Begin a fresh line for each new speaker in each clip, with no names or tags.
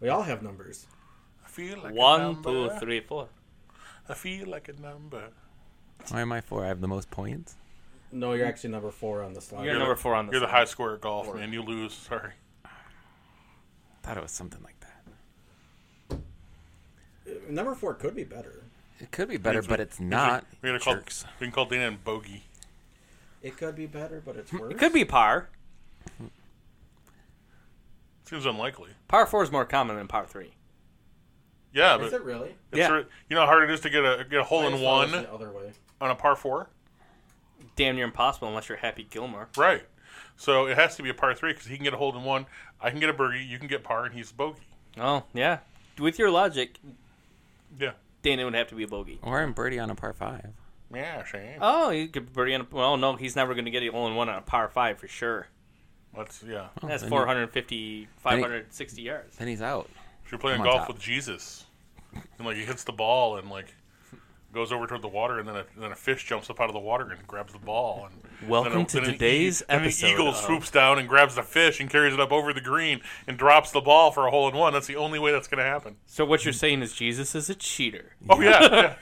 We all have numbers.
I feel like a
One,
number.
two, three, four.
I feel like a number.
Why am I four? I have the most points.
No, you're actually number four on the slide.
You're number four on the
You're the
slide.
high scorer at golf, man. You lose. Sorry.
Thought it was something like that.
Number four could be better.
It could be better, but it's not.
We're gonna call. We can call Dana and Bogey.
It could be better, but it's worse.
It could be par.
Seems unlikely.
Par four is more common than par three.
Yeah,
Is
but
it really?
it's
Yeah.
re- you know how hard it is to get a get a hole
I
in
just thought it was
one
the other way.
on a par four,
Damn near impossible unless you're Happy Gilmore.
right? So it has to be a par three because he can get a hole in one. I can get a birdie. You can get par, and he's bogey.
Oh yeah. With your logic,
Yeah.
Dana would have to be a bogey.
Or I'm birdie on a par five.
Yeah, Shane.
Oh, he could birdie on. A, well, no, he's never going to get a hole in one on a par five for sure.
That's yeah.
Oh,
That's
then he-
450, 560 yards.
Then he's out.
If you're playing
I'm on
golf
top.
with Jesus, and like he hits the ball and like goes over toward the water, and then a, then a fish jumps up out of the water and grabs the ball. And
Welcome
then a-
to
then an
today's
e- then
episode
An eagle
of-
swoops down and grabs the fish and carries it up over the green and drops the ball for a hole in one. That's the only way that's going to happen.
So what you're saying is Jesus is a cheater.
Oh yeah, yeah.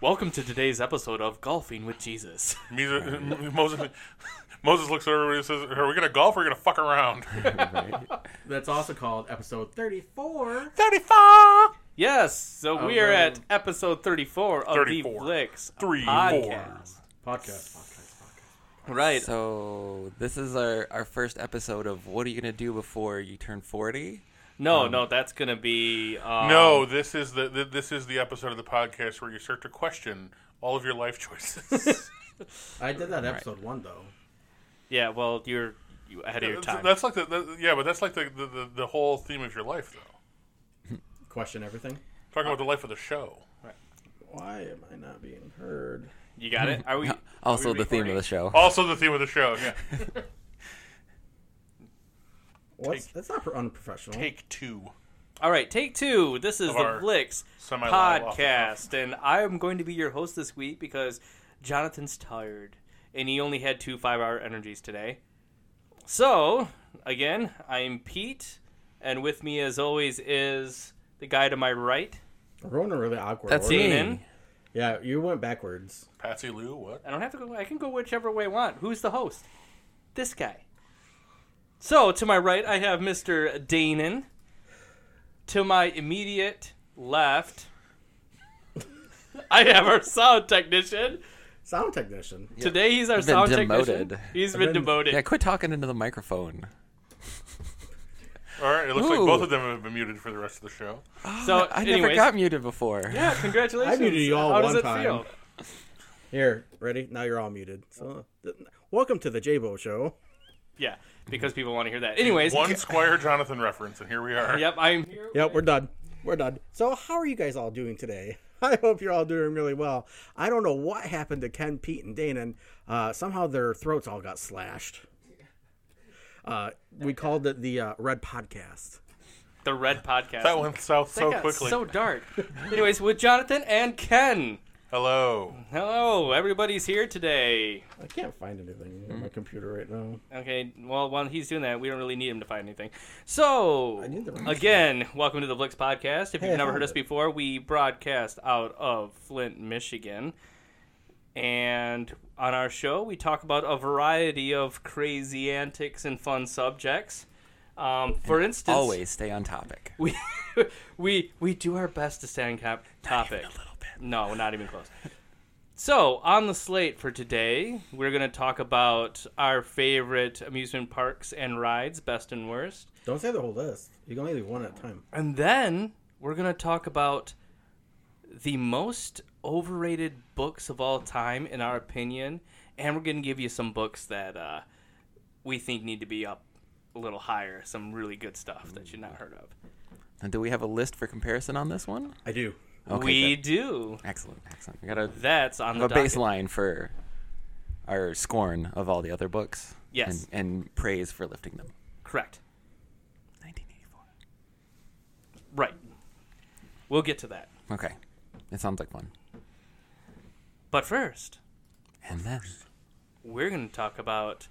Welcome to today's episode of Golfing with Jesus.
Moses, Moses, Moses looks at everybody and says, "Are we going to golf? or Are we going to fuck around?"
That's also called episode 34.
Thirty-four.
Yes, so
Oh,
we are at episode 34 of
34.
the Flicks
Three,
podcast.
Podcast, podcast, podcast.
Right.
So this is our our first episode of what are you gonna do before you turn forty?
no, no, that's going to be um,
Um, No, this is the th- this is the episode of the podcast where you start to question all of your life choices.
I did that episode one, though.
Yeah, well, you're you ahead of your
That's-
time.
That's like the, the yeah, but that's like the, the, the, the whole theme of your life, though.
Question everything.
Talking about the life of the show.
Why am I not being heard?
you got it? Are we
Uh, Also
are we
the theme of
recording?
the show.
Also, the theme of the show. Yeah.
What's, that's not unprofessional.
Take two.
All right, take 2. This is
Of
the
our
Flicks
semi-live
podcast and I am going to be your host this week because Jonathan's tired and he only had two 5-hour energies today. So, again, I'm Pete and with me as always is the guy to my right,
We're going in really awkward.
That's
order.
me.
Damon.
Yeah, you went backwards.
Patsy Lou. What?
I don't have to go. I can go whichever way I want. Who's the host? This guy. So to my right, I have Mr. Danon. To my immediate left, I have our sound technician.
Sound technician.
Today he's our
I've been
sound
demoted.
technician. He's been,
been-
demoted.
Yeah, quit talking into the microphone.
All right. It looks like
Ooh.
both of them have been muted for the rest of the show.
so
I never
Uh, anyways,
got muted before.
yeah, congratulations.
I muted you all
How does
one
it
time.
feel?
Here, ready? Now you're all muted. So, th- welcome to the J-Bo show.
Yeah, because people want to hear that. Anyways,
One Squire Jonathan reference, and here we are.
yep, I'm here.
Yep, we're done. We're done. So, how are you guys all doing today? I hope you're all doing really well. I don't know what happened to Ken, Pete, and Danon. Uh, somehow their throats all got slashed. Uh, we called it the uh, Red Podcast.
The Red Podcast.
That went south
That
so
got
quickly.
So dark. Anyways, with Jonathan and Ken.
Hello.
Hello, everybody's here today.
I can't find anything on my computer right now.
Okay, well, while he's doing that, we don't really need him to find anything. So,
need the rest.
again, welcome to the Blix Podcast. If
Hey, I
you've never
found
heard us
it.
before, we broadcast out of Flint, Michigan. And on our show, we talk about a variety of crazy antics and fun subjects. Um, for instance,
Always stay on topic.
we we we do our best to stay on cap- topic. No, not even close. So on the slate for today, we're going to talk about our favorite amusement parks and rides, best and worst,
Don't say the whole list. You can only do one at a time.
and then we're going to talk about the most overrated books of all time, in our opinion, and we're going to give you some books that uh, we think need to be up a little higher. Some really good stuff that you've not heard of.
And do we have a list for comparison on this one?
I do.
Okay,
we
good.
do.
excellent, excellent. We got a,
That's on the
a
docket.
baseline for our scorn of all the other books.
Yes.
And, and praise for lifting them.
Correct.
1984.
Right. We'll get to that.
Okay, it sounds like fun.
But first,
And then
we're going to talk about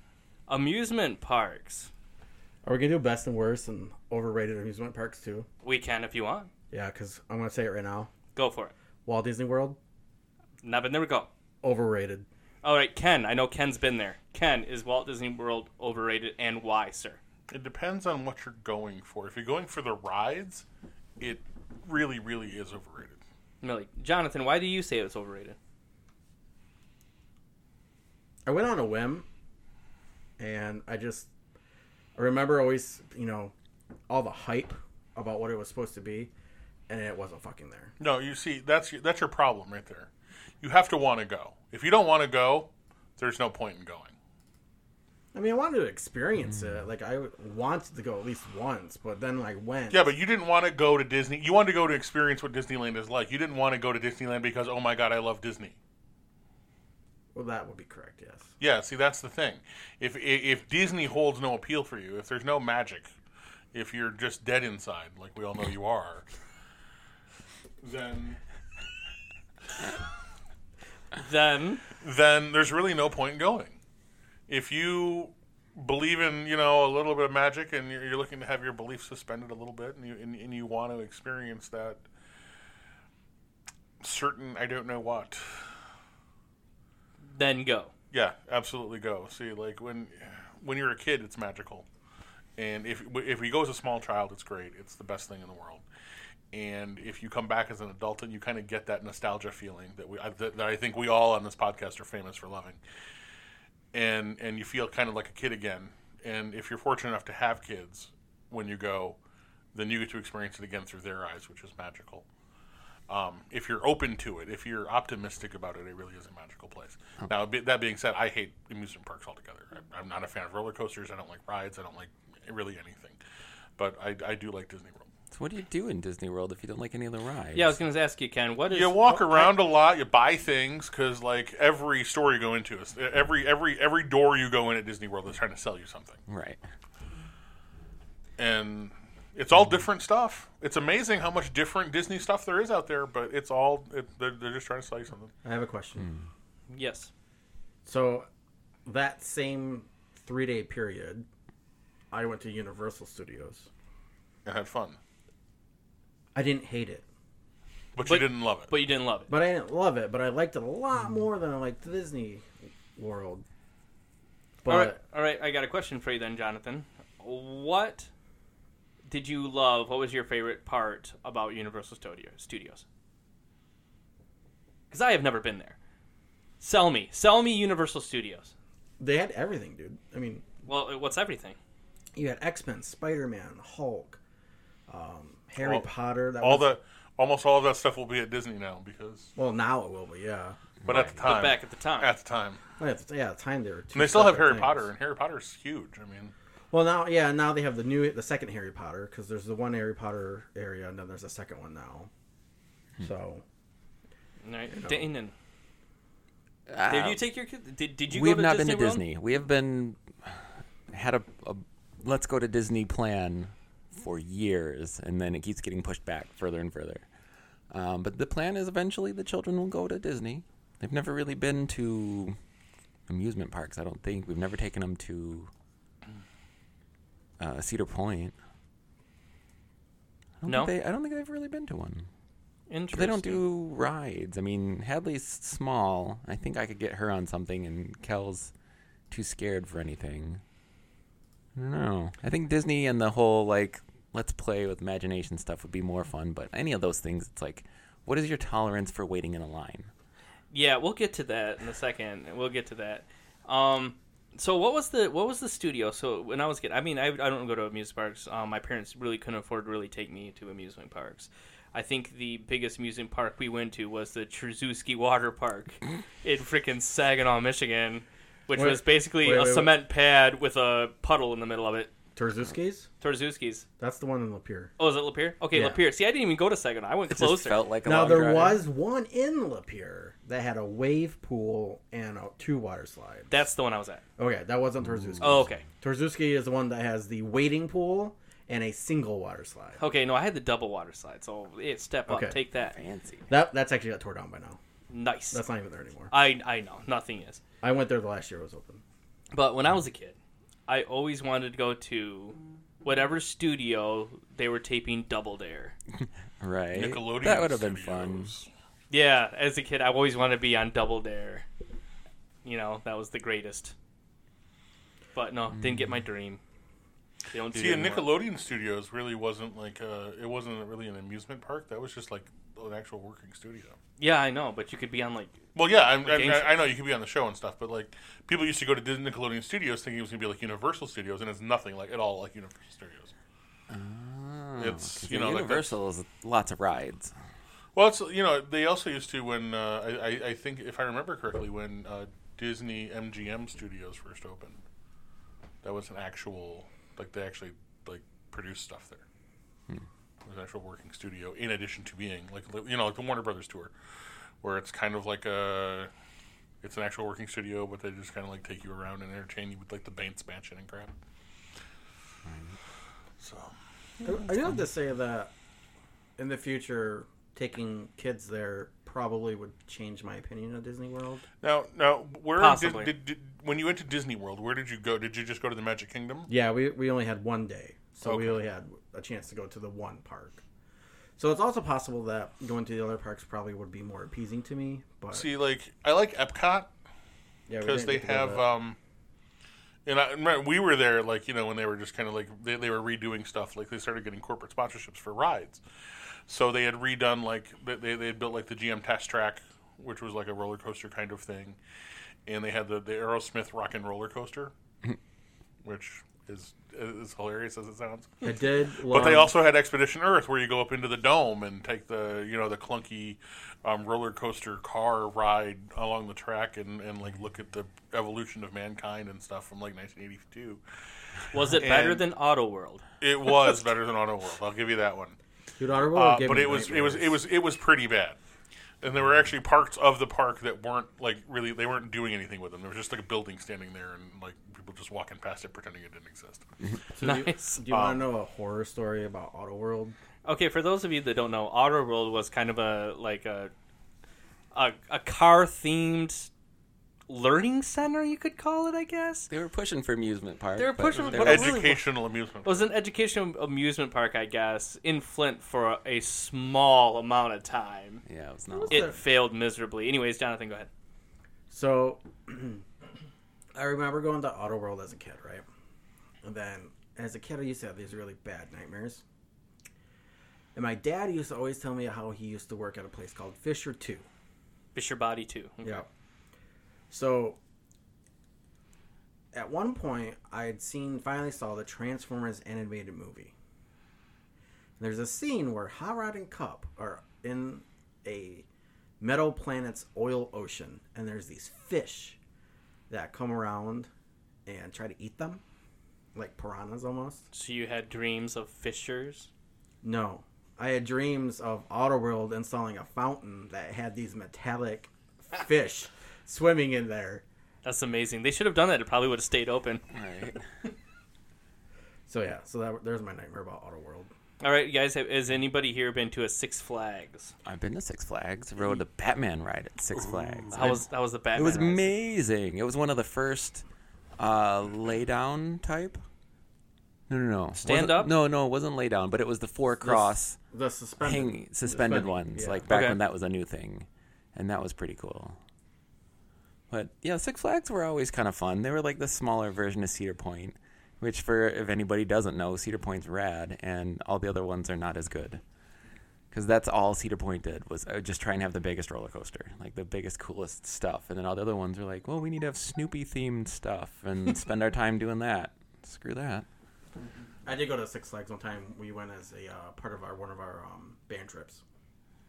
amusement parks.
Are we gonna do best and worst and overrated amusement parks too?
We can if you want.
Yeah, because I'm gonna say it right now.
Go for it.
Walt Disney World
Never, never go.
overrated.
All right, Ken. I know Ken's been there. Ken, is Walt Disney World overrated and why, sir?
It depends on what you're going for. If you're going for the rides, it really, really is overrated.
Millie, Jonathan, why do you say it's overrated?
I went on a whim, and I just I remember always you know all the hype about what it was supposed to be, and it wasn't fucking there.
No, you see, that's your, that's your problem right there. You have to want to go. If you don't want to go, there's no point in going.
I mean, I wanted to experience it. Like I wanted to go at least once, but then I went.
Yeah, but you didn't want to go to Disney. You wanted to go to experience what Disneyland is like. You didn't want to go to Disneyland because, oh my God, I love Disney.
Well, that would be correct. Yes.
Yeah, see, that's the thing. If i- if Disney holds no appeal for you, if there's no magic, if you're just dead inside, like we all know you are, then
Then
then there's really no point in going. If you believe in you know a little bit of magic and you're, you're looking to have your beliefs suspended a little bit, and you and, and you want to experience that certain I don't know what.
then go.
Yeah, absolutely go. See, like when when you're a kid, it's magical, and if if you go as a small child, it's great. It's the best thing in the world. And if you come back as an adult and you kind of get that nostalgia feeling that we I- that, that I think we all on this podcast are famous for loving, and and you feel kind of like a kid again. And if you're fortunate enough to have kids when you go, then you get to experience it again through their eyes, which is magical. Um, if you're open to it, if you're optimistic about it, it really is a magical place. Now, be- that being said, I hate amusement parks altogether. I'm, I'm not a fan of roller coasters. I don't like rides. I don't like really anything. But I, I do like Disney World.
So what do you do in Disney World if you don't like any of the rides?
Yeah, I was going to ask you, Ken. What is
You walk around a lot. You buy things because like every store you go into is e, every every every door you go in at Disney World is trying to sell you something.
right.
and it's all different stuff. It's amazing how much different Disney stuff there is out there, but it's all it, they're, they're just trying to sell you something.
I have a question.
Yes.
So that same three day period, I went to Universal Studios.
And had fun,
I didn't hate it,
but,
But-
you didn't love it.
But you didn't love it.
but I didn't love it. But I liked it a lot more than I liked Disney World. But
all right, all right. I got a question for you then, Jonathan. What did you love? What was your favorite part about Universal Studio- Studios? Because I have never been there. Sell me, sell me Universal Studios.
they had everything, dude. I mean,
Well, what's everything?
you had X Men, Spider Man, Hulk, um, Harry
All-
Potter. That
all
was,
the almost all of that stuff will be at Disney now because,
well now it will be yeah.
but at the time,
But back at the time,
at the time,
Well, yeah, at the- yeah, at the time they were. Two
and they still have
separate
Harry
things.
Potter, and Harry Potter's huge. I mean,
Well, now yeah, now they have the new the second Harry Potter because there's the one Harry Potter area and then there's a second one now. So
all right, Danon, did
Uh,
you take your kid? Did, did you?
we
go
have
to
not
Disney
been to
World?
Disney. We have been had a, a let's go to Disney plan for years, and then it keeps getting pushed back further and further. Um, but the plan is eventually the children will go to Disney. They've never really been to amusement parks. I don't think we've never taken them to uh, Cedar Point. I don't
No?
think they, I don't think they've really been to one.
Interesting.
They don't do rides. I mean, Hadley's small. I think I could get her on something, and Kel's too scared for anything. I don't know. I think Disney and the whole, like, let's play with imagination stuff would be more fun, but any of those things, it's like, what is your tolerance for waiting in a line?
Yeah, we'll get to that in a second. We'll get to that. Um, so what was the what was the studio? So when I was kid, I mean, I, I don't go to amusement parks. Um, my parents really couldn't afford to really take me to amusement parks. I think the biggest amusement park we went to was the Trzuski Water Park in freaking Saginaw, Michigan, which
Wait,
was basically
wait,
a
wait, wait.
cement pad with a puddle in the middle of it.
Torzuski's?
Trzuski's.
That's the one in Lapeer.
Oh, is it Lapeer? Okay,
Yeah.
Lapeer. See, I didn't even go to Saginaw. I went
It just
closer.
felt like a
Now
long
there
drive.
was one in Lapeer that had a wave pool and a, two water slides.
That's the one I was at.
okay, that wasn't Torzuski.
Oh, okay.
Torzuski is the one that has the waiting pool and a single water slide.
Okay, no, I had the double water slide, so it step up,
Okay.
take that.
fancy.
That that's actually got tore down by now.
Nice.
That's not even there anymore.
I I know nothing is,
I went there the last year it was open.
but when I was a kid, I I always wanted to go to whatever studio they were taping Double Dare.
Right.
Nickelodeon.
that would have been fun.
Studios.
Yeah, as a kid, I always wanted to be on Double Dare. You know, that was the greatest. But no, didn't get my dream. They don't do
See,
it
and
anymore.
Nickelodeon Studios really wasn't like uh, it wasn't really an amusement park. That was just like an actual working studio.
Yeah, I know, but you could be on like
Well, yeah, I'm,
game
I'm,
show.
I I know you could be on the show and stuff, but like people used to go to Disney Nickelodeon Studios thinking it was gonna be like Universal Studios, and it's nothing like at all like Universal Studios.
Oh,
It's,
'cause
you
the
know, like
Universal is lots of rides.
Well, it's you know they also used to when uh, I, I I think if I remember correctly when uh, Disney MGM Studios first opened, that was an actual like they actually like produced stuff there. It was an actual working studio in addition to being like li- you know like the Warner Brothers tour, where it's kind of like a it's an actual working studio, but they just kind of like take you around and entertain you with like the Bates Mansion and crap. So
I do have to say that in the future, taking kids there probably would change my opinion of Disney World.
now now where did,
Possibly.
did, did when you went to Disney World, where did you go? Did you just go to the Magic Kingdom?
Yeah, we, we only had one day, so we
Okay.
only had a chance to go to the one park. So it's also possible that going to the other parks probably would be more appeasing to me. But
See, like I like
yeah,
Epcot
we
because
didn't
they
get to go
have,
to-
um, and I remember we were there, like you know, when they were just kind of like they, they were redoing stuff, like they started getting corporate sponsorships for rides. So they had redone like they- they they had built like the GM Test Track, which was like a roller coaster kind of thing, and they had the the Aerosmith Rock and Roller Coaster, which is as hilarious as it sounds.
I did. Love,
But they also had Expedition Earth, where you go up into the dome and take the you know the clunky um, roller coaster car ride along the track and, and like look at the evolution of mankind and stuff from like 1982.
was it better
And-
than Auto World?
It was better than Auto World. I'll give you that one.
Dude, Otter World
Uh,
gave
but
me
it was it was
nightmares.
it was it was pretty bad. And there were actually parts of the park that weren't like really they weren't doing anything with them. There was just like a building standing there and like people just walking past it pretending it didn't exist.
So do you-
Nice.
Do you want to know a horror story about Auto World?
Okay, for those of you that don't know, Auto World was kind of a like a a, a car themed learning center, you could call it, I guess.
They were pushing for amusement park.
They were
but
pushing-
they
but
were-
I really-
Educational amusement.
It was an educational amusement park, I guess, in Flint for a small amount of time.
yeah, it was not.
It
Sure.
failed miserably. Anyways, Jonathan, go ahead.
So I remember going to Auto World as a kid, right? And then as a kid, I used to have these really bad nightmares. And my dad used to always tell me how he used to work at a place called Fisher 2.
Fisher Body too.
Yeah. So at one point, I had seen finally saw the Transformers animated movie. And there's a scene where Hot Rod and Cup are in a metal planet's oil ocean, and there's these fish that come around and try to eat them, like piranhas almost.
So you had dreams of fishers.
No. I had dreams of Autoworld installing a fountain that had these metallic fish swimming in there.
That's amazing. They should have done that. It probably would have stayed open.
Right.
So yeah, so that there's my nightmare about Autoworld.
All right, you guys, have, has anybody here been to a Six Flags?
I've been to Six Flags. Rode the Batman ride at Six Flags.
How was Mm-hmm. that was the Batman?
It was
ride.
amazing. It was one of the first uh, lay down type. No, no, no.
Stand
Wasn't-
up?
No, no, it wasn't lay down, but it was the four cross
The suspended
hang suspended
suspended,
ones,
yeah.
like back
Okay.
when that was a new thing, and that was pretty cool. But yeah, Six Flags were always kind of fun. They were like the smaller version of Cedar Point, which for if anybody doesn't know, Cedar Point's rad, and all the other ones are not as good. Because that's all Cedar Point did was uh, just try and have the biggest roller coaster, like the biggest, coolest stuff, and then all the other ones are like, well, we need to have Snoopy themed stuff and spend our time doing that. Screw that.
I did go to Six Flags one time. We went as a uh, part of our one of our um, band trips.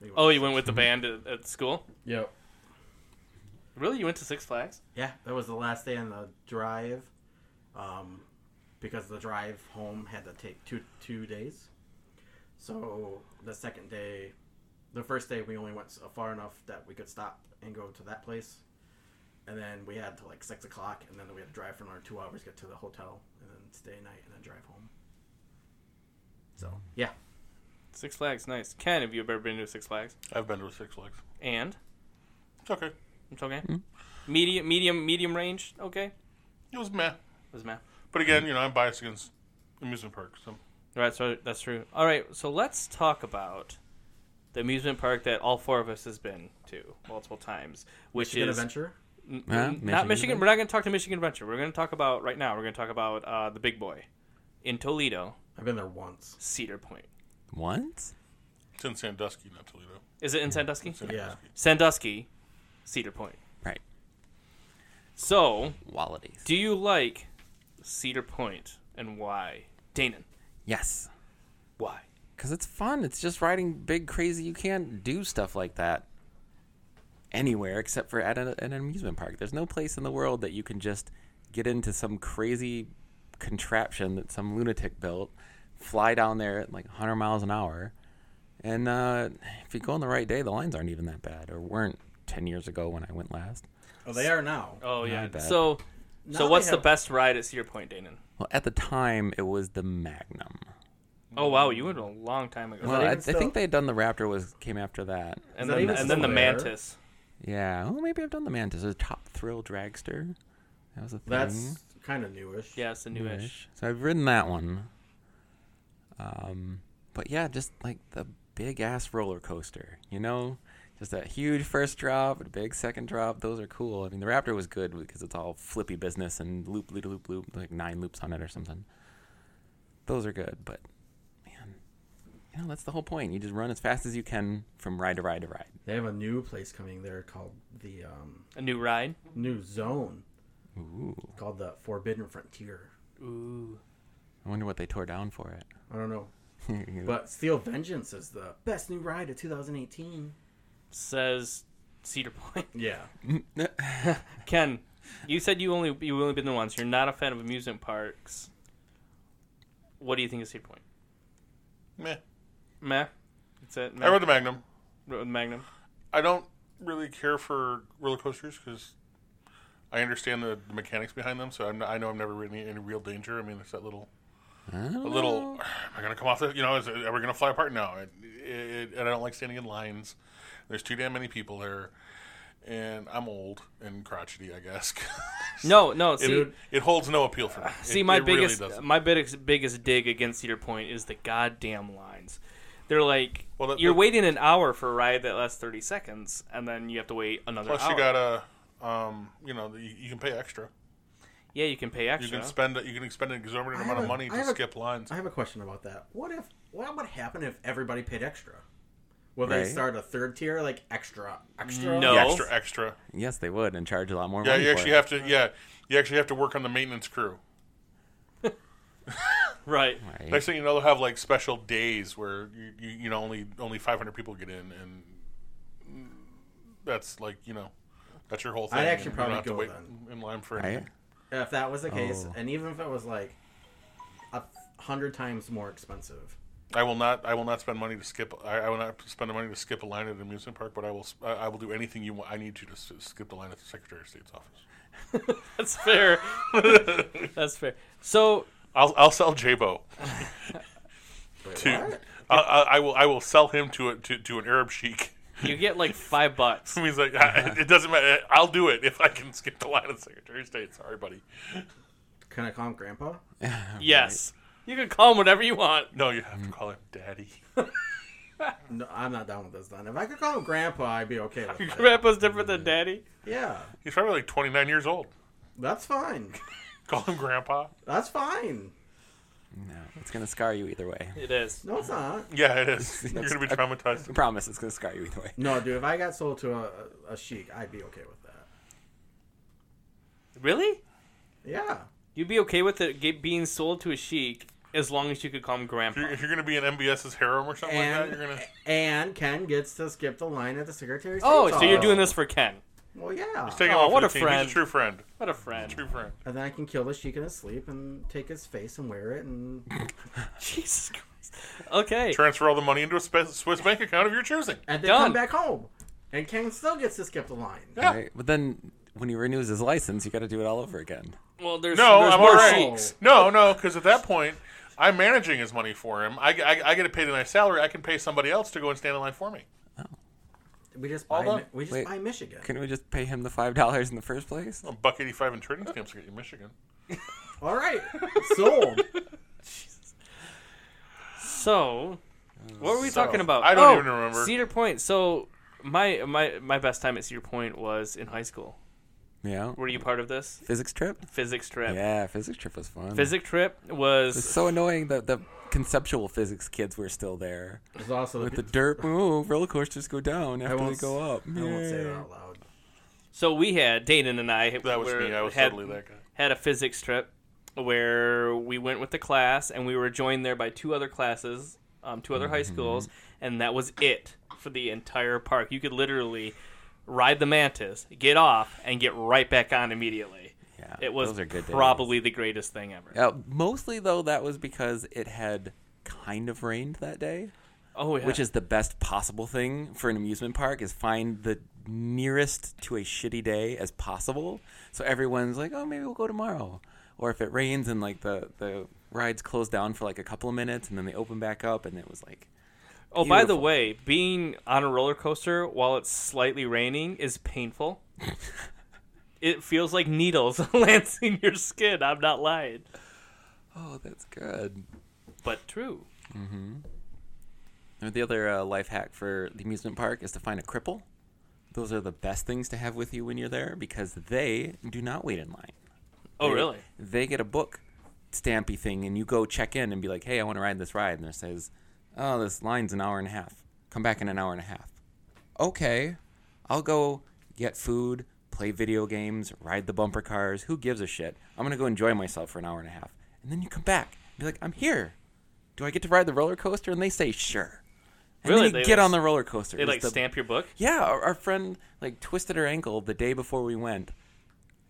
We
Oh, you went with the band at, at school.
Yep.
Really, you went to Six Flags?
Yeah, that was the last day on the drive, um, because the drive home had to take two two days. So the second day, the first day we only went so far enough that we could stop and go to that place, and then we had to like six o'clock, and then we had to drive for another two hours, get to the hotel, and then stay a night, and then drive home. So yeah,
Six Flags, nice. Ken, have you ever been to Six Flags?
I've been to a Six Flags.
And
It's okay.
Hmm?
it's okay. Medium, medium, medium range. Okay,
It was meh.
was meh.
But again, you know, I'm biased against amusement parks. So.
Right, so that's true. All right, so let's talk about the amusement park that all four of us has been to multiple times, which
Michigan
is
Adventure.
n- n-
Huh?
not
Michigan
Michigan.
Adventure?
We're not going to talk to Michigan Adventure. We're going to talk about right now. We're going to talk about uh, the Big Boy in Toledo,
I've been there once.
Cedar Point.
Once?
It's in Sandusky, not Toledo.
Is it in Sandusky?
Yeah.
Sandusky, Cedar Point.
Right.
So,
Wallabies.
do you like Cedar Point and why, Danon?
Yes.
Why?
Because it's fun. It's just riding big, crazy. You can't do stuff like that anywhere except for at, a, at an amusement park. There's no place in the world that you can just get into some crazy contraption that some lunatic built, fly down there at like 100 miles an hour. And uh, if you go on the right day, the lines aren't even that bad or weren't 10 years ago when I went last.
Oh, they are now.
Oh yeah.
bet.
So,
Now
so
they
what's the
have-
best ride at Cedar Point, Danon?
Well, at the time, it was the Magnum.
Oh wow, you went a long time ago.
Well, I, I
even still-
think they had done the Raptor was came after that.
and
that
then,
even
and then the
still there?
mantis.
Yeah. Oh, maybe I've done the Mantis. The Top Thrill Dragster. That was a thing.
That's kind of newish.
Yeah, it's a newish.
Ish. So I've ridden that one. Um, but yeah, just like the big ass roller coaster, you know, just that huge first drop, a big second drop. Those are cool. I mean, the Raptor was good because it's all flippy business and loop, loop, loop, loop, like nine loops on it or something. Those are good, but man, you know, that's the whole point. You just run as fast as you can from ride to ride to ride.
They have a new place coming there called the um,
A new ride.
New Zone,
Ooh,
called the Forbidden Frontier.
Ooh.
I wonder what they tore down for it.
I don't know. But Steel Vengeance is the best new ride of 2018.
Says Cedar Point.
Yeah.
Ken, you said you only you only been there once. You're not a fan of amusement parks. What do you think of Cedar Point?
Meh.
Meh. That's it. Meh.
I rode the Magnum.
Rode the Magnum.
I don't really care for roller coasters because I understand the, the mechanics behind them. So I'm not, I know I'm never in any, any real danger. I mean, it's that little, a
Mm.
little. Am I gonna come off the? You know, is, it- are we gonna fly apart? No. It, it, and I don't like standing in lines. There's too damn many people there, and I'm old and crotchety, I guess.
No, no. See, uh,
it, it holds no appeal for me.
See,
It-
my
it really
biggest,
doesn't.
my biggest, biggest dig against Cedar Point is the goddamn lines. They're like,
Well, that-
you're
that-
waiting an hour for a ride that lasts thirty seconds, and then you have to wait another
Plus,
hour.
you gotta, um, you know, you, you can pay extra.
yeah, you can pay
You
extra.
can spend, you can expend an exorbitant amount
have
of
a-
money
I
to
have a-
skip lines.
I have a question about that. What if what would happen if everybody paid extra? Will
Right.
they start a third tier like extra extra?
No.
Yeah, extra, extra.
Yes, they would, and charge a lot more
Yeah,
money.
you
for
actually
it.
have to. Yeah, you actually have to work on the maintenance crew.
right.
Right.
Next thing you know, they'll have like special days where you you, you know only only 500 people get in, and that's like you know that's your whole thing.
I'd actually
and you don't
probably
have to
go
wait
then.
in line for
Right?
anything.
If that was the case,
Oh.
and even if it was like a hundred times more expensive,
I will not. I will not spend money to skip. I, I will not spend the money to skip a line at an amusement park. But I will. s- I, I will do anything you want. I need you to s- skip the line at the Secretary of State's office.
That's fair. That's fair. So
I'll I'll sell Jabo to.
what?
I, I, I will I will sell him to a, to to an Arab sheik.
you get like five bucks.
He's like,
Uh-huh.
I, it doesn't matter. I'll do it if I can skip the line of Secretary of State. Sorry, buddy.
can I call him Grandpa?
Yes. You can call them whatever you want.
No, you
Mm.
have to call him Daddy.
No, I'm not down with this. Then if I could call him Grandpa, I'd be okay with it.
Grandpa's different than daddy.
Yeah,
He's probably like 29 years old.
that's fine.
Call him Grandpa.
That's fine.
No, it's gonna scar you either way.
It is.
No, it's not.
Yeah, it is. You're gonna be traumatized.
I promise, it's gonna scar you either way.
No, dude. If I got sold to a, a sheik, I'd be okay with that.
Really?
Yeah.
You'd be okay with it ge- being sold to a sheik as long as you could call him
If you're,
grandpa.
if you're gonna be in MBS's harem or something like
And,
that, Oh you're gonna.
and Ken gets to skip the line at the secretary.
Oh, so you're doing this for Ken.
Well, yeah.
Take him
Aw,
off
what
the
a
team.
friend.
He's a true friend.
What a friend.
True friend.
And then I can kill the sheik in his sleep and take his face and wear it. And
Jesus Christ. Okay.
Transfer all the money into a spe- Swiss bank account of your choosing.
and then
Done.
come back home. And Ken still gets to skip the line.
Yeah.
Right? But then when he renews his license, you got to do it all over again.
Well, there's
No,
there's
I'm
more
all right.
sheiks.
No, no, because at that point, I'm managing his money for him. I, I, I get to pay the nice salary. I can pay somebody else to go and stand in line for me.
We just buy,
Although-
Mi- we just
Wait.
buy Michigan.
Couldn't we just pay him the five dollars in the first place?
A buck eighty five in trading stamps to get you Michigan.
All right, sold.
So, what were we
So,
talking about?
I don't
Oh,
even remember.
Cedar Point. So, my my my best time at Cedar Point was in high school.
Yeah.
Were you part of this
Physics trip?
physics trip?
Yeah, physics trip was fun.
Physics trip
It's
was
so annoying that the conceptual physics kids were still there.
There's also
With the dirt move, roller coasters go down after they
won't
go
s-
up.
I won't say
Yay.
that out loud.
so we had Dayton and I.
That was
were-
me. I was
had,
totally that guy.
Had a physics trip where we went with the class and we were joined there by two other classes, um, two other high
Mm-hmm.
schools, and that was it for the entire park. You could literally ride the mantis, get off, and get right back on immediately.
Yeah,
It was
those are good days.
probably the greatest thing ever.
Uh, mostly though, that was because it had kind of rained that day,
Oh, yeah.
which is the best possible thing for an amusement park is find the nearest to a shitty day as possible. So everyone's like, "Oh, maybe we'll go tomorrow." Or if it rains and like the the rides close down for like a couple of minutes and then they open back up and it was like
Oh, by the
beautiful.
way, being on a roller coaster while it's slightly raining is painful. it feels like needles lancing your skin. I'm not lying,
Oh, that's good.
but true.
And the other uh, life hack for the amusement park is to find a cripple. Those are the best things to have with you when you're there because they do not wait in line.
Oh,
They-
really?
They get a book stampy thing, and you go check in and be like, "Hey, I want to ride this ride," and it says, "Oh, this line's an hour and a half. Come back in an hour and a half." Okay, I'll go get food, play video games, ride the bumper cars. Who gives a shit? I'm gonna go enjoy myself for an hour and a half, and then you come back and be like, "I'm here. Do I get to ride the roller coaster?" And they say, "Sure." And
Really?
then you
They,
get
like,
on the roller coaster.
They
It was
like
the-
stamp your book.
yeah, our, our friend like twisted her ankle the day before we went,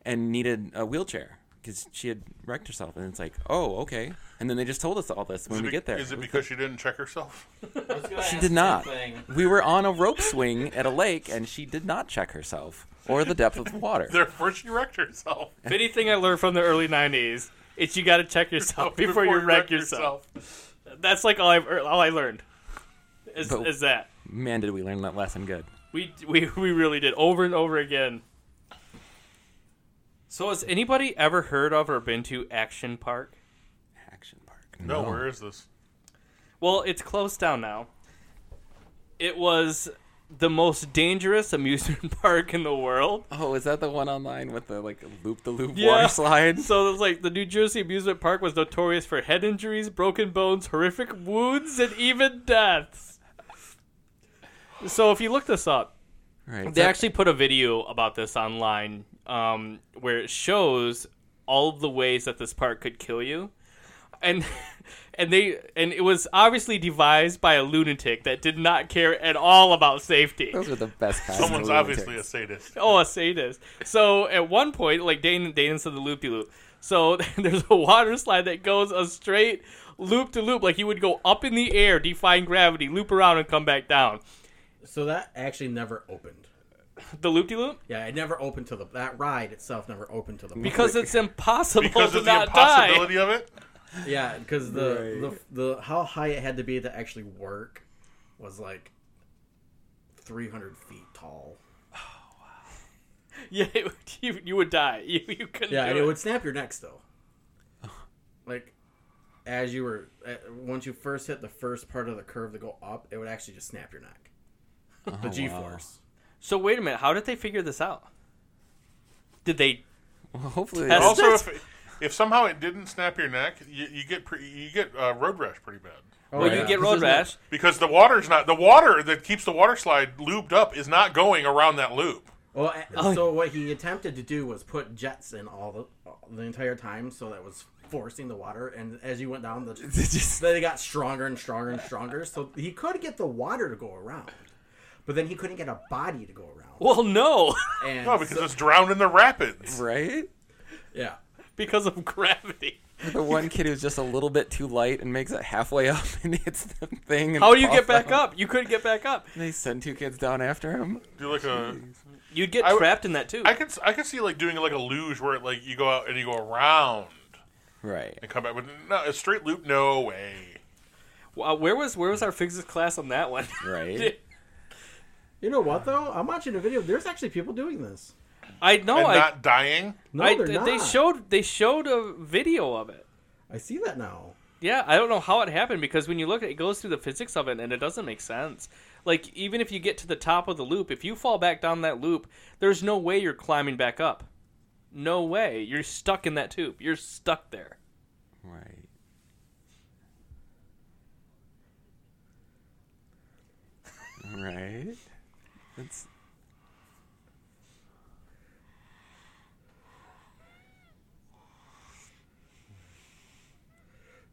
and needed a wheelchair because she had wrecked herself. And it's like, oh, okay. And then they just told us all this when
Is it
we
be-
get there.
Is it because she didn't check herself?
she did not? We were on a rope swing at a lake, and she did not check herself or the depth of the water.
Therefore, she wrecked herself.
If anything I learned from the early '90s, it's you got to check yourself before, you wreck yourself. That's like all I've all I learned is,
But-
is that
Man, did we learn that lesson good?
we we we really did over and over again. So has anybody ever heard of or been to Action Park?
Action park.
No, where is this?
Well, it's closed down now. It was the most dangerous amusement park in the world.
Oh, is that the one online with the like loop the loop
Yeah.
water slide?
So it was like the New Jersey amusement park was notorious for head injuries, broken bones, horrific wounds, and even deaths. So if you look this up,
Right.
they
so-
actually put a video about this online um, where it shows all of the ways that this park could kill you and and they and it was obviously devised by a lunatic that did not care at all about safety
those are the best kinds. of
Someone's
lunatics.
obviously a sadist.
oh a sadist so at one point like dana dana said the loop-de-loop so there's a water slide that goes a straight loop to loop like you would go up in the air defying gravity loop around and come back down
So that actually never opened.
the loop-de-loop
Yeah, it never opened to the that ride itself never opened to the
because it's impossible
Because
to
of the
not die
impossibility of it?
yeah because the, the the how high it had to be to actually work was like 300 feet tall.
Yeah, it would, you, you would die. You, you couldn't
Yeah,
do
and
it.
it would snap your neck still. Like, as you were, uh, once you first hit the first part of the curve to go up, it would actually just snap your neck.
Oh,
the G force.
So wait a minute, how did they figure this out? Did they?
Well, hopefully,
Test-
Also,
That's-
if, if somehow it didn't snap your neck, you, you get pre, you get uh, road rash pretty bad
Oh,
Well, Oh, you get road rash.
because the water's not the water that keeps the water slide lubed up is not going around that loop.
Well, a-
Oh,
so what he attempted to do was put jets in all the all- the entire time, so that was forcing the water. And as you went down, the
Just-
they got stronger and stronger and stronger. So he could get the water to go around, but then he couldn't get a body to go around.
Well, no,
And
No, because
so-
it's drowned in the rapids.
right.
yeah,
because of gravity.
The one kid who's just a little bit too light and makes it halfway up and hits the thing. And
How do you
falls
get back
down.
up? You couldn't get back up.
They send two kids down after him.
Do like a
You'd get
I-
trapped in that too.
I could I could see like doing like a luge where like you go out and you go around
Right.
and come back, but no, a straight loop, no way.
Wow, where was where was our physics class on that one?
Right.
You know what though? I'm watching a video. There's actually people doing this.
I know.
and
Oh, I,
not dying.
No,
I-
they're not.
they showed they showed a video of it.
I see that now.
Yeah, I don't know how it happened because when you look at it, it goes through the physics of it and it doesn't make sense. Like even if you get to the top of the loop, if you fall back down that loop, there's no way you're climbing back up. No way. You're stuck in that tube. You're stuck there.
Right. right. That's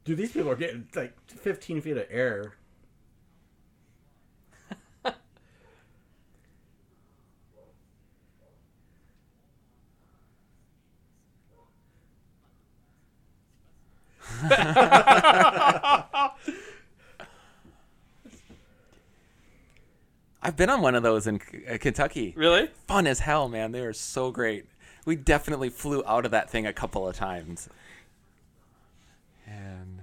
Dude, these people are getting like 15 feet of air.
I've been on one of those in K- uh, Kentucky.
Really?
Fun as hell, man. They are so great. We definitely flew out of that thing a couple of times. And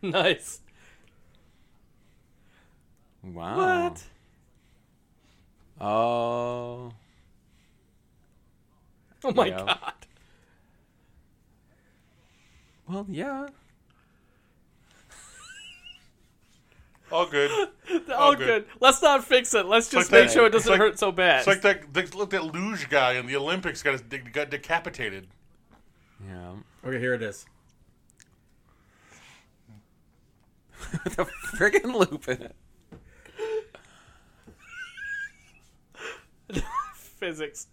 Nice.
wow.
What?
Oh.
Oh my
Yeah.
god.
Well, yeah.
All good.
Oh,
good.
good. Let's not fix it. Let's just
like
make
that-
sure it
it's
doesn't
like-
hurt so bad.
It's like that. They look that luge guy in the Olympics got his, got decapitated.
Yeah.
Okay, here it is.
With a friggin' loop in it.
physics.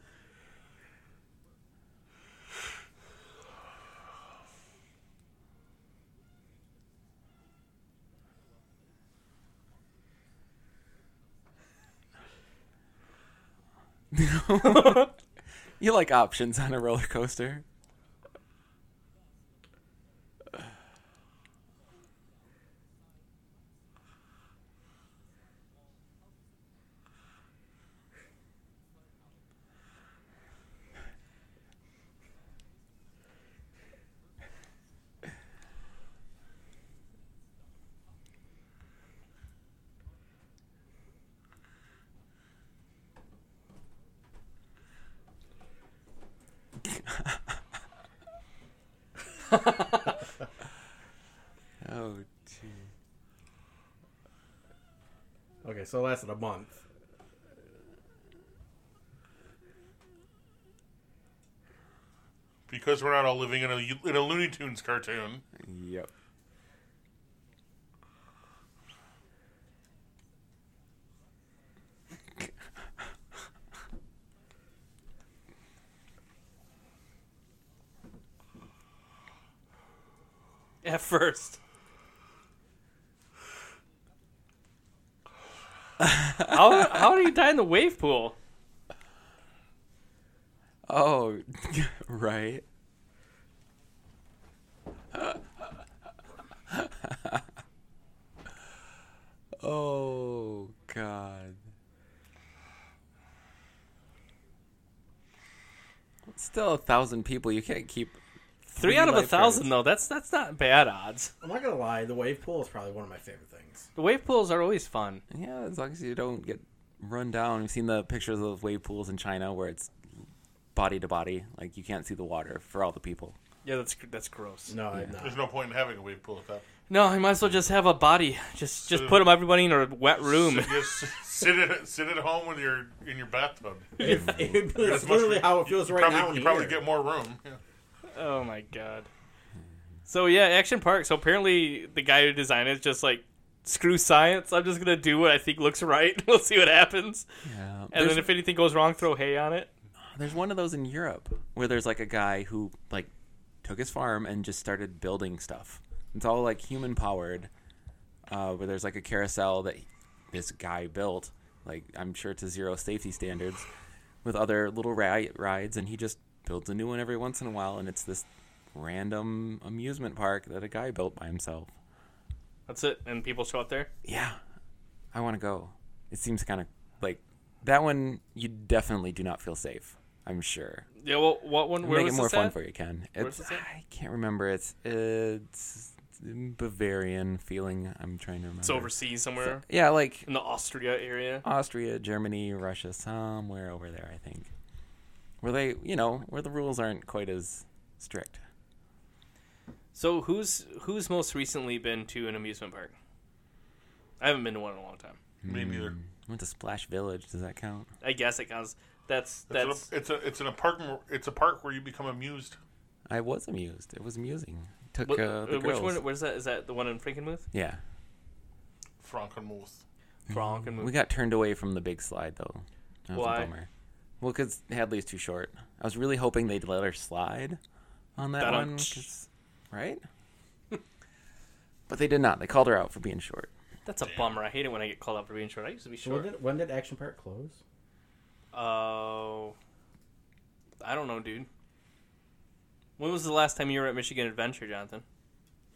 You like options on a roller coaster. Oh, gee.
Okay, so it lasted a month.
Because we're not all living in a in a Looney Tunes cartoon.
Yep.
At first. how how do you die in the wave pool?
Oh, right. oh, God. Still a thousand people. You can't keep.
Three out of a
lifeguards.
thousand though. That's that's not bad odds.
I'm not gonna lie, the wave pool is probably one of my favorite things.
The wave pools are always fun.
Yeah, as long as you don't get run down. We've seen the pictures of wave pools in China where it's body to body. Like, you can't see the water for all the people.
Yeah, that's that's gross.
No, I'm not.
There's no point in having a wave pool at that.
No, I might as well just have a body. Just just put them everybody in a wet room.
So just sit at sit at home with your in your bathtub.
That's
As much-
literally how it feels
you
right
probably,
now. in
You probably
here.
get more room. Yeah.
Oh my god. So yeah, Action Park. So apparently the guy who designed it is just like screw science. I'm just gonna do what I think looks right. we'll see what happens.
Yeah.
And
There's-
then if anything goes wrong, throw hay on it.
There's one of those in Europe where there's like a guy who like took his farm and just started building stuff. It's all like human powered. Uh, where there's like a carousel that this guy built, like I'm sure to zero safety standards, with other little ri- rides, and he just builds a new one every once in a while, and it's this random amusement park that a guy built by himself.
That's it. And people show up there.
Yeah, I want to go. It seems kind of like that one. You definitely do not feel safe. I'm sure.
Yeah, well, what one? Where
Make it
was
more
this
fun
at?
for you, Ken.
Where's
It's
this at?
I can't remember. It's it's Bavarian feeling. I'm trying to remember.
It's overseas somewhere
Yeah, like
in the Austria area.
Austria, Germany, Russia, somewhere over there, I think. Where they, you know, where the rules aren't quite as strict.
So who's who's most recently been to an amusement park? I haven't been to one in a long time.
Me
Hmm.
neither.
Went to Splash Village. Does that count?
I guess it counts. That's
It's,
that's
an, it's a it's an apartment. It's a park where you become amused.
I was amused. It was amusing. Took
what-
uh, the
uh, which
girls.
one? Where's that? Is that the one in Frankenmuth?
Yeah,
Frankenmuth.
Mm-hmm. we
Frankenmuth.
got turned away from the big slide though. That was
Why?
a bummer. Well, because Hadley's too short. I was really hoping they'd let her slide on that
Ba-dum.
one, 'cause- right? but they did not. They called her out for being short.
That's a bummer. I hate it when I get called out for being short. I used to be
When
short.
did, when did Action Park close?
Oh, I don't know, dude. When was the last time you were at Michigan Adventure, Jonathan?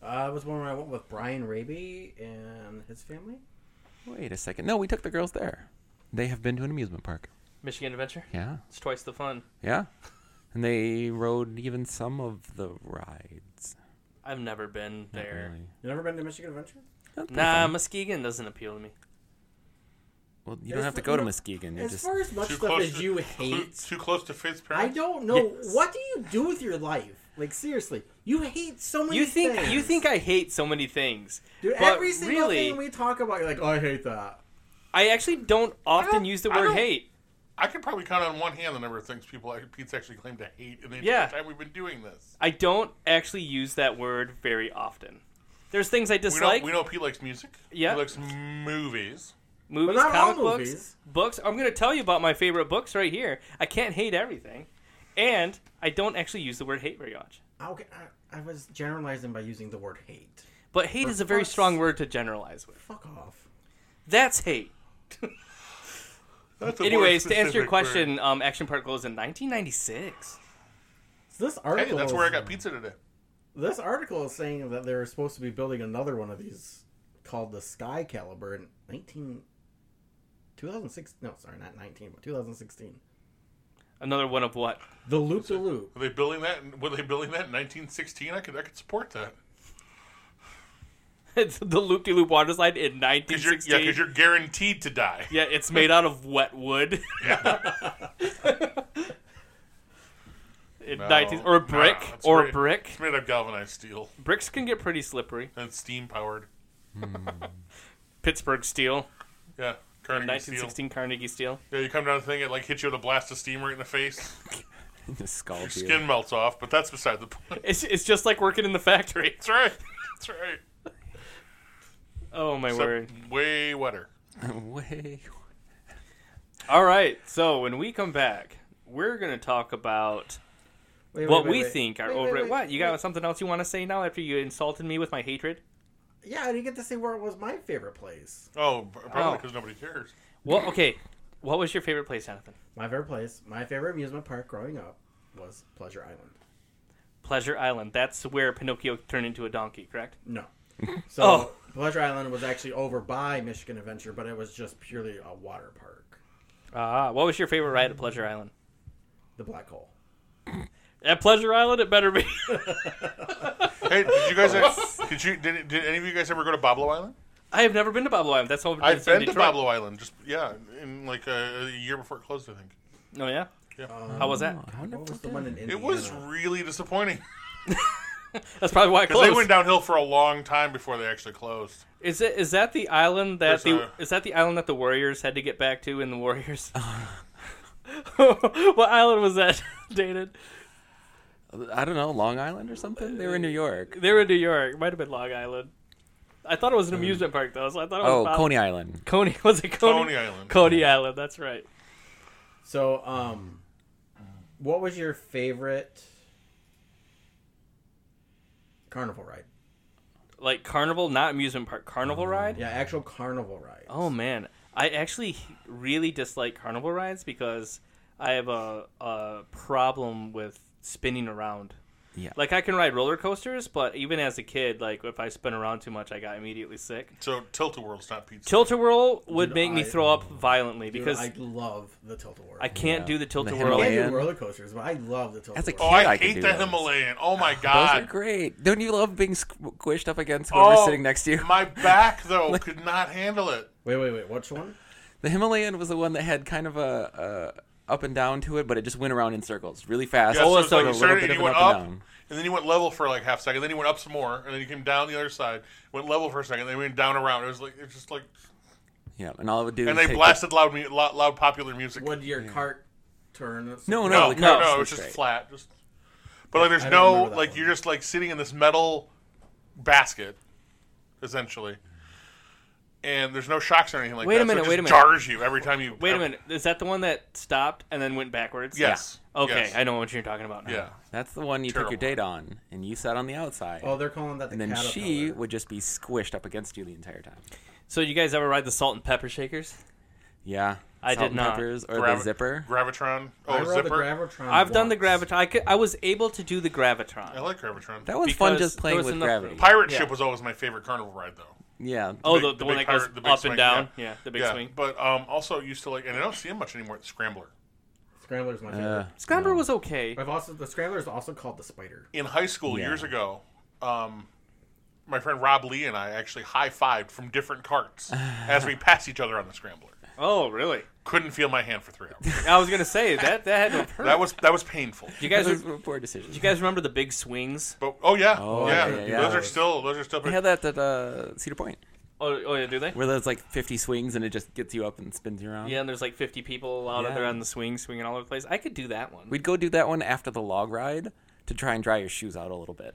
Uh, it was one where I went with Brian Raby and his family.
Wait a second. No, we took the girls there. They have been to an amusement park.
Michigan Adventure.
Yeah,
It's twice the fun.
yeah. And they rode even some of the rides.
I've never been
Not
there.
really.
You never been to Michigan Adventure?
That was pretty
Nah, um,
fun.
Muskegon doesn't appeal to me.
well, you
As
don't have to
far-
go to
no,
Muskegon. You
as
just
far as much
Too
stuff
close
as
to-
you
Too,
hate,
too close to
I
Fitzpatrick.
don't know.
Yes.
What do you do with your life? Like seriously, you hate so many.
You think
things.
you think I hate so many things,
Dude,
but
every single
really,
thing we talk about, you're like, oh, I hate that.
I actually don't often
don't-
use the
I
word
don't-
hate.
I could probably count on one hand the number of things people act- Pete's actually claimed to hate in the
Yeah.
entire time we've been doing this.
I don't actually use that word very often. There's things I
We know,
dislike:
we know Pete likes music.
Yeah.
He likes movies.
movies,
But not all
comic books,
movies.
books. I'm going to tell you about my favorite books right here. I can't hate everything, and I don't actually use the word hate very much.
Okay, I, I was generalizing by using the word hate.
But hate is a very
fuck's-
strong word to generalize with.
Fuck off.
That's hate.
That's a more
Anyways, to answer your
specific word.
question, um, Action Park closed in 1996.
So this
Hey,
article.
that's where I
is-
got pizza today.
This article is saying that they're supposed to be building another one of these called the Sky Caliber in 19. 2006. No, sorry, not 19, but 2016.
Another one of what?
The Loop de Loop.
Were they building that? in- Were they building that in 1916? I could I could support that.
the loop de loop water slide in
Cause you're,
1916.
yeah, because you're guaranteed to die.
Yeah, it's made out of wet wood. In
No,
19 or a brick
nah, it's
or a
made-
brick.
It's made out of galvanized steel
Bricks can get pretty slippery.
and steam powered.
Pittsburgh steel,
Yeah, Carnegie steel.
1916 Carnegie steel.
Yeah, you come down the thing, it like hits you with a blast of steam right in the face.
just scald you.
Skin melts off, but that's beside the point.
It's, it's just like working in the factory.
That's right. That's right.
Oh my word.
Except way wetter.
Way.
All right. So, when we come back, we're going to talk about
Wait, wait,
what
wait,
we
wait.
think are
Wait, wait,
over
wait,
what? You got
wait.
something else you want to say now after you insulted me with my hatred?
Yeah, I didn't get to say where it was my favorite place.
Oh, b- probably
Oh.
because nobody cares.
Well, okay. What was your favorite place, Jonathan?
My favorite place, my favorite amusement park growing up was Pleasure Island.
Pleasure Island. That's where Pinocchio turned into a donkey, correct?
No. So
Oh.
Pleasure Island was actually over by Michigan Adventure, but it was just purely a water park.
Ah, what was your favorite ride at Pleasure Island?
The black hole.
At Pleasure Island, it better be.
Hey, did you guys? e, did you? Did, did any of you guys ever go to Bablo Island?
I have never been to Bablo Island. That's all.
I've been to Bablo Island. Just yeah, in like a, a year before it closed, I think.
Oh yeah.
Yeah.
How was that?
I wonder
What
if
was the
we'll
one in
do
Indiana?
It was really disappointing
That's probably why it
because
closed.
they went downhill for a long time before they actually closed.
Is it is that the island
There's
that the
a-
is that the island that the Warriors had to get back to in the Warriors? what island was that dated?
I don't know, Long Island or something. They were in New York.
They were in New York. Might have been Long Island. I thought it was an amusement park though, so I thought it was
Oh,
Bob-
Coney Island.
Coney was it Coney?
e,
Coney Island.
Coney Island. That's right.
So, um, what was your favorite carnival ride?
Like carnival, not amusement park. Carnival ride.
Yeah, actual carnival ride.
Oh man, I actually really dislike carnival rides because I have a, a problem with spinning around.
Yeah.
Like I can ride roller coasters, but even as a kid, like if I spun around too much, I got immediately sick.
So Tilt a World's not pizza.
Tilt a whirl would
Dude,
make me
I-
throw up violently
Dude,
because
I love the tilt a whirl.
I can't do the tilt a
I
whirl.
Himalayan.
can't
Man.
do roller coasters, but I love the tilt a
As a
oh,
whirl.
kid-
I,
I could
hate
do
that
those.
Himalayan. Oh my
Those are
god.
great. Don't you love being squ- squished up against whoever's
Oh,
sitting next to you?
my back though could not handle it.
Wait, wait, wait. Which one?
The Himalayan was the one that had kind of a, a up and down to it, but it just went around in circles really fast.
Yeah, so
Oh,
it's
so
like
a
you
little
started
bit
and
of
you
an
went
up
up,
and down.
and then you went level for like half a second. Then you went up some more, and then you came down the other side. Went level for a second, then you went down around. It was like it's just like,
Yeah, and all it would do.
and
is
they
take
blasted loud, mu- loud, loud popular music.
Would your cart turn?
No,
no,
the
no,
carts
no, it
were
was just
straight.
flat. Just, but like,
I
there's
don't
no
remember that
like
one.
you're just like sitting in this metal basket, essentially, and there's no shocks or anything like
Wait a
that.
minute,
so it
wait a
just
minute.
jars you every time you.
Wait a minute, is that the one that stopped and then went backwards?
Yes.
Yeah. Okay,
Yes.
I know what you're talking about. Now.
Yeah.
That's the one you
Terrible.
took your date on, and you sat on the outside,
Oh, they're calling that the
and then
caterpillar.
she would just be squished up against you the entire time.
So you guys ever ride the salt and pepper shakers?
Yeah,
I
Salt
did
and
not.
Peppers or
Gravi-
the zipper.
Gravitron.
I
Oh,
rode the
zipper.
Gravitron.
I've done the
once.
gravitron. I, could, I was able to do the gravitron.
I like Gravitron.
That one's fun,
because
just playing
there was
with
enough
gravity.
room.
Pirate
Yeah.
ship was always my favorite carnival ride, though.
Yeah.
oh,
big-
the, the,
the
one
big
that goes
pirate- the big
up
swing,
and down.
yeah.
Yeah, the big
yeah,
swing.
but um, also used to like, and I don't see him much anymore. It's Scrambler.
Scrambler's my favorite.
Uh,
Scrambler was okay.
I've also the Scrambler is also called the Spider.
In high school
Yeah.
years ago, um, my friend Rob Lee and I actually high fived from different carts as we passed each other on the Scrambler.
Oh, really?
Couldn't feel my hand for three hours.
I was gonna say that that had to have hurt.
that was that was painful.
Do you
Guys
guys,
those
do
were poor decisions.
you guys remember the big swings?
But oh yeah,
Oh,
yeah.
yeah,
those
yeah.
are still those are still.
they had that at uh, Cedar Point,
Oh, oh yeah, do they?
where there's like 50 swings and it just gets you up and spins you around.
Yeah, and there's like 50 people out
Yeah.
there on the swing, swinging all over the place. I could do that one.
We'd go do that one after the log ride to try and dry your shoes out a little bit.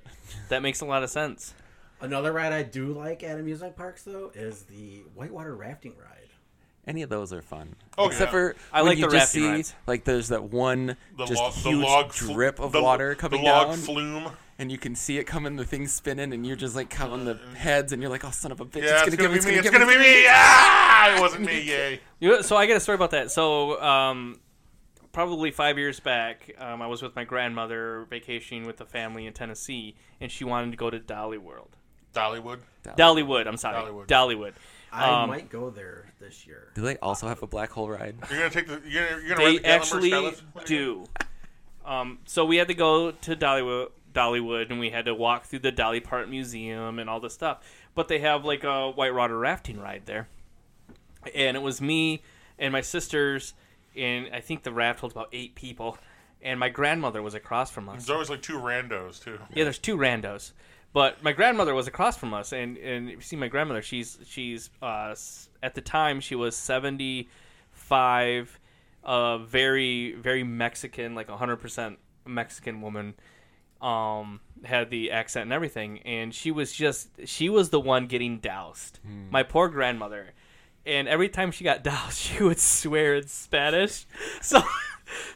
that makes a lot of sense.
Another ride I do like at amusement parks though is the whitewater rafting ride.
Any of those are fun.
Oh,
Except
yeah.
for
I
when
like
you
the
just
rafting
see
rides.
like there's that one
The
just
log,
huge
the log fl-
drip of
the-
water coming
the log
down,
flume.
and you can see it coming, the thing spinning, and you're just like counting the heads, and you're like, "Oh, son of a bitch,
Yeah, be
it's gonna, give
me.
me,
It's
give
gonna be me. Ah, it wasn't me. Yay.
You know, so I got a story about that. So, um, probably five years back, um, I was with my grandmother vacationing with the family in Tennessee, and she wanted to go to Dolly World.
Dollywood.
Dollywood, I'm sorry.
Dollywood.
Dollywood.
I
Um,
might go there this year.
Do they also have a black hole ride?
You're gonna take the. You're gonna. You're gonna ride
They
the Gatlinburg
actually
Skylift? What are you
do. Um, so we had to go to Dollywood, Dollywood, and we had to walk through the Dolly Parton Museum and all this stuff. But they have like a white water rafting ride there, and it was me and my sisters, and I think the raft holds about eight people, and my grandmother was across from us.
There's always like two randos too.
Yeah, there's two randos. But my grandmother was across from us, and and if you see my grandmother, she's she's uh, s- at the time she was 75, uh, very very Mexican, like 100 percent Mexican woman, um, had the accent and everything, and she was just she was the one getting doused. My poor grandmother, and every time she got doused, she would swear in Spanish, so.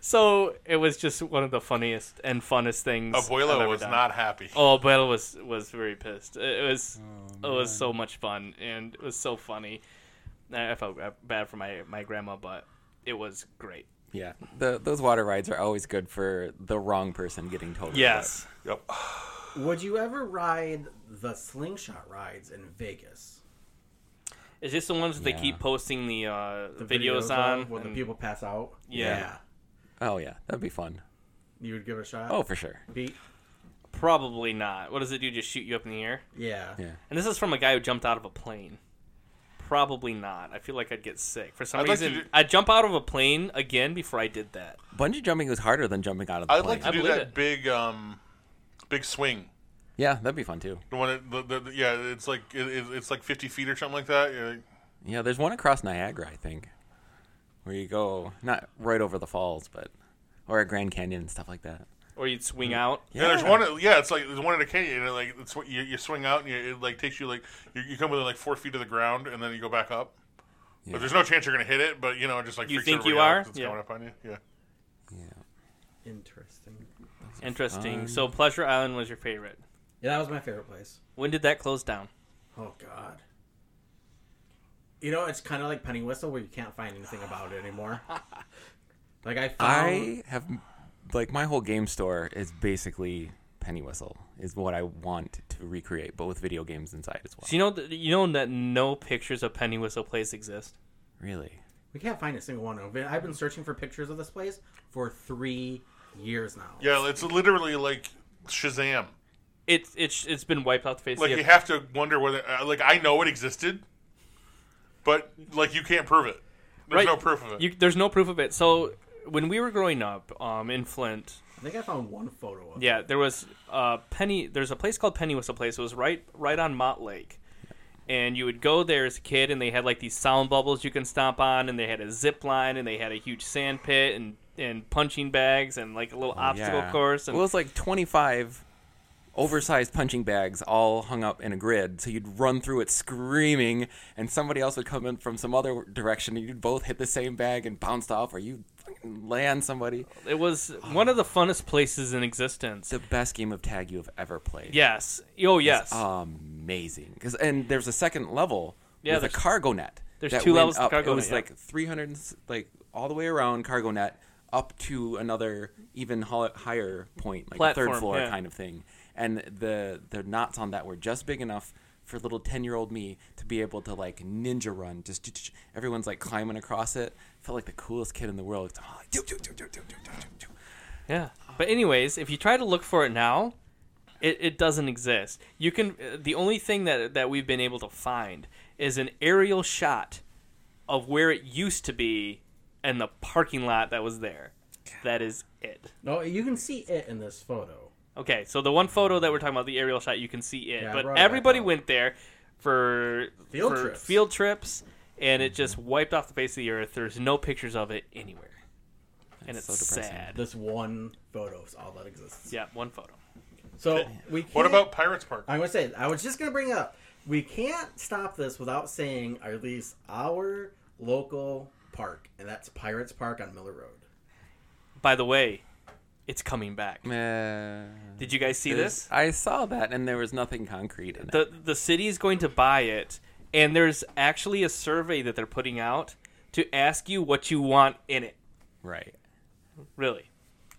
So it was just one of the funniest and funnest things. I've
Abuelo
ever
was
done.
not happy.
Oh, Bella was was very pissed. It it was it was so much fun and it was so funny. I I felt gra- bad for my my grandma, but it was great.
Yeah, the, those water rides are always good for the wrong person getting totally.
Yes,
Yep.
Would you ever ride the slingshot rides in Vegas?
is this the ones that
Yeah.
they keep posting the, uh,
The
videos, on?
when the
and-
people pass out.
Yeah.
Oh yeah, that'd be fun.
you would give it a shot.
Oh for sure.
Pete?
Probably not. What does it do? Just shoot you up in the air?
Yeah.
Yeah.
And this is from a guy who jumped out of a plane. Probably not. I feel like I'd get sick for some
I'd like to
reason.
do-
I'd jump out of a plane again before I did that.
Bungee jumping was harder than jumping out of the
I'd
plane.
like to do
believe
that
it.
big, um, big swing.
Yeah, that'd be fun too.
The one, that- the, the, the- yeah, it's like it, it- it's like fifty feet or something like that. You're like,
Yeah, there's one across Niagara, I think, where you go not right over the falls, but or at Grand Canyon and stuff like that.
Or you'd swing out.
yeah. there's one. Yeah, it's like there's one in a canyon. And like it's what you, you swing out and you, it like takes you like you, you come within like four feet of the ground and then you go back up. But there's no chance you're gonna hit it. But you know, it just like
You
freaks
think you
everybody out
are?
'cause It's
Yeah.
going up on you. Yeah.
Interesting.
Interesting. So Pleasure Island was your favorite.
Yeah, that was my favorite place.
When did that close down?
Oh God. You know, it's kind of like Penny Whistle, where you can't find anything about it anymore. like I found.
Um,
I have like my whole game store is basically Pennywhistle is what I want to recreate, but with video games inside as well.
So you know that you know that no pictures of Pennywhistle Place exist.
really?
We can't find a single one of it. I've been searching for pictures of this place for three years now.
Yeah, it's literally like Shazam.
It's it's it's been wiped off the face.
Like
of the
you have to wonder whether, uh, like, I know it existed, but like you can't prove it. There's
Right.
no proof of it.
You, there's no proof of it. So when we were growing up um, in Flint,
I think I found one photo of it.
yeah, there was uh, Penny. There's a place called Penny Whistle Place. It was right right on Mott Lake, and you would go there as a kid, and they had like these sound bubbles you can stomp on, and they had a zip line, and they had a huge sand pit, and and punching bags, and like a little obstacle
Oh, Yeah.
course. And
Well, it was like 25 oversized punching bags all hung up in a grid. So you'd run through it screaming, and somebody else would come in from some other direction, and you'd both hit the same bag and bounced off, or you'd fucking land somebody.
it was one of the funnest places in existence.
The best game of tag you have ever played.
Yes. Oh, yes.
amazing. 'Cause- and there's a second level
Yeah,
with a
there's-
cargo net.
there's
that
two
went
levels to
Up.
cargo
it
net,
was
yeah.
like 300, and s- like all the way around cargo net up to another even ho- higher point, like a
Platform,
third floor
yeah.
kind of thing. And the the knots on that were just big enough for little ten year old me to be able to like ninja run. Just everyone's like climbing across it. Felt like the coolest kid in the world. It's all like, "Do, do, do, do, do, do, do, do."
Yeah. But anyways, if you try to look for it now, it, it doesn't exist. You can uh, the only thing that that we've been able to find is an aerial shot of where it used to be and the parking lot that was there. That is it.
No, you can see it in this photo.
Okay, so the one photo that we're talking about, the aerial shot, you can see it.
Yeah, I brought it
but
back
everybody
up.
went there for
Field
for
trips.
Field trips, and it just wiped off the face of the earth. There's no pictures of it anywhere, and it's
That's so depressing.
sad.
This one photo is all that exists.
Yeah, one photo.
So we. Can't,
what about Pirates Park?
I'm gonna say. I was just gonna bring it up. We can't stop this without saying at least our local park, and that's Pirates Park on Miller Road.
By the way, it's coming back.
Uh,
Did you guys see this?
I saw that, and there was nothing concrete in it.
The the city is going to buy it, and there's actually a survey that they're putting out to ask you what you want in it.
right.
Really?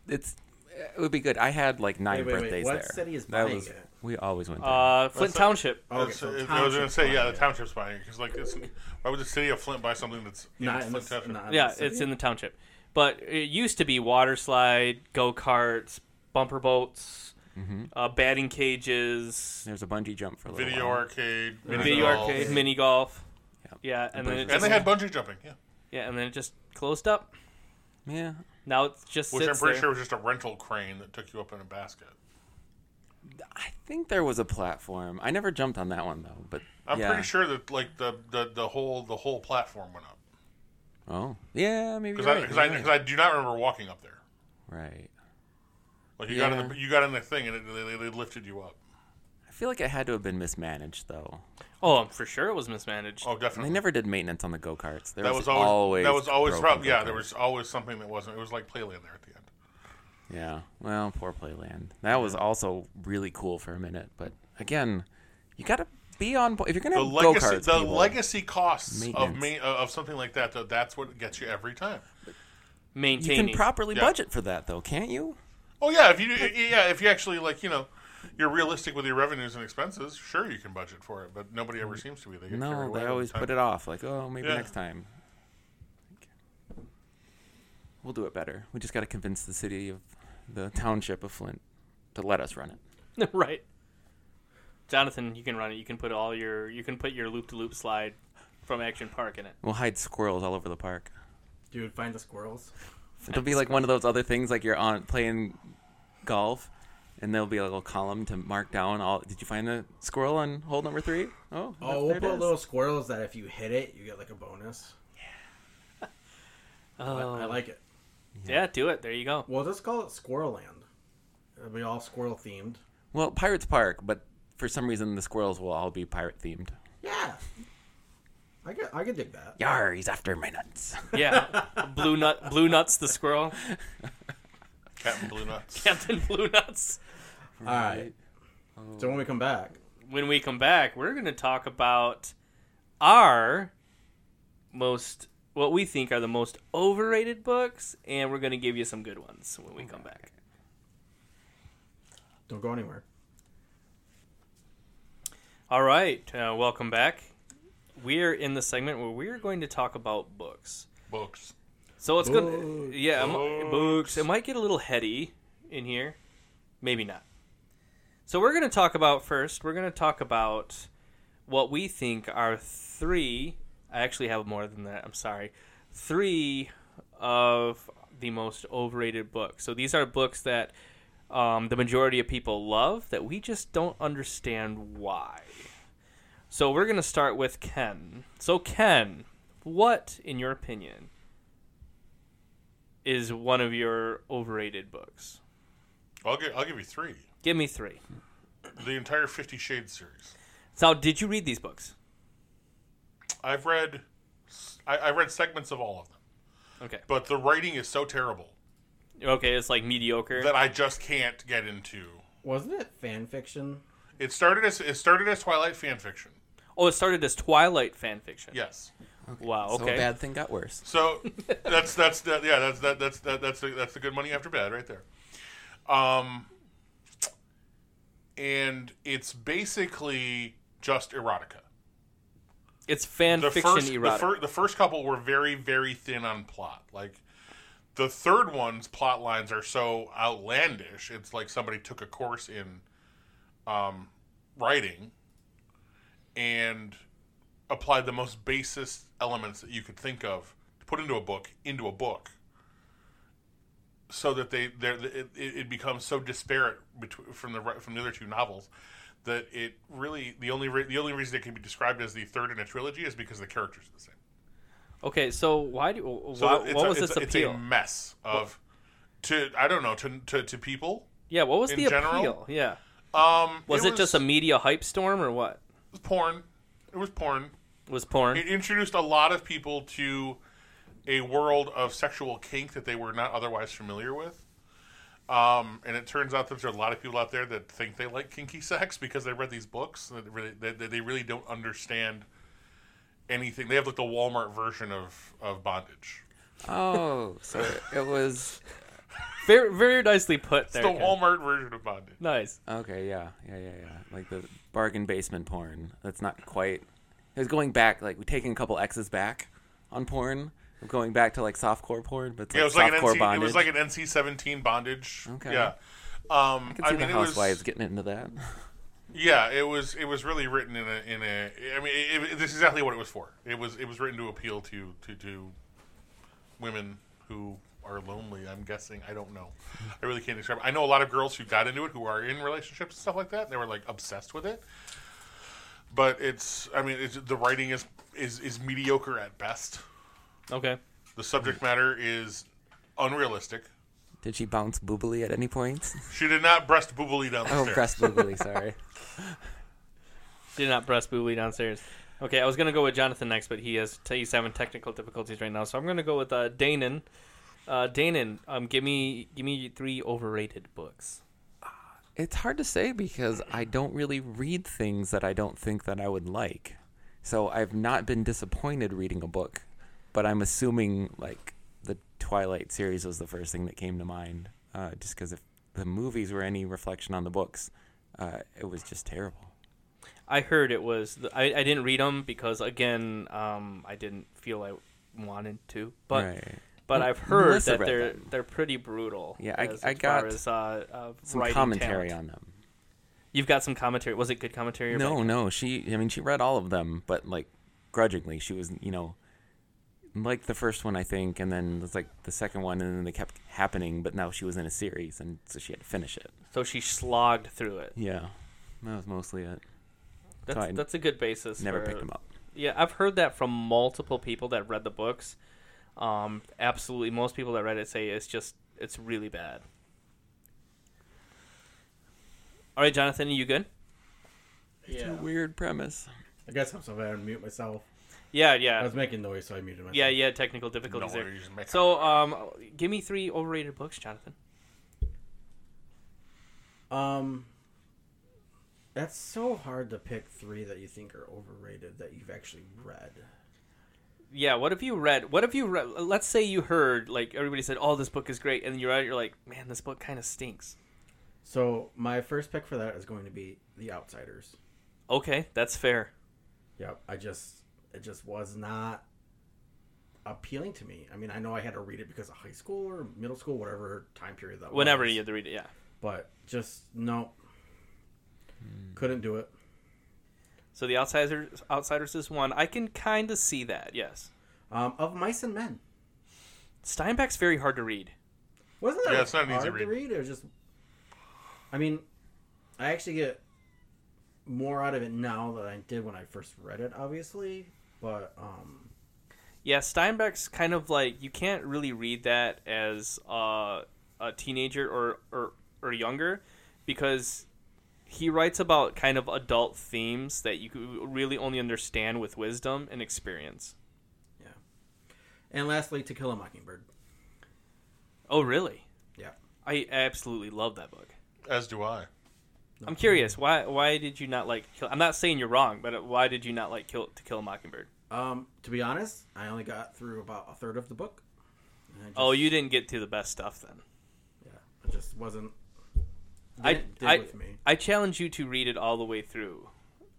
It's it would be good. I had like nine
Wait, wait, wait.
birthdays
What
there.
city is
that
buying
was,
it?
We always went there.
Uh, Flint
that?
Township.
Oh,
That's- I was gonna say, yeah, the township's buying it because, like, it's, why would the city of Flint buy something that's in
Not in
Flint
this,
Township?
not in
Yeah,
this
it's
city?
in the township. But it used to be water slide, go karts, bumper boats, uh, batting cages,
There's a bungee jump for a little
Video
while.
arcade, mini
video
golf.
arcade, mini golf.
Yeah.
Yeah, and then it
and
just,
they had bungee jumping. Yeah,
yeah, and then it just closed up.
Yeah.
Now it's just
which I'm
sits
pretty
there.
sure was just a rental crane that took you up in a basket.
I think there was a platform. I never jumped on that one though, but
I'm
yeah.
pretty sure that like the, the, the whole the whole platform went up
Oh, yeah, maybe.
because
you're
I
right,
because
you're
I, 'cause I do not remember walking up there.
right. Right.
Like you got in the you got in the thing and it, they, they lifted you up.
I feel like it had to have been mismanaged though.
Oh, I'm for sure it was mismanaged.
Oh,
And they
definitely.
never did maintenance on the go karts.
that was always, that was always prob- yeah. There was always something that wasn't. It was like Playland there at the end.
Yeah. Well, poor Playland. That was also really cool for a minute, but again, you gotta be on. bo- If you're gonna
The
have go
legacy
karts,
the legacy costs of
Maintenance.
me of something like that though. That's what gets you every time.
you
Maintaining.
can properly
Yeah.
budget for that though, can't you?
Oh yeah, if you yeah if you actually like you know. You're realistic with your revenues and expenses. Sure, you can budget for it, but nobody ever seems to be. They get carried
No,
away
they
all the
always
time.
put it off. Like, oh, maybe
Yeah.
next time. We'll do it better. We just got to convince the city of the township of Flint to let us run it.
right. Jonathan, you can run it. You can put all your you can put your loop to loop slide from Action Park in it.
We'll hide squirrels all over the park.
Dude, find the squirrels.
It'll be like one of those other things, like you're on playing golf, and there'll be a little column to mark down all. Did you find the squirrel on hole number three? Oh,
Oh,
there
we'll
it
put
is.
little squirrels that if you hit it, you get like a bonus.
Oh,
I like it.
yeah, do it. There you go.
Well, just call it Squirrel Land. It'll be all squirrel themed.
Well, Pirates Park, but for some reason the squirrels will all be pirate themed.
Yeah, I could I could dig that.
Yar, he's after my nuts.
Yeah, blue nut, blue nuts, the squirrel,
Captain Blue Nuts.
Captain Blue Nuts.
All right. So when we come back,
When we come back, we're going to talk about our most, what we think are the most overrated books, and we're going to give you some good ones when we come back.
Don't go anywhere.
All right, uh, welcome back. We're in the segment where we're going to talk about books.
Books.
So it's going to, yeah, books.
Books.
books. It might get a little heady in here. Maybe not. So we're going to talk about first, we're going to talk about what we think are three, I actually have more than that, I'm sorry, three of the most overrated books. So these are books that um, the majority of people love that we just don't understand why. So we're going to start with Ken. So, Ken, what, in your opinion, is one of your overrated books.
I'll give I'll give you three.
Give me three.
The entire Fifty Shades series.
So, did you read these books?
I've read I, I read segments of all of them,
Okay.
but the writing is so terrible
Okay, it's like mediocre.
that I just can't get into.
Wasn't it fan fiction?
It started as it started as Twilight fan fiction.
oh, it started as Twilight fan fiction.
Yes.
Wow.
So a
Okay.
bad thing got worse.
So that's that's that, yeah that's that, that's that, that's the, that's the good money after bad right there. Um, and it's basically just erotica.
It's fan
the
fiction
first,
erotic.
The, fir- the first couple were very, very thin on plot. Like the third one's plot lines are so outlandish. It's like somebody took a course in um, writing and applied the most basest elements that you could think of to put into a book into a book. So that they there it, it it becomes so disparate between, from the ri- from the other two novels that it really the only re- the only reason it can be described as the third in a trilogy is because the characters are the same.
okay, so why do wh-
So
why,
it's
what
a,
was
it's,
this
a- it's a
appeal?
mess of to I don't know to to, to people.
Yeah, what was
in
the appeal?
general?
Yeah.
Um,
Was it, just a media hype storm or what?
was porn? It was porn.
It was porn.
It introduced a lot of people to a world of sexual kink that they were not otherwise familiar with. Um, and it turns out that there are a lot of people out there that think they like kinky sex because they read these books and that really, that, that they really don't understand anything. They have like the Walmart version of, of bondage.
Oh, so it was
very, very nicely put
It's
there.
the
Ken.
Walmart version of bondage.
Nice.
okay. Yeah, yeah, yeah, yeah. Like the bargain basement porn. That's not quite. It was going back, like we taking a couple X's back on porn. We're going back to like softcore porn, but it's
Yeah, it was
like
like an
softcore
NC.
bondage.
It was like an NC seventeen bondage.
Okay.
Yeah. Um, I,
I can see
mean,
the
it was.
housewives getting into that.
Yeah, it was. It was really written in a. In a. I mean, it, it, this is exactly what it was for. It was. It was written to appeal to to to women who are lonely. I'm guessing. I don't know. I really can't describe. It. I know a lot of girls who got into it who are in relationships and stuff like that. And they were like obsessed with it. But it's. I mean, it's, the writing is is is mediocre at best.
Okay.
The
Hmm.
subject matter is unrealistic.
Did she bounce boobily at any point?
She did not breast boobily down the
Oh,
stairs.
breast boobily. Sorry.
Did not breast boobly downstairs. Okay, I was gonna go with Jonathan next, but he has he's having technical difficulties right now, so I'm gonna go with uh, Danon. Uh, Danon, um, give me give me three overrated books.
It's hard to say because I don't really read things that I don't think that I would like. So I've not been disappointed reading a book, but I'm assuming like the Twilight series was the first thing that came to mind, uh, just because if the movies were any reflection on the books, uh, it was just terrible.
I heard it was the, I I didn't read them because again um I didn't feel I wanted to, but
Right.
but
Well,
I've heard
Melissa
that
read
they're
them.
they're pretty brutal.
Yeah, I-
as,
I
as far
got
as, uh, uh,
Some
writing
commentary
talent.
on them.
You've got some commentary. Was it good commentary? Or
No,
bad?
no, she. I mean, she read all of them, but like grudgingly. She was, you know, like the first one, I think, and then it was like the second one, and then they kept happening. But now she was in a series, and so she had to finish it.
So she slogged through it.
Yeah, that was mostly it.
That's
I
that's a good basis.
Never
for-
picked them up.
Yeah, I've heard that from multiple people that read the books. Um, absolutely, most people that read it say it's just it's really bad. All right, Jonathan, are you good?
Yeah.
Weird premise.
I guess I'm so bad. I mute myself.
Yeah,
I
yeah,
was making noise, so I muted myself.
yeah, yeah. Technical
No,
difficulties
you're
there.
using my-
So, um, give me three overrated books, Jonathan.
Um, that's so hard to pick three that you think are overrated that you've actually read.
Yeah, what have you read? What have you read? Let's say you heard like everybody said, "Oh, this book is great," and you're out, you're like, "Man, this book kind of stinks."
So my first pick for that is going to be The Outsiders.
Okay, that's fair.
Yep. I just it just was not appealing to me. I mean, I know I had to read it because of high school or middle school, whatever time period that
Whenever
was.
you had to read it, yeah.
but just no. Couldn't do it.
So the outsiders, outsiders is one. I can kind of see that. Yes,
Um, of Mice and Men.
Steinbeck's very hard to read.
Wasn't that
Yeah, it's not an easy
hard to
read.
read? Or just, I mean, I actually get more out of it now than I did when I first read it, obviously. But um,
Yeah, Steinbeck's kind of like you can't really read that as uh, a teenager or, or or younger because he writes about kind of adult themes that you could really only understand with wisdom and experience.
and lastly, To Kill a Mockingbird.
Oh, really?
Yeah,
I absolutely love that book.
As do I.
I'm curious why why did you not like? Kill, I'm not saying you're wrong, but why did you not like Kill to Kill a Mockingbird?
um, to be honest, I only got through about a third of the book. And I just,
Oh, you didn't get to the best stuff then.
yeah, it just wasn't.
I-
didn't dig
I-
with me.
I challenge you to read it all the way through.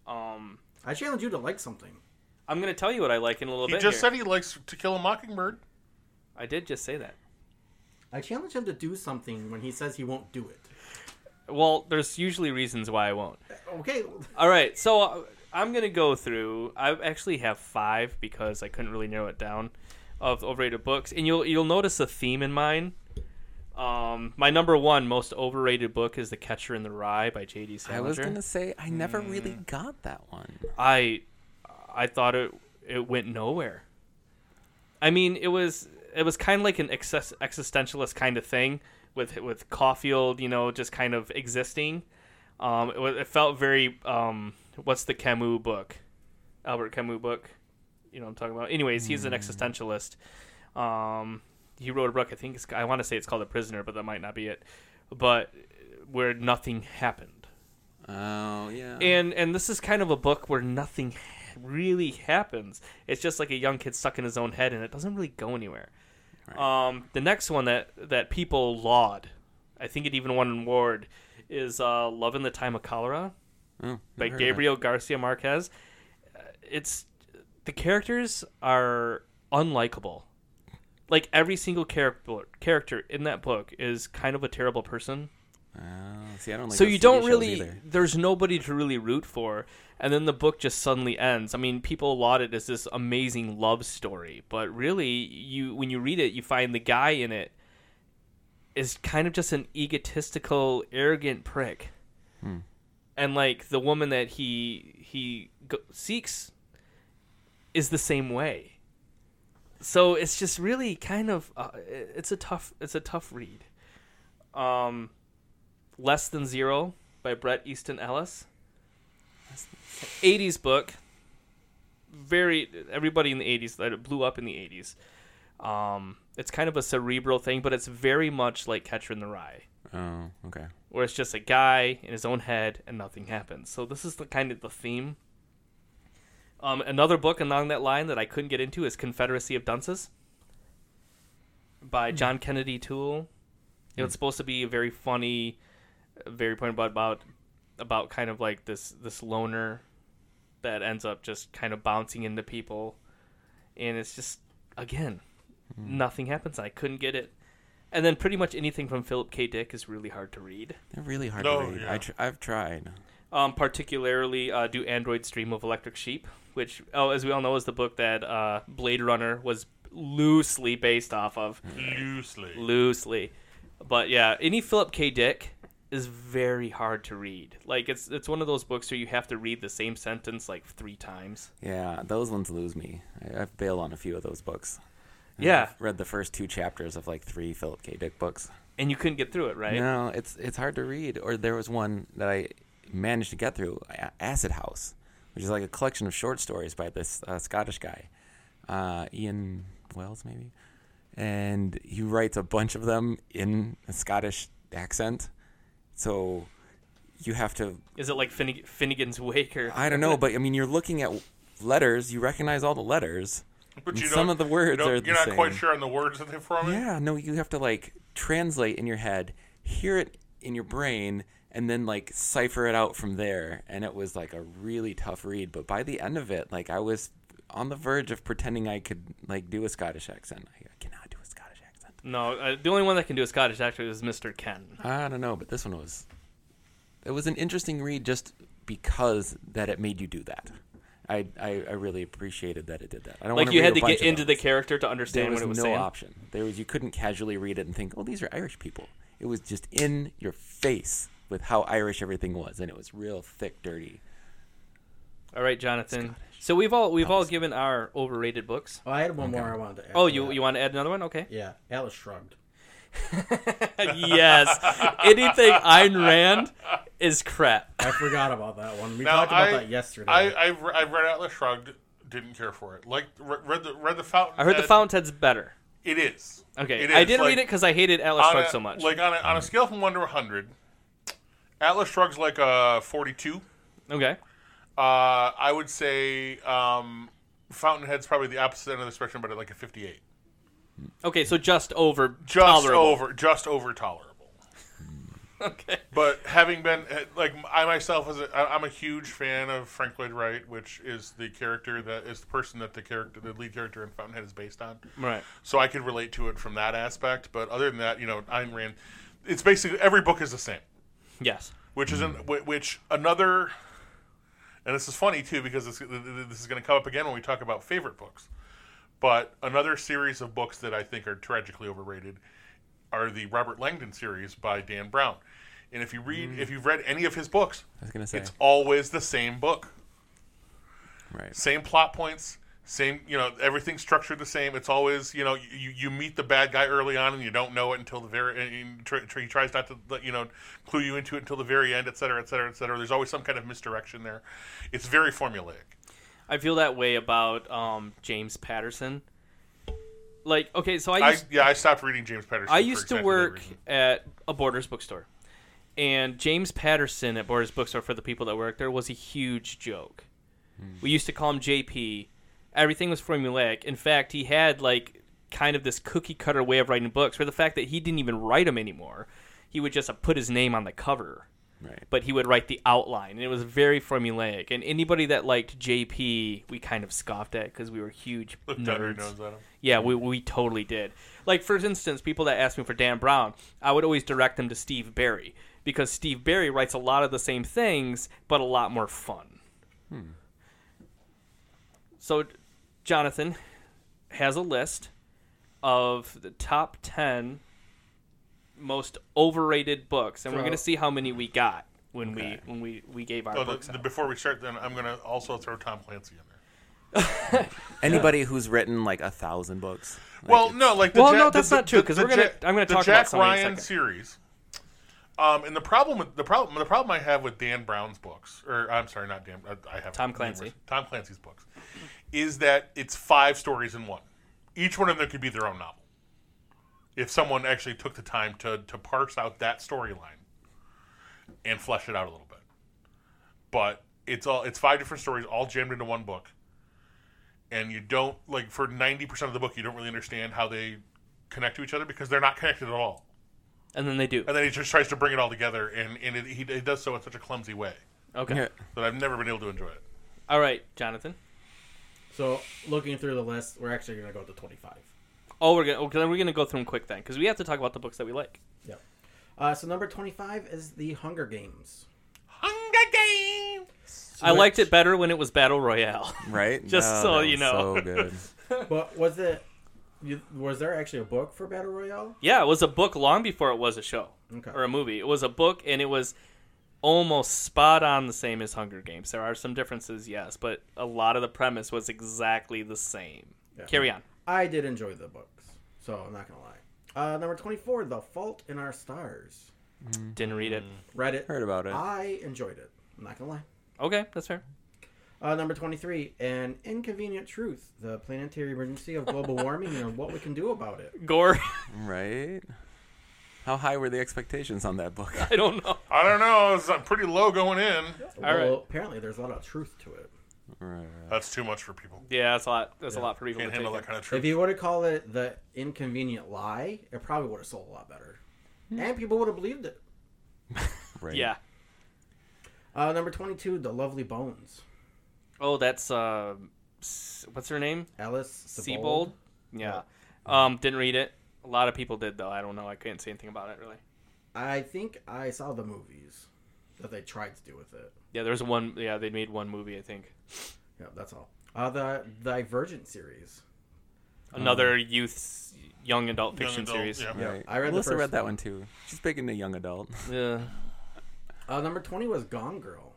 Um,
I challenge you to like something.
I'm gonna tell you what I like in a little
He
bit.
just
here.
said he likes To Kill a Mockingbird.
I did just say that.
I challenge him to do something when he says he won't do it.
Well, there's usually reasons why I won't.
Okay,
All right, so uh, I'm gonna go through. I actually have five because I couldn't really narrow it down of overrated books, and you'll you'll notice a theme in mine. Um, my number one most overrated book is The Catcher in the Rye by J.D. Salinger.
I was gonna say I never really got that one.
I I thought it it went nowhere. I mean, it was it was kind of like an excess, existentialist kind of thing with with Caulfield, you know, just kind of existing. Um, it, wa- it felt very um, what's the Camus book, Albert Camus book, you know what I'm talking about. Anyways, he's an existentialist. Um, he wrote a book. I think it's, I want to say it's called The Prisoner, but that might not be it. But where nothing happened
Oh yeah.
and and this is kind of a book where nothing really happens. It's just like a young kid stuck in his own head, and it doesn't really go anywhere. Um, the next one that that people laud, I think it even won an award, is uh, "Love in the Time of Cholera"
oh,
by
never heard of it.
Gabriel Garcia Marquez. Uh, It's the characters are unlikable. Like every single character character in that book is kind of a terrible person
Oh, see, I don't like
so
those
you
TV
don't
shows
really
either.
there's nobody to really root for and then the book just suddenly ends i mean people laud it as this amazing love story but really you when you read it you find the guy in it is kind of just an egotistical arrogant prick
Hmm.
and like the woman that he he go- seeks is the same way so it's just really kind of uh, it's a tough it's a tough read um Less Than Zero by Brett Easton Ellis. 80s book. Very everybody in the 80s that it blew up in the 80s. Um, it's kind of a cerebral thing, but it's very much like Catcher in the Rye,
Oh, okay.
where it's just a guy in his own head and nothing happens. So this is the kind of the theme. Um, another book along that line that I couldn't get into is Confederacy of Dunces by John Kennedy Toole. You know, it's supposed to be a very funny, very point about about about kind of like this this loner that ends up just kind of bouncing into people, and it's just again nothing happens. I couldn't get it, and then pretty much anything from Philip K. Dick is really hard to read.
They're really hard
No,
to read.
yeah.
I tr- I've tried.
Um, particularly, uh, do Android Stream of Electric Sheep, which, oh, as we all know, is the book that uh, Blade Runner was loosely based off of.
Loosely.
loosely. But yeah, any Philip K. Dick is very hard to read. Like it's it's one of those books where you have to read the same sentence like three times.
Yeah, those ones lose me. I, I've bailed on a few of those books. Mm-hmm.
Yeah,
Read the first two chapters of like three Philip K. Dick books.
and you couldn't get through it, right?
No, it's it's hard to read. Or there was one that I managed to get through, A- Acid House, which is like a collection of short stories by this uh, Scottish guy, uh, Ian Wells, maybe, and he writes a bunch of them in a Scottish accent. So you have to
Is it like Finne- Finnegan's Wake or
I don't know, but I mean, you're looking at letters. You recognize all the letters.
But you
And some
don't-
of the
you
words
don't-
are
You're
the
not quite
same.
sure on the words that they form.
Yeah, no, you have to like translate in your head, hear it in your brain and then like cipher it out from there. And it was like a really tough read. But by the end of it, like I was on the verge of pretending I could like do a Scottish accent. I cannot do a Scottish accent.
No, uh, the only one that can do a Scottish actor is Mr. Ken.
I don't know, but this one was. It was an interesting read just because that it made you do that. I I, I really appreciated that it did that. I don't
Like
wanna
you
read
had
a
to
bunch
get
of
into the
those.
character to
There
understand
was
what it was
no
saying.
option. There was you couldn't casually read it and think, oh, these are Irish people. It was just in your face with how Irish everything was, and it was real thick, dirty.
All right, Jonathan. So we've all we've all given our overrated books.
Oh, I had one more I wanted to add.
Oh,
to
you
that.
you want to add another one? Okay.
Yeah, Alice shrugged.
yes. Anything Ayn Rand is crap.
I forgot about that one. We
Now,
talked about
I-
that yesterday.
I, I've, re- I've read Atlas Shrugged, didn't care for it. Like re- read the read the Fountain.
I heard the Fountainhead's better.
It is.
Okay,
It
I
is,
didn't
like,
read it because I hated Alice
on
Shrugged
a-
so much.
Like on a, on a scale from one to hundred, Atlas Shrugged's like a forty-two.
okay,
Uh, I would say um, Fountainhead's probably the opposite end of the spectrum, but at like a fifty-eight,
okay, so just over,
just
tolerable.
over, just over tolerable.
Okay,
But having been eh, like I myself was, a, I- I'm a huge fan of Frank Lloyd Wright, which is the character that is the person that the character, the lead character in Fountainhead, is based on.
right.
So I could relate to it from that aspect. But other than that, you know, Ayn Rand, it's basically every book is the same.
Yes.
which is an,
Hmm.
whi- which another and this is funny too because this, th- th- this is going to come up again when we talk about favorite books but another series of books that i think are tragically overrated are the robert langdon series by dan brown and if you read if you've read any of his books
Hmm. I was gonna say,
it's always the same book
right?
same plot points same you know everything's structured the same it's always you know you, you meet the bad guy early on and you don't know it until the very and you tr- tr- he tries not to let- you know clue you into it until the very end et cetera et cetera et cetera there's always some kind of misdirection there it's very formulaic
I feel that way about um, James Patterson. Like, okay, so I
I,
used,
yeah i stopped reading james patterson
I,
for
used to
exactly that
work
reason.
at a Borders bookstore, and James Patterson at Borders bookstore for the people that worked there was a huge joke. We used to call him JP. Everything was formulaic. In fact, he had like kind of this cookie cutter way of writing books, for the fact that he didn't even write them anymore. He would just uh, put his name on the cover
Right.
but he would write the outline and it was very formulaic and anybody that liked jp we kind of scoffed at because we were huge
Looked down your nose
nerds
at him.
yeah we, we totally did like for instance people that asked me for dan brown i would always direct them to steve barry because steve barry writes a lot of the same things but a lot more fun so jonathan has a list of the top 10 most overrated books and we're
So-
going to see how many we got when we when we, we gave our
Oh, the-
books
the-
out.
before we start then i'm going to also throw tom clancy in there
Anybody who's written like a thousand books. like,
well,
it's-
no, like the
Well,
Ja-
no,
the-
that's
the-
not true, 'cause
the
we're gonna-
Ja-
I'm gonna
the
talk about
Jack
some in a
Ryan
second.
series. Um, and the problem with the problem the problem I have with Dan Brown's books, or I'm sorry, not Dan, uh, I- I have
Tom
numerous-
Clancy.
Tom Clancy's books, is that it's five stories in one. Each one of them could be their own novel. If someone actually took the time to to parse out that storyline and flesh it out a little bit, but it's all it's five different stories all jammed into one book and you don't like for 90% of the book you don't really understand how they connect to each other because they're not connected at all
and then they do
and then he just tries to bring it all together and, and it, he, he does so in such a clumsy way
okay
Yeah.
that i've never been able to enjoy it
all right jonathan
so looking through the list, we're actually going to go to 25.
oh we're gonna okay, then we're gonna go through them quick then because we have to talk about the books that we like
Yep. Uh, so number 25 is The Hunger Games.
hunger game
i liked it better when it was battle royale
right?
Just
No,
so
that
you
was
know.
So good.
But was it? You, was there actually a book for Battle Royale?
yeah it was a book long before it was a show
Okay.
or a movie it was a book and it was almost spot on the same as hunger games there are some differences yes but a lot of the premise was exactly the same
Yeah.
carry on
I did enjoy the books, so I'm not gonna lie. Uh, number 24, The Fault in Our Stars.
didn't read it
Read it.
Heard about it.
I enjoyed it. I'm not gonna lie.
okay that's fair
Uh, number 23, An Inconvenient Truth: The Planetary Emergency of Global Warming and What We Can Do About It.
gore
Right. How high were the expectations on that book?
i don't know
i don't know it's uh, pretty low going in
All right.
apparently there's a lot of truth to it.
Right.
that's too much for people
Yeah, that's a lot. That's a lot for people
can't
to
handle
take
that kind of
If
truth
you would have called it The Inconvenient Lie, it probably would have sold a lot better, and people would have believed it.
Right.
Yeah.
Uh, number 22, The Lovely Bones.
Oh, that's uh, S- what's her name?
Alice
Seabold.
Sebold.
Yeah. Um, didn't read it. A lot of people did though. I don't know. I couldn't say anything about it really.
I think I saw the movies that they tried to do with it.
Yeah, there was one. Yeah, they made one movie. I think
Yeah, that's all. Uh, the Divergent series.
another youth, young adult
Um, Young
fiction
adult,
series.
yeah.
Yeah,
Right.
I read the
Melissa
first
read that
one.
one too. She's big into young adult.
Yeah.
Uh, number 20 was Gone Girl.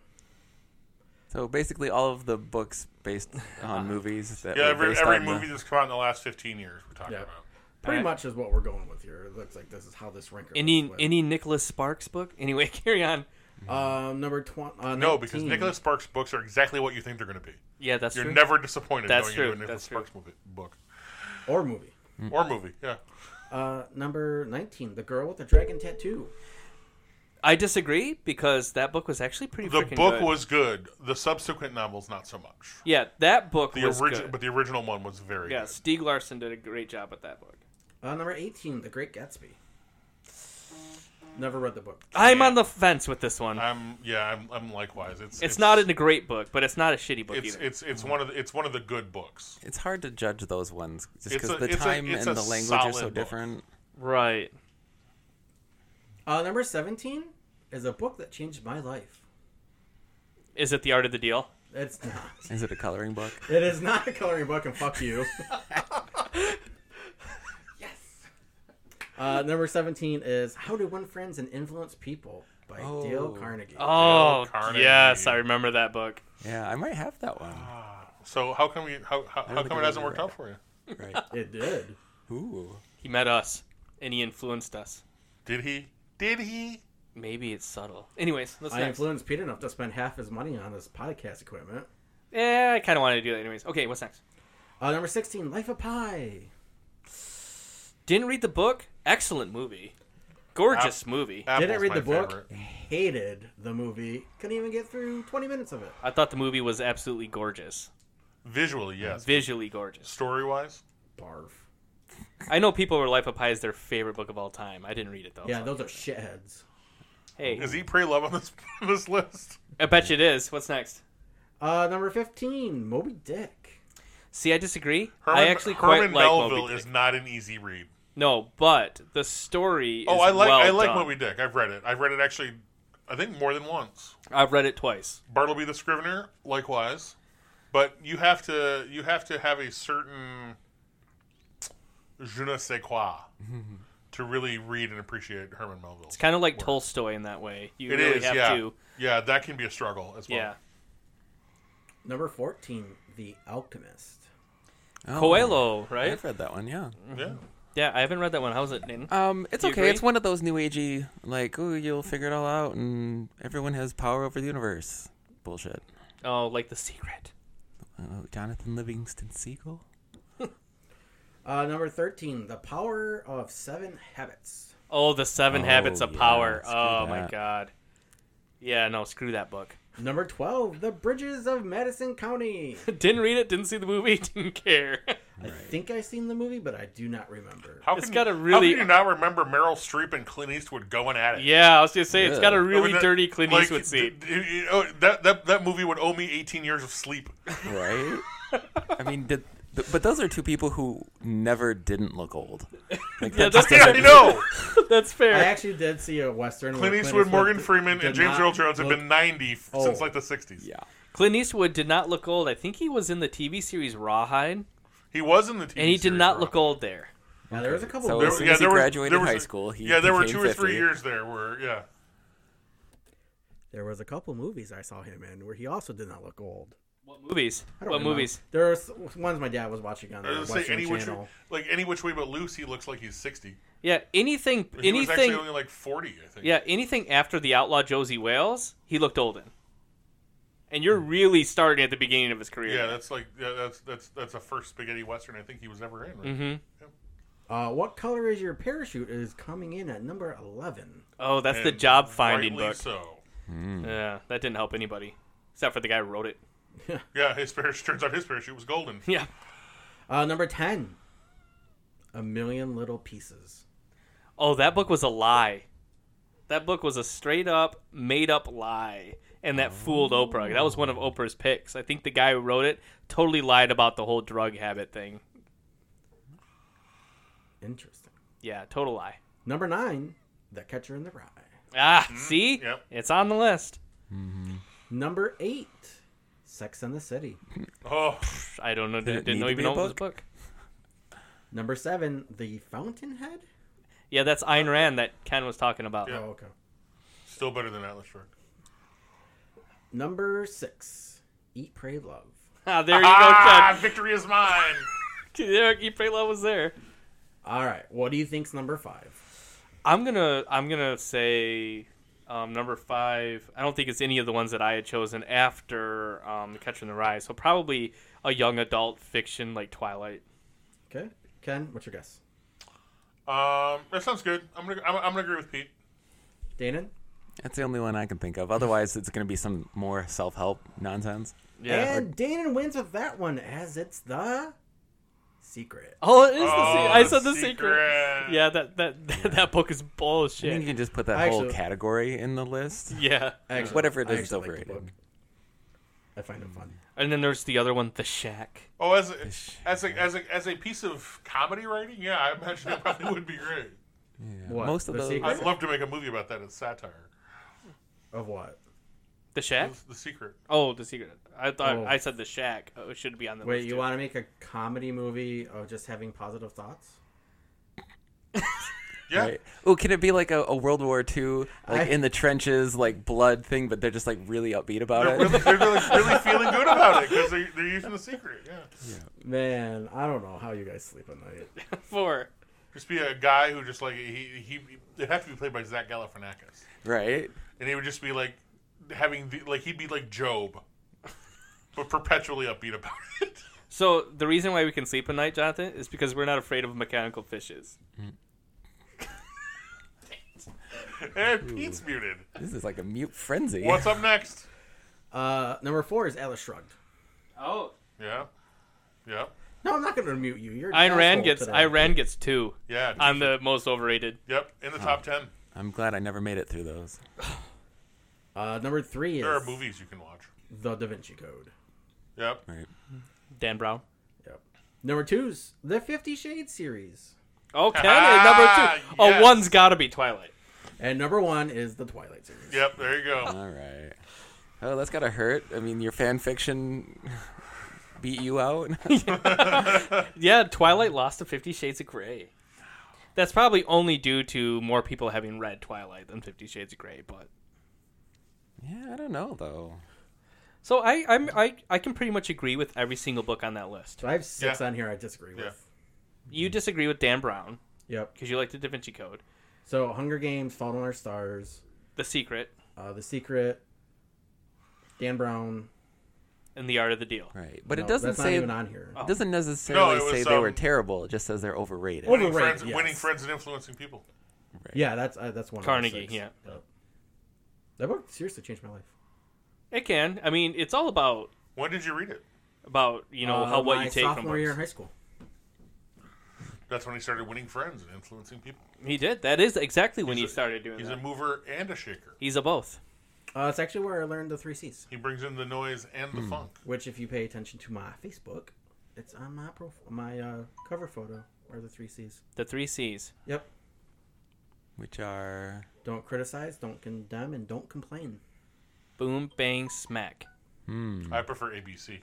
So basically, all of the books based on movies that
Yeah,
are
every,
based
every
on the-
movie that's come out in the last 15 years, we're talking
Yeah.
about.
Pretty
Right.
much is what we're going with here. It looks like this is how this ranker.
Any
was split.
any Nicholas Sparks book? Anyway, carry on.
Um, number twenty. Uh,
No, because
19.
Nicholas Sparks books are exactly what you think they're going to be.
Yeah, that's
You're
true.
never disappointed
That's
going
true,
into a Nicholas
that's true. Hmm.
Sparks movie, book
or movie.
or movie. Yeah,
Uh, number nineteen, the girl with the dragon tattoo.
I disagree because that book was actually pretty.
the
freaking
book
good.
was good. The subsequent novels, not so much.
Yeah, that book
The
was
original,
good.
but the original one was very
yeah, Stieg Larsson did a great job with that book.
Uh, number eighteen, the Great Gatsby. Never read the book.
I'm on the fence with this one.
good. I'm yeah, I'm, I'm likewise. It's
it's not a great book, but it's not a shitty book
It's
either.
it's it's one of the, it's one of the good books.
It's hard to judge those ones just
It's
because
a-
the
it's a-
time
it's
and
a
the language are
solid
so
book.
different.
right.
Uh, number seventeen is a book that changed my life.
Is it The Art of the Deal?
It's not.
Is it a coloring book?
It is not a coloring book, and fuck you. yes. Uh, number seventeen is How to Win Friends and Influence People by Dale
Oh.
Carnegie.
Oh,
Dale Carnegie.
yes, I remember that book.
Yeah, I might have that one.
So how come you how how, how
think
come it
I
hasn't
really
worked
read
out
it.
for you?
Right.
It did.
Ooh.
He met us, and he influenced us.
Did he? Did he?
Maybe it's subtle. Anyways, let's
I
next.
influenced Pete enough to spend half his money on his podcast equipment.
yeah, Eh, I kind of wanted to do that. Anyways, okay, what's next?
Uh, number 16, Life of Pi.
Didn't read the book. Excellent movie. Gorgeous movie.
Apple's
Didn't read
my
the book.
favorite.
Hated the movie. Couldn't even get through 20 minutes of it.
I thought the movie was absolutely gorgeous.
Visually, yes.
Visually gorgeous.
Story wise,
Barf.
I know people were Life of Pi is their favorite book of all time. I didn't read it though.
Yeah,
so-
those are shitheads.
Hey,
is he pre love on this on this list?
I bet you it is. What's next?
Uh, number 15, Moby Dick.
See, I disagree.
Herman,
I actually
Herman
quite like
Melville
Moby Dick.
is not an easy read.
No, but the story. Is
Oh, I like
well
I like
done.
Moby Dick. I've read it. I've read it actually, I think more than once.
I've read it twice.
Bartleby the Scrivener, likewise. But you have to you have to have a certain je ne sais quoi
Mm-hmm.
to really read and appreciate Herman Melville.
It's kind of like Tolstoy in that way. You
It
really
is,
have
yeah,
to.
yeah. That can be a struggle as well.
Yeah.
Number 14, The Alchemist.
Oh,
Coelho, right?
I've read that one. Yeah.
yeah.
Mm-hmm. Yeah, I haven't read that one. How's it, Nathan?
Um, it's
You
okay.
agree?
It's one of those new agey, like, oh, you'll figure it all out, and everyone has power over the universe. Bullshit.
Oh, like The Secret.
Oh, Jonathan Livingston Seagull.
Uh, number 13, The Power of Seven Habits.
Oh, The Seven
Oh,
Habits of
yeah,
Power.
screw
Oh, my
that.
God. Yeah, no, screw that book.
Number 12, The Bridges of Madison County.
didn't read it, didn't see the movie, didn't care.
I think I've seen the movie, but I do not remember.
How
It's
can
got a
you,
really-
How can you not remember Meryl Streep and Clint Eastwood going at it?
yeah, I was going to say, it's got a
Ugh.
really
I mean, Oh, that-
dirty Clint
like,
Eastwood scene.
d- d- you know, that, that that movie would owe me 18 years of sleep.
Right. I mean, did. th- But those are two people who never didn't look old. Like,
Yeah,
that just
that's-
Yeah,
doesn't-
you know,
That's fair.
I actually did see a western. where
Clint Eastwood, Morgan Freeman,
did
and James
not
Earl Jones have
look-
been 90 f-
old.
since like the 60s.
Yeah.
Clint Eastwood did not look old. I think he was in the TV series Rawhide,
He was in the TV
and he did
series,
not
Rob.
look old there.
Yeah, there was a couple.
So
of
as soon as he
was-
graduated
was
high
a-
school, he
yeah, there were two
became
or three
50.
years there where yeah,
There was a couple movies I saw him in where he also did not look old.
What movies?
I
What
don't remember.
movies?
There was ones my dad was watching on the
I was gonna say
Western
any which way,
Channel.
like any which way but loose. He looks like he's 60.
Yeah, anything,
He was
anything.
actually only like 40, I think.
Yeah, anything after the outlaw Josie Wales, he looked old in. And you're really starting at the beginning of his career.
Yeah, that's like yeah, that's that's that's a first spaghetti western I think he was ever in. Right?
Mm-hmm.
Uh, what color is your parachute? Is coming in at number eleven.
oh, that's the
And
job finding
rightly
book.
So
Yeah, that didn't help anybody except for the guy who wrote it.
yeah, his parachute turns out his parachute was golden.
Yeah.
Uh, number ten, A Million Little Pieces.
Oh, that book was a lie. That book was a straight up made up lie, and that fooled Oprah. That was one of Oprah's picks. I think the guy who wrote it totally lied about the whole drug habit thing.
Interesting.
Yeah, total lie.
Number nine, The Catcher in the Rye.
Ah, see,
Mm-hmm. yep.
it's on the list.
Number eight, Sex and the City.
Oh,
I don't know. Did,
it
didn't
need
know
to
even
be a
know it was a book.
Number seven, The Fountainhead.
Yeah, that's Ayn Rand that Ken was talking about.
Yeah.
Oh, okay.
still better than Atlas Shrugged.
Number six, Eat, Pray, Love.
Ah, there you
Ah,
go,
victory is mine.
Ken. There, you pray love was there.
All right, what do you think's number five?
I'm gonna I'm gonna say um, number five. I don't think it's any of the ones that I had chosen after um, the Catcher in the Rye. So probably a young adult fiction like Twilight.
Okay, Ken, what's your guess?
um, that sounds good. I'm gonna, I'm, I'm gonna agree with Pete.
Danon?
That's the only one I can think of. Otherwise, it's going to be some more self help nonsense.
And Danon wins with that one as it's the secret.
oh, it is the
Oh,
secret. I said the
The
secret.
Secret.
Yeah, that that that, book is
I think
bullshit.
you can just put that whole
Actually-
category in the list.
yeah.
Actually,
Whatever it
I
is, it's
actually like the
overrated.
book. I find it fun.
And then there's the other one, The Shack.
Oh, as a, as a as a as a piece of comedy writing, yeah, I imagine it probably would be great.
What?
Most of
The
those.
secret?
I'd love to make a movie about that as satire.
Of what?
The Shack?
It's the secret.
Oh, The Secret. I thought
Mm. Oh.
I said The Shack. Oh, it should be on the
Wait,
list.
you
too.
want to make a comedy movie of just having positive thoughts?
Yeah,
Right. Oh, can it be like a, a World War II, like
I-
in the trenches, like blood thing, but they're just like really upbeat about
they're
it?
really, they're really, really feeling good about it because they're, they're using the secret. Yeah,
Man, I don't know how you guys sleep at night.
Four.
just be a guy who just like he he it'd have to be played by Zach Galifianakis,
right?
and he would just be like having the like he'd be like Job, but perpetually upbeat about it.
So the reason why we can sleep at night, Jonathan, is because we're not afraid of mechanical fishes.
And Pete's muted.
This is like a mute frenzy.
What's up next?
Uh, number four is Alice Shrugged.
Oh,
Yeah, yeah,
No, I'm not going to mute you. You're an
Ayn Rand
asshole
gets
today.
Ayn Rand gets two
yeah.
on the most overrated.
Yep, in the top ten.
I'm glad I never made it through those.
Uh, number three is
There are movies you can watch.
The Da Vinci Code.
Yep.
Right.
Dan Brown.
Yep. Number two's the Fifty Shades series,
Okay, number two. Oh,
Ah, Yes.
one's got to be Twilight.
and number one is the Twilight series.
Yep, there you go.
All right. Oh, that's gotta hurt. I mean, your fan fiction beat you out.
Yeah, Twilight lost to Fifty Shades of Grey. That's probably only due to more people having read Twilight than Fifty Shades of Grey. But
yeah, I don't know though.
so I I'm, I I can pretty much agree with every single book on that list.
So I have six
Yeah.
on here I disagree
Yeah.
with.
You disagree with Dan Brown
Yep.
because you like the Da Vinci Code,
So Hunger Games, Fault in Our Stars,
The Secret,
uh, The Secret, Dan Brown.
and The Art of the Deal.
Right, but
No,
it doesn't
that's
say
not even on here.
it doesn't necessarily
Oh. No, it
say
was,
they were
um,
terrible. It just says they're overrated.
Over-
Winning
Overrated,
friends,
yes.
winning friends and influencing people.
Yeah, that's uh, that's one. of the
Carnegie,
six.
yeah.
Yep. That book seriously changed my life.
It can. I mean, it's all about
When did you read it?
about you know
Uh,
how what
my
you take from
sophomore year in
books.
high school.
That's when he started winning friends and influencing people.
He did. That is exactly when
He's
he
a-
started doing
He's
that.
a mover and a shaker.
he's a both.
Uh, it's actually where I learned the three C's,
He brings in the noise and the funk.
which, if you pay attention to my Facebook, it's on my prof- my uh, cover photo are the three C's.
The three C's.
Yep.
Which are
Don't criticize, don't condemn, and don't complain.
Boom, bang, smack.
I prefer ABC.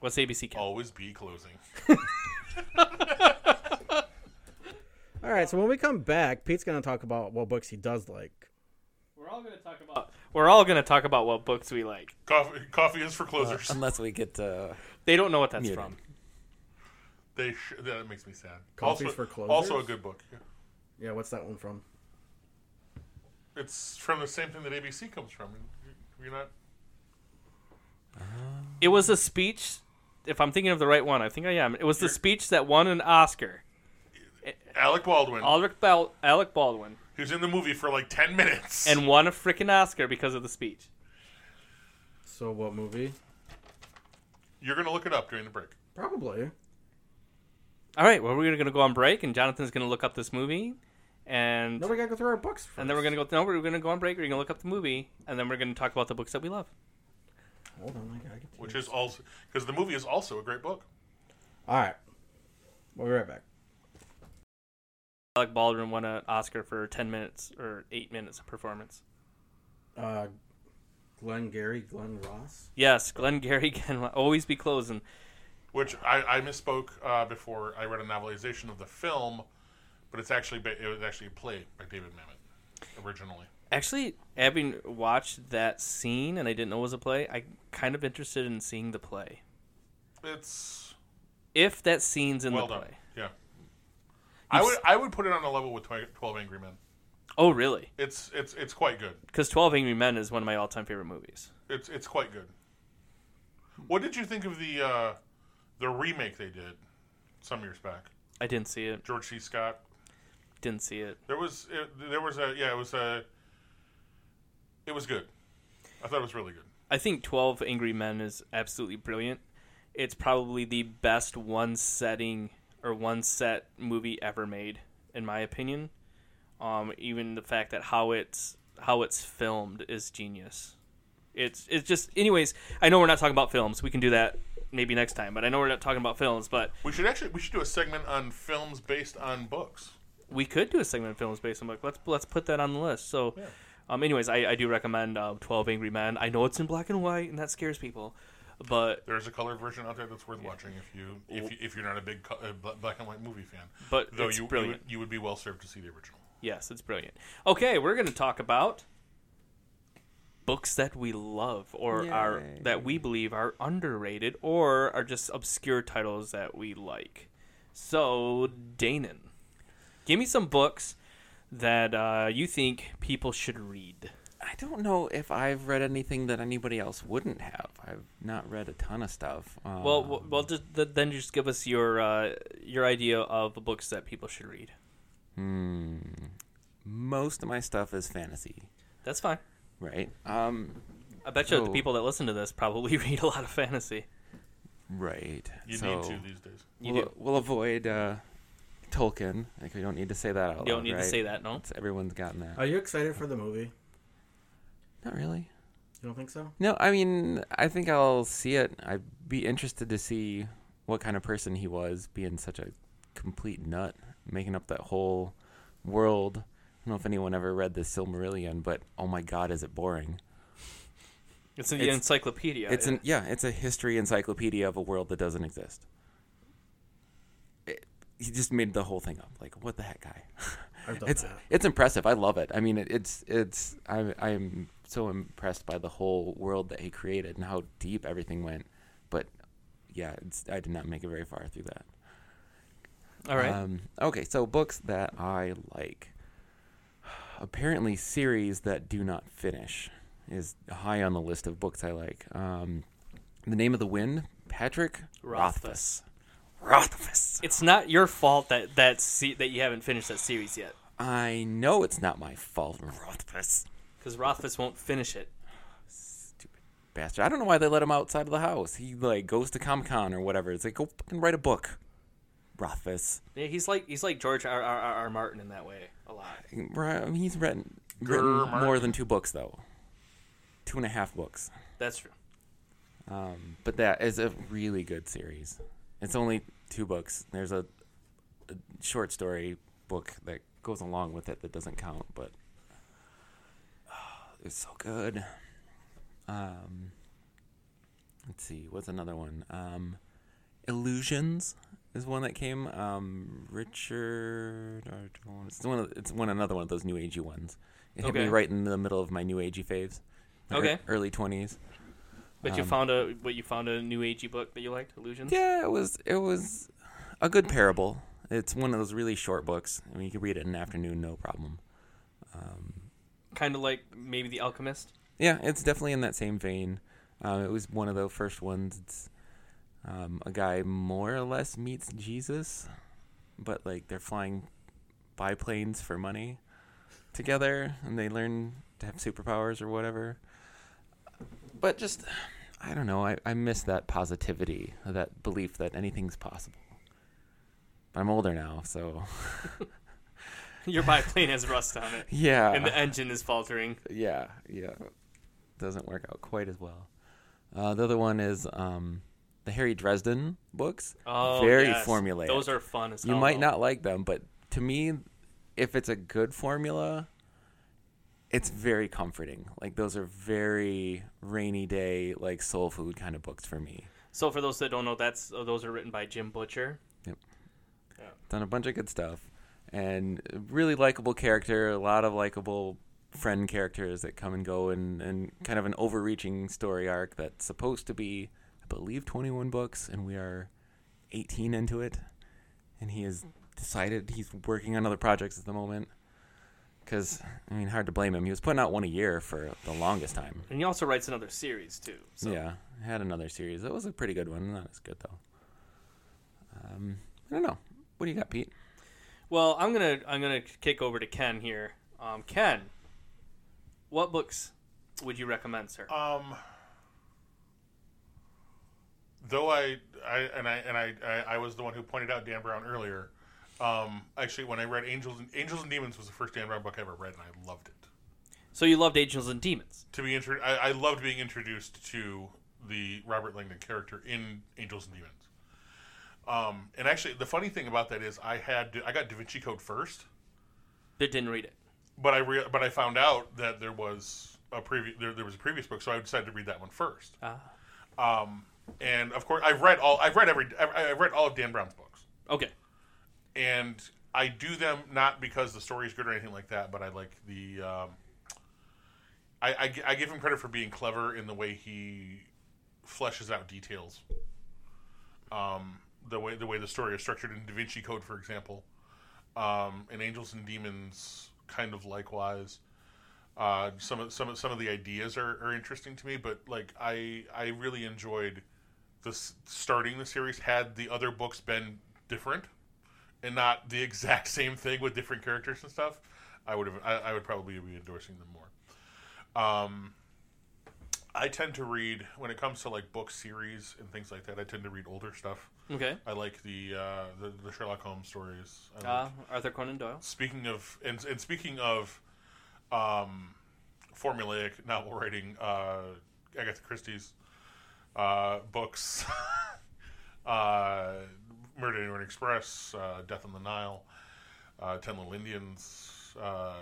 What's ABC? Ken?
Always be closing.
All right, so when we come back, Pete's going to talk about what books he does like.
We're all gonna talk about. We're all gonna talk about what books we like.
Coffee, coffee is for closers.
unless we get uh,
They don't know what that's
Muted.
from.
they sh- that makes me sad.
Coffee's
also,
for closers?
Also a good book. Yeah.
Yeah, what's that one from?
It's from the same thing that ABC comes from. You- You're not.
It was a speech. If I'm thinking of the right one, I think I am. It was the
You're-
speech that won an Oscar.
Alec Baldwin,
Alec, Bal- Alec Baldwin
who's in the movie for like ten minutes,
and won a freaking Oscar because of the speech.
So, what movie?
you're gonna look it up during the break.
Probably.
All right, well, we're going to go on break, and Jonathan's going to look up this movie, and
No, we gotta go through our books. First.
and then we're gonna go. No, we're gonna go on break. We're gonna look up the movie, and then we're gonna talk about the books that we love.
Hold on, I gotta get to
which
it.
is also because the movie is also a great book.
All right. We'll be right back.
Alec Baldwin won an Oscar for ten minutes or eight minutes of performance.
Uh, Glenn Gary, Glenn Ross.
Yes, Glenn Gary can always be closing.
Which I, I misspoke uh, before. I read a novelization of the film, but it's actually ba- it was actually a play by David Mamet originally.
Actually, having watched that scene and I didn't know it was a play, I kind of interested in seeing the play.
It's
If that scene's in
well
the
done.
play.
Yeah, I would I would put it on a level with Twe- Twelve Angry Men.
Oh, really?
It's it's it's quite good.
Because Twelve Angry Men is one of my all-time favorite movies.
It's it's quite good. What did you think of the uh, the remake they did some years back?
I didn't see it.
George C. Scott.
Didn't see it.
There was it, there was a yeah it was a it was good. I thought it was really good.
I think Twelve Angry Men is absolutely brilliant. It's probably the best one setting or one set movie ever made, in my opinion. Um, even the fact that how it's how it's filmed is genius. It's it's just anyways. I know we're not talking about films. We can do that maybe next time. But I know we're not talking about films. But
We should actually we should do a segment on films based on books.
we could do a segment of films based on book. Let's let's put that on the list. So, um, anyways, I, I do recommend um, Twelve Angry Men. I know it's in black and white, and that scares people, but
There's a color version out there that's worth watching if you if you, if you're not a big co- uh, bla- black and white movie fan.
But
though
it's
you, you would,
brilliant.
you would be well served to see the original.
yes, it's brilliant. Okay, we're gonna talk about books that we love or are
Yay.
that we believe are underrated or are just obscure titles that we like. So, Danon, give me some books that uh, you think people should read.
I don't know if I've read anything that anybody else wouldn't have. I've not read a ton of stuff. Um,
Well, well, well just, th- then just give us your uh, your idea of the books that people should read.
hmm, most of my stuff is fantasy,
That's fine.
right? Um,
I bet you the
So-
people that listen to this probably read a lot of fantasy.
right.
You
so
need to these days.
You
we'll,
do.
we'll avoid uh, Tolkien. Like we don't need to say that out.
You don't
loud,
need to
right?
say that, no?
It's- everyone's gotten that.
Are you excited for the movie?
not really.
You don't think so?
No, I mean, I think I'll see it. I'd be interested to see what kind of person he was, being such a complete nut, making up that whole world. I don't know if anyone ever read the Silmarillion, but oh my god, is it boring?
It's an
It's-
encyclopedia.
it's an yeah, it's a history encyclopedia of a world that doesn't exist. It, he just made the whole thing up. Like, what the heck, guy?
I've done
it's
that.
it's impressive. I love it. I mean, it, it's it's I'm I'm so impressed by the whole world that he created and how deep everything went. But yeah, it's, I did not make it very far through that.
All right.
Um, okay, so books that I like. Apparently, series that do not finish is high on the list of books I like. Um, the Name of the Wind, Patrick
Rothfuss.
Rothfuss.
it's not your fault that that se- that you haven't finished that series yet,
I know it's not my fault, Rothfuss.
because Rothfuss won't finish it.
bastard. I don't know why they let him outside of the house. He like goes to Comic Con or whatever. It's like go fucking write a book, Rothfuss.
Yeah, he's like he's like George R. R. R. R. Martin in that way a lot.
Right, I mean, He's written,
Grr,
written
Mark.
more than two books though, two and a half books.
That's true.
Um, but that is a really good series. It's only two books. There's a, a short story book that goes along with it that doesn't count, but oh, it's so good. Um, let's see, what's another one? Um, Illusions is one that came. Um, Richard, I don't wanna- it's one. Of, it's one another one of those new agey ones. It hit
Okay.
me right in the middle of my new agey faves. my ear-
Okay.
early twenties.
But you
Um,
found a what you found a new agey book that you liked, Illusions.
Yeah, it was it was a good parable. It's one of those really short books. I mean, you can read it in an afternoon, no problem. Um,
Kind of like maybe The Alchemist.
Yeah, it's definitely in that same vein. Um, it was one of the first ones. It's um, a guy more or less meets Jesus, but like they're flying biplanes for money together, and they learn to have superpowers or whatever. But just, I don't know. I, I miss that positivity, that belief that anything's possible. I'm older now, so
Your biplane has rust on it,
Yeah.
and the engine is faltering.
yeah, yeah. Doesn't work out quite as well. Uh, the other one is um, the Harry Dresden books.
Oh,
Very
yes.
formulaic.
Those are fun as
You
hell,
might
though.
not like them, but to me, if it's a good formula, it's very comforting. Like those are very rainy day, like soul food kind of books for me.
So for those that don't know, that's uh, those are written by Jim Butcher.
done a bunch of good stuff and really likable character a lot of likable friend characters that come and go and, and kind of an overreaching story arc that's supposed to be i believe 21 books and we are 18 into it and he has decided he's working on other projects at the moment because i mean hard to blame him he was putting out one a year for the longest time
And he also writes another series too. So
yeah, I had another series. That was a pretty good one. Not as good though. Um, I don't know. What do you got, Pete?
Well, I'm gonna I'm gonna kick over to Ken here. Um, Ken, what books would you recommend, sir?
Um, though I, I and I and I, I, I was the one who pointed out Dan Brown earlier. Um, actually, when I read Angels and Angels and Demons was the first Dan Brown book I ever read, and I loved it.
so you loved Angels and Demons.
To be intro- I, I loved being introduced to the Robert Langdon character in Angels and Demons. Um, and actually, the funny thing about that is, I had I got Da Vinci Code first,
That didn't read it.
but I re- but I found out that there was a previous there, there was a previous book, so I decided to read that one first.
Ah.
Um, and of course, I've read all I've read every I've, I've read all of Dan Brown's books,
Okay.
and I do them not because the story is good or anything like that, but I like the. Um, I, I gi- I give him credit for being clever in the way he fleshes out details. Um, the way the way the story is structured in Da Vinci Code, for example, um, and Angels and Demons, kind of likewise. Uh, some of some of some of the ideas are, are interesting to me, but like I I really enjoyed this starting the series. Had the other books been different and not the exact same thing with different characters and stuff, I would have I, I would probably be endorsing them more. Um, I tend to read when it comes to like book series and things like that. I tend to read older stuff.
Okay.
I like the uh, the, the Sherlock Holmes stories. I like,
Uh, Arthur Conan Doyle.
speaking of and, and speaking of um, formulaic novel writing uh, agatha christie's uh, books uh, murder in the Orient express uh, death on the nile uh, ten little indians uh,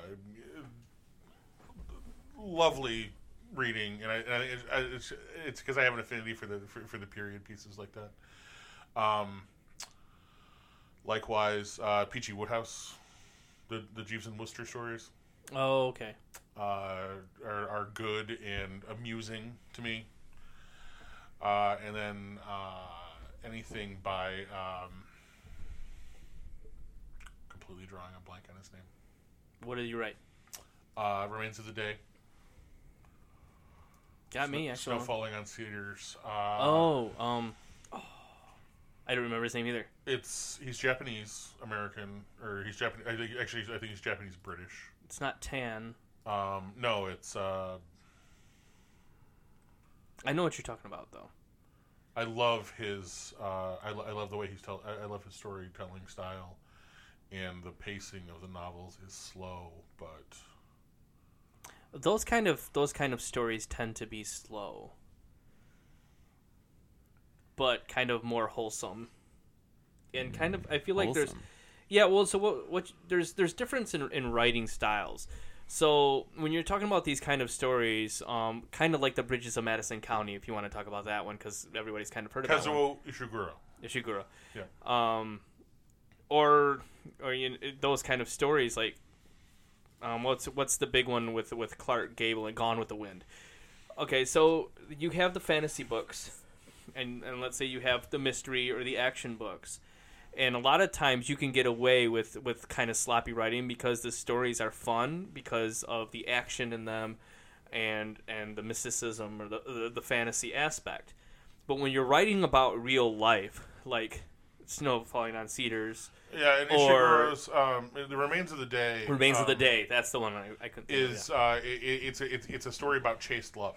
lovely reading and i, and I I- it's it's because i have an affinity for the for, for the period pieces like that um, likewise uh, peachy woodhouse the, the Jeeves and Worcester stories
Oh, okay.
uh, are, are good and amusing to me. Uh, and then uh, anything by um, completely drawing a blank on his name.
What did you write?
Uh, Remains of the Day.
Got me.
Snow-
Actually.
Snow falling on cedars. Uh,
Oh, um, I don't remember his name either.
it's he's Japanese American, or he's Japanese. I think actually I think he's Japanese British.
It's not Tan.
Um, no, it's uh,
I know what you're talking about though.
I love his. Uh, I, lo- I love the way he's tell. I, I love his storytelling style, and the pacing of the novels is slow, but
Those kind of those kind of stories tend to be slow, but kind of more wholesome, and kind of I feel like there's
Wholesome.
yeah. Well, so what? What there's there's difference in in writing styles. So when you're talking about these kind of stories, um, kind of like the Bridges of Madison County, if you want to talk about that one, because everybody's kind of heard about it.
Kazuo Ishiguro.
Ishiguro.
Yeah.
um, or or you know, those kind of stories like um, what's what's the big one with with Clark Gable and Gone with the Wind? Okay, so you have the fantasy books, and and let's say you have the mystery or the action books, and a lot of times you can get away with with kind of sloppy writing because the stories are fun because of the action in them, and and the mysticism or the the, the fantasy aspect. But when you're writing about real life, like snow falling on cedars,
Yeah, and
Or-
Ishiguro's um, the remains of the day.
remains of the
um,
day. That's the one I, I couldn't. think of,
is uh, it, it's a, it's it's a story about chaste love,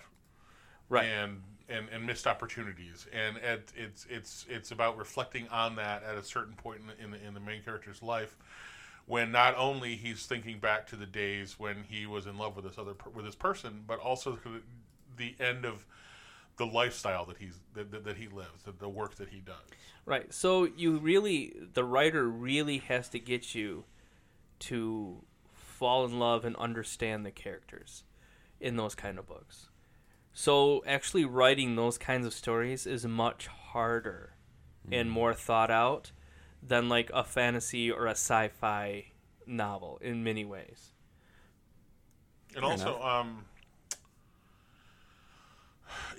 Right.
And and, and missed opportunities, and at, it's it's it's about reflecting on that at a certain point in the, in the, in the main character's life, when not only he's thinking back to the days when he was in love with this other per- with this person, but also to the end of the lifestyle that he's that, that, that he lives, the, the work that he does.
Right. So you really, the writer really has to get you to fall in love and understand the characters in those kind of books. So actually, writing those kinds of stories is much harder
Mm.
and more thought out than like a fantasy or a sci-fi novel in many ways.
And also, um,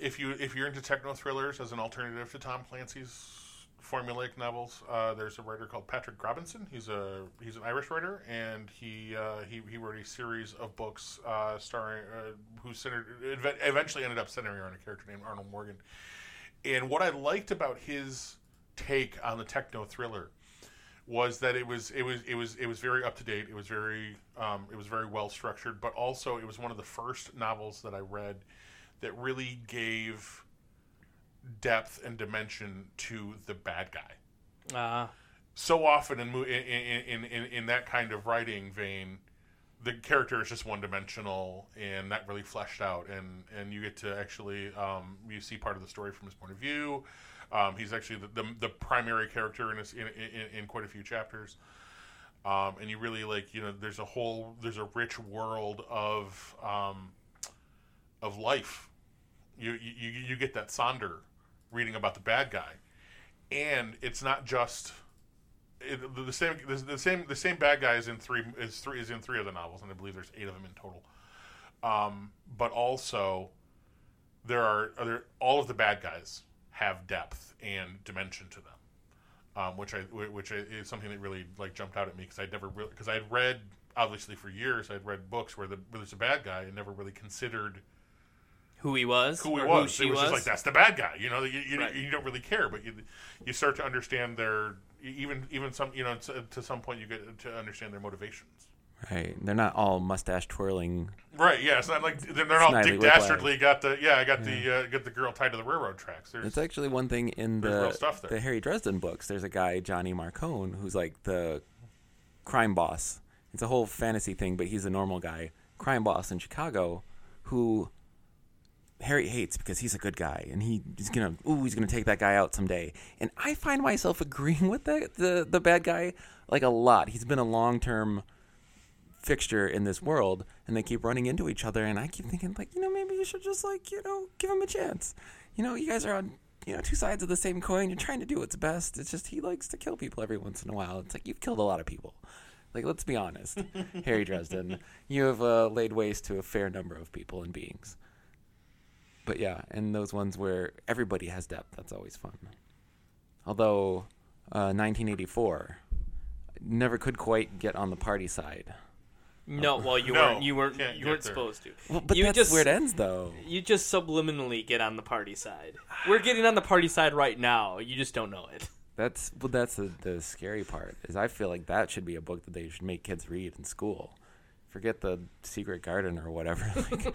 if you if you're into techno thrillers as an alternative to Tom Clancy's formulaic novels, uh, there's a writer called Patrick Robinson. He's a he's an Irish writer, and he uh, he he wrote a series of books uh, starring uh, who centered ev- eventually ended up centering around a character named Arnold Morgan. And what I liked about his take on the techno thriller was that it was it was it was it was very up to date. It was very um, it was very well structured, but also it was one of the first novels that I read that really gave depth and dimension to the bad guy. Ah.
Uh,
So often in mo- in, in, in, in, in that kind of writing vein, the character is just one dimensional and not really fleshed out, and and you get to actually um, you see part of the story from his point of view. Um, he's actually the, the, the primary character in, his, in, in in quite a few chapters um, and you really like you know there's a whole there's a rich world of um, of life you, you you you get that sonder reading about the bad guy and it's not just it, the, the same the, the same the same bad guy is in three is three is in three of the novels and i believe there's eight of them in total um, but also there are other all of the bad guys have depth and dimension to them um, which I whi- which I- is something that really like jumped out at me because I'd never really because I'd read obviously for years I'd read books where the where there's a bad guy and never really considered
who he was,
who he
or
was.
who she
it was,
was.
just like that's the bad guy. You know, you, you,
Right.
you don't really care, but you you start to understand their e, even even some you know to, to some point you get to understand their motivations.
Right. They're not all mustache twirling.
Right, yeah, it's not like they're not all
Snidely
Dick
Whiplash.
Dastardly got the yeah, I got the uh, got the girl tied to the railroad tracks. There's
It's actually one thing in
There's real
the
stuff there.
the Harry Dresden books. There's a guy Johnny Marcone who's like the crime boss. It's a whole fantasy thing, but he's a normal guy, crime boss in Chicago, who Harry hates because he's a good guy and he, he's gonna ooh he's gonna take that guy out someday. And I find myself agreeing with the the, the bad guy like a lot. He's been a long term fixture in this world and they keep running into each other and I keep thinking like, you know, maybe you should just like, you know, give him a chance. You know, you guys are on you know, two sides of the same coin. You're trying to do what's best. It's just he likes to kill people every once in a while. It's like you've killed a lot of people. Like, let's be honest, Harry Dresden, you have uh, laid waste to a fair number of people and beings. But yeah, and those ones where everybody has depth, that's always fun. Although, uh, 1984 never could quite get on the party side.
no, well you
No,
weren't you weren't
can't
you
get
weren't
there.
supposed to.
Well, but
you
that's
just
where it ends, though.
you just subliminally get on the party side. We're getting on the party side right now. You just don't know it.
That's well, that's the, the scary part. Is I feel like that should be a book that they should make kids read in school. Forget the Secret Garden or whatever.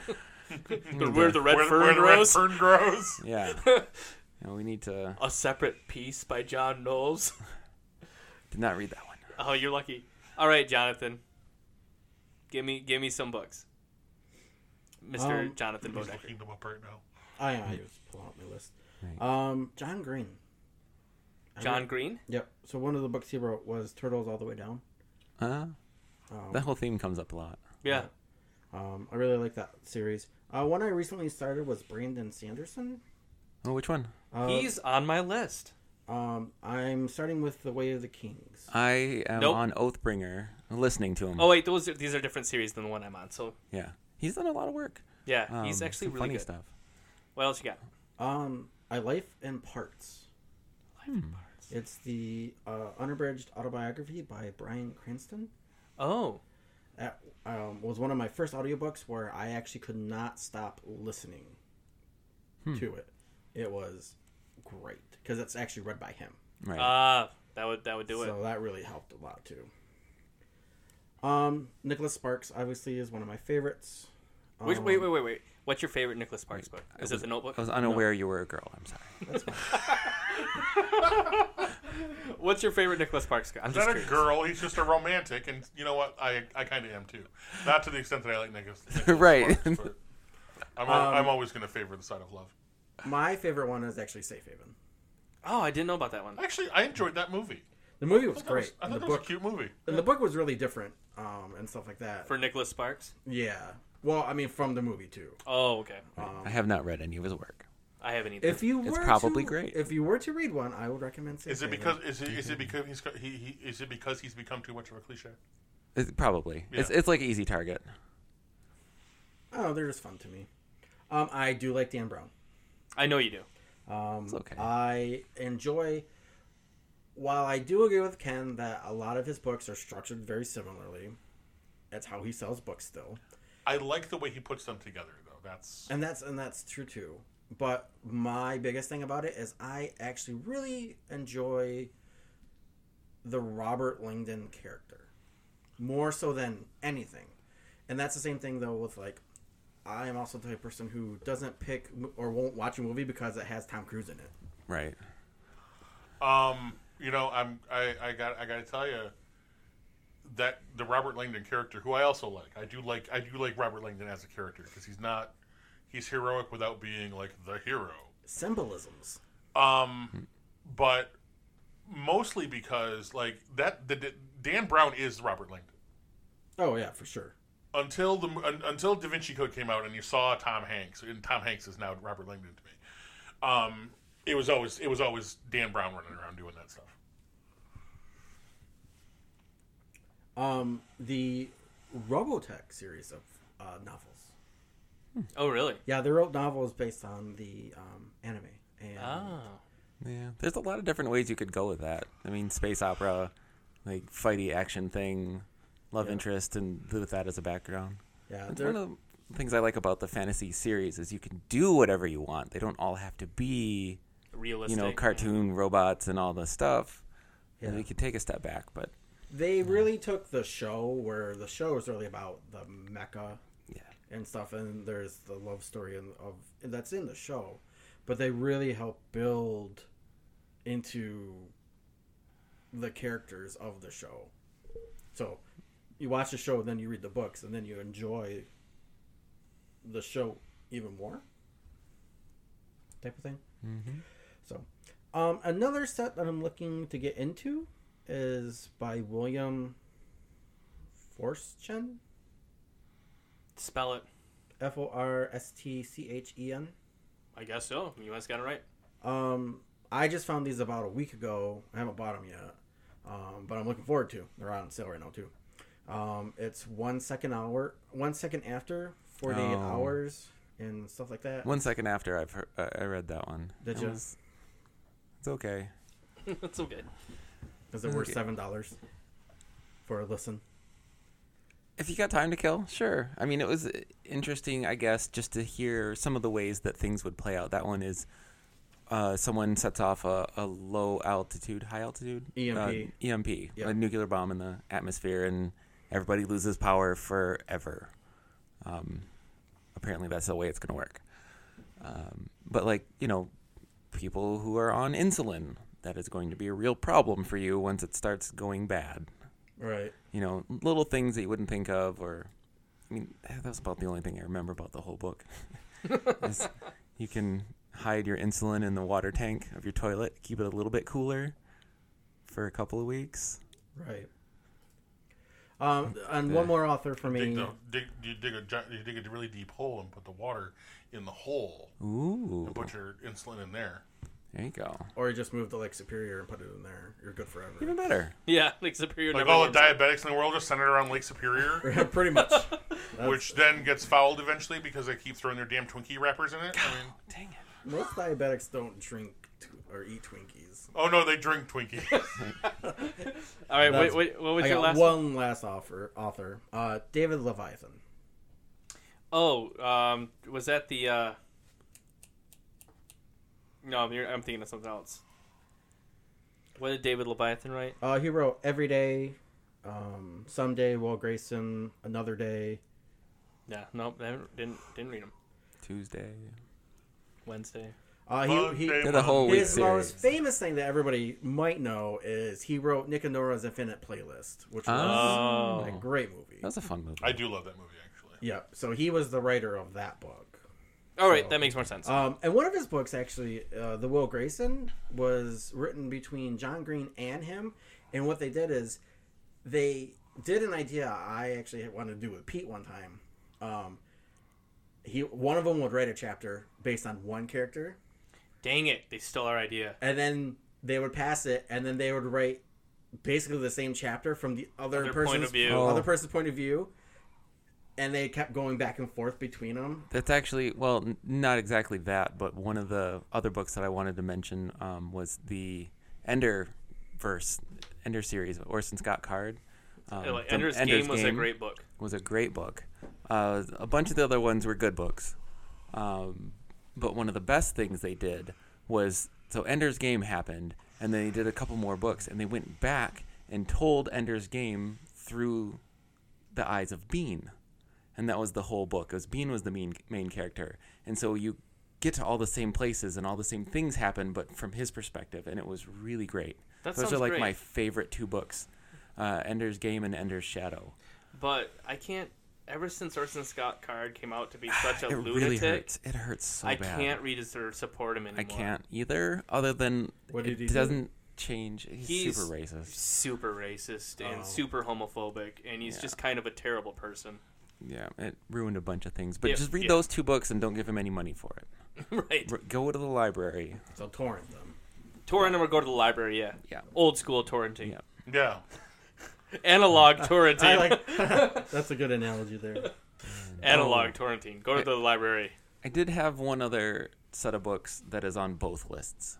Like,
Where the red
Mm-hmm. where,
fern
where the red
grows.
fern grows.
yeah, You know, we need to.
A separate piece by John Knowles.
Did not read that one.
Oh, you're lucky. All right, Jonathan. Give me give me some books. Mr.
Um,
Jonathan
He's
Bodecker.
looking them up right now.
I I just pull out my list. Um, John Green. I
John
read-
Green?
Yep. So one of the books he wrote was Turtles All the Way Down.
Uh,
Um,
that whole theme comes up a lot.
Yeah.
um, I really like that series. Uh, one I recently started was Brandon Sanderson.
Oh, which one?
Uh,
He's on my list.
Um, I'm starting with The Way of the Kings.
I am
Nope.
on Oathbringer, listening to
Hmm.
him.
Oh wait, those are, these are different series than the one I'm on. So
Yeah, he's done a lot of work.
yeah,
Um,
he's actually
some
really
funny
good.
stuff.
What else you got?
Um, I Life in Parts.
Hmm.
It's the uh, unabridged autobiography by Brian Cranston.
Oh,
That um, was one of my first audiobooks where I actually could not stop listening to it. It was great because it's actually read by him,
Right.
uh, that would that would do it.
so that really helped a lot too. Um, Nicholas Sparks obviously is one of my favorites. Um,
Which, wait, wait, wait, wait. What's your favorite Nicholas Sparks book? Is it The
I
Notebook?
was unaware you were a girl. I'm sorry.
What's your favorite Nicholas Sparks? guy? I'm
He's
just
not a
curious.
girl. He's just a romantic, and you know what? I I kind of am too. Not to the extent that I like Nicholas. Nicholas
Right.
Sparks, but I'm,
Um,
al- I'm always going to favor the side of love.
My favorite one is actually Safe Haven.
Oh, I didn't know about that one.
Actually, I enjoyed that movie.
The movie was
That was-
great.
I
and the
thought that was a
book
cute movie.
and the book was really different um, and stuff like that.
For Nicholas Sparks?
yeah. Well, I mean, from the movie too.
Oh, okay.
I have not read any of his work.
I haven't either.
If you were
It's probably
to,
great.
If you were to read one, I would recommend. Safe
Is it
Haven.
because is it is it because he's he, he is it because he's become too much of a cliche?
It's probably. It's, it's like easy target.
Oh, they're just fun to me. Um, I do like Dan Brown.
I know you do.
Um,
It's okay.
I enjoy. While I do agree with Ken that a lot of his books are structured very similarly, that's how he sells books still,
I like the way he puts them together, though. That's
and that's and that's true too. But my biggest thing about it is I actually really enjoy the Robert Langdon character more so than anything, and that's the same thing though with like. I am also the type of person who doesn't pick or won't watch a movie because it has Tom Cruise in it.
Right.
um. You know, I'm I I got I got to tell you that the Robert Langdon character, who I also like, I do like I do like Robert Langdon as a character because he's not he's heroic without being like the hero.
Symbolisms.
Um, but mostly because like that the, the- Dan Brown is Robert Langdon
Oh yeah, for sure.
until the un, until Da Vinci Code came out and you saw Tom Hanks and Tom Hanks is now Robert Langdon to me. Um, it was always it was always Dan Brown running around doing that stuff.
Um, the Robotech series of uh, novels.
Oh, really?
Yeah, they wrote novels based on the um, anime. And
Oh.
Yeah. There's a lot of different ways you could go with that. I mean, space opera, like fighty action thing, love interest, and with that as a background.
yeah,
That's
they're-
one of the things I like about the fantasy series is you can do whatever you want. They don't all have to be, you
Realistic.
know, cartoon robots and all this stuff.
Yeah.
And we could take a step back, but
they really took the show where the show is really about the mecha
yeah.
and stuff, and there's the love story and of and that's in the show, but they really help build into the characters of the show. So you watch the show, then you read the books, and then you enjoy the show even more. Type of thing. So, um, another set that I'm looking to get into is by William Forstchen.
Spell it.
F O R S T C H E N.
I guess so. You guys got it right.
Um, I just found these about a week ago. I haven't bought them yet, um, but I'm looking forward to. They're on sale right now too. Um, it's one second hour, one second after, 48
Oh.
hours, and stuff like that.
One second after I've heard, uh, I read that one.
Did
It
you?
was- it's okay.
That's okay.
Because they were
Okay.
seven dollars for a listen.
If you got time to kill, sure. I mean, it was interesting, I guess, just to hear some of the ways that things would play out. That one is uh, someone sets off a, a low altitude, high altitude
EMP.
uh, EMP,
Yeah.
a nuclear bomb in the atmosphere, and everybody loses power forever. Um, apparently, that's the way it's going to work. Um, but like you know, people who are on insulin, that is going to be a real problem for you once it starts going bad
Right.
you know, little things that you wouldn't think of, or I mean, eh, that was about the only thing I remember about the whole book. Is you can hide your insulin in the water tank of your toilet, keep it a little bit cooler for a couple of weeks.
Right. Um, and one more author for me.
Dig,
Mm.
the, dig, you dig a gi- you dig a really deep hole and put the water in the hole
Ooh,
and put your insulin in there.
there you go.
Or you just move to Lake Superior and put it in there. You're good forever.
Even better.
Yeah, like Superior
Like
never
oh,
all the
wins.
diabetics in the world are centered around Lake Superior,
Pretty much.
which then gets fouled eventually because they keep throwing their damn Twinkie wrappers in it. I mean,
Dang it.
Most diabetics don't drink tw- or eat Twinkies.
oh no, they drink Twinkie.
All right,
That's-
wait, wait, what was
I
your
got
last one?
one last offer, author, uh, David Leviathan.
Oh, um, was that the? Uh... No, I'm, I'm thinking of something else. What did David Leviathan write?
Uh, he wrote Every Day, um, Someday, Will Grayson, Another Day.
Yeah, nope, I haven't- didn't didn't read him.
Tuesday.
Wednesday.
Uh, he, he,
Did a whole week
his
series.
most famous thing that everybody might know is he wrote Nick and Nora's Infinite Playlist, which was
Oh,
a great movie.
that was a fun movie.
I do love that movie actually.
Yep. So he was the writer of that book.
All right, that makes more sense.
Uh,
Um, and one of his books, actually, uh, The Will Grayson, was written between John Green and him. And what they did is they did an idea I actually wanted to do with Pete one time. Um, he one of them would write a chapter based on one character,
Dang it, they stole our idea.
and then they would pass it, and then they would write basically the same chapter from the other,
Other
person's
point of view.
other person's point of view. And they kept going back and forth between them.
That's actually well, n- not exactly that, but one of the other books that I wanted to mention um, was the Ender verse, Ender series, Orson Scott Card. Um,
Yeah, like
from
Ender's, Game was a
Game
great book.
was a great book. Uh, a bunch of the other ones were good books, um, but one of the best things they did was so Ender's Game happened, and then they did a couple more books, and they went back and told Ender's Game through the eyes of Bean, and that was the whole book. Because Bean was the main main character, and so you get to all the same places and all the same things happen, but from his perspective, and it was really great.
That
Those are
sounds
like
great.
my favorite two books. Uh, Ender's Game and Ender's Shadow.
But I can't. Ever since Orson Scott Card came out to be such a
it
lunatic,
really hurts. It hurts so
I
bad.
can't read his or support him anymore.
I can't either. Other than
What
it
did he do?
doesn't change. He's,
He's
super racist.
super racist and
Oh.
super homophobic, and he's just kind of a terrible person.
Yeah, it ruined a bunch of things. But
Yeah,
just read
yeah.
those two books and don't give him any money for it.
right.
R- go to the library.
So torrent them.
Torrent him or go to the library, yeah.
Yeah.
Old school torrenting.
Yeah.
Yeah.
Analog torrenting.
I like that's a good analogy there.
Oh.
Analog torrenting. Go to the library.
I did have one other set of books that is on both lists.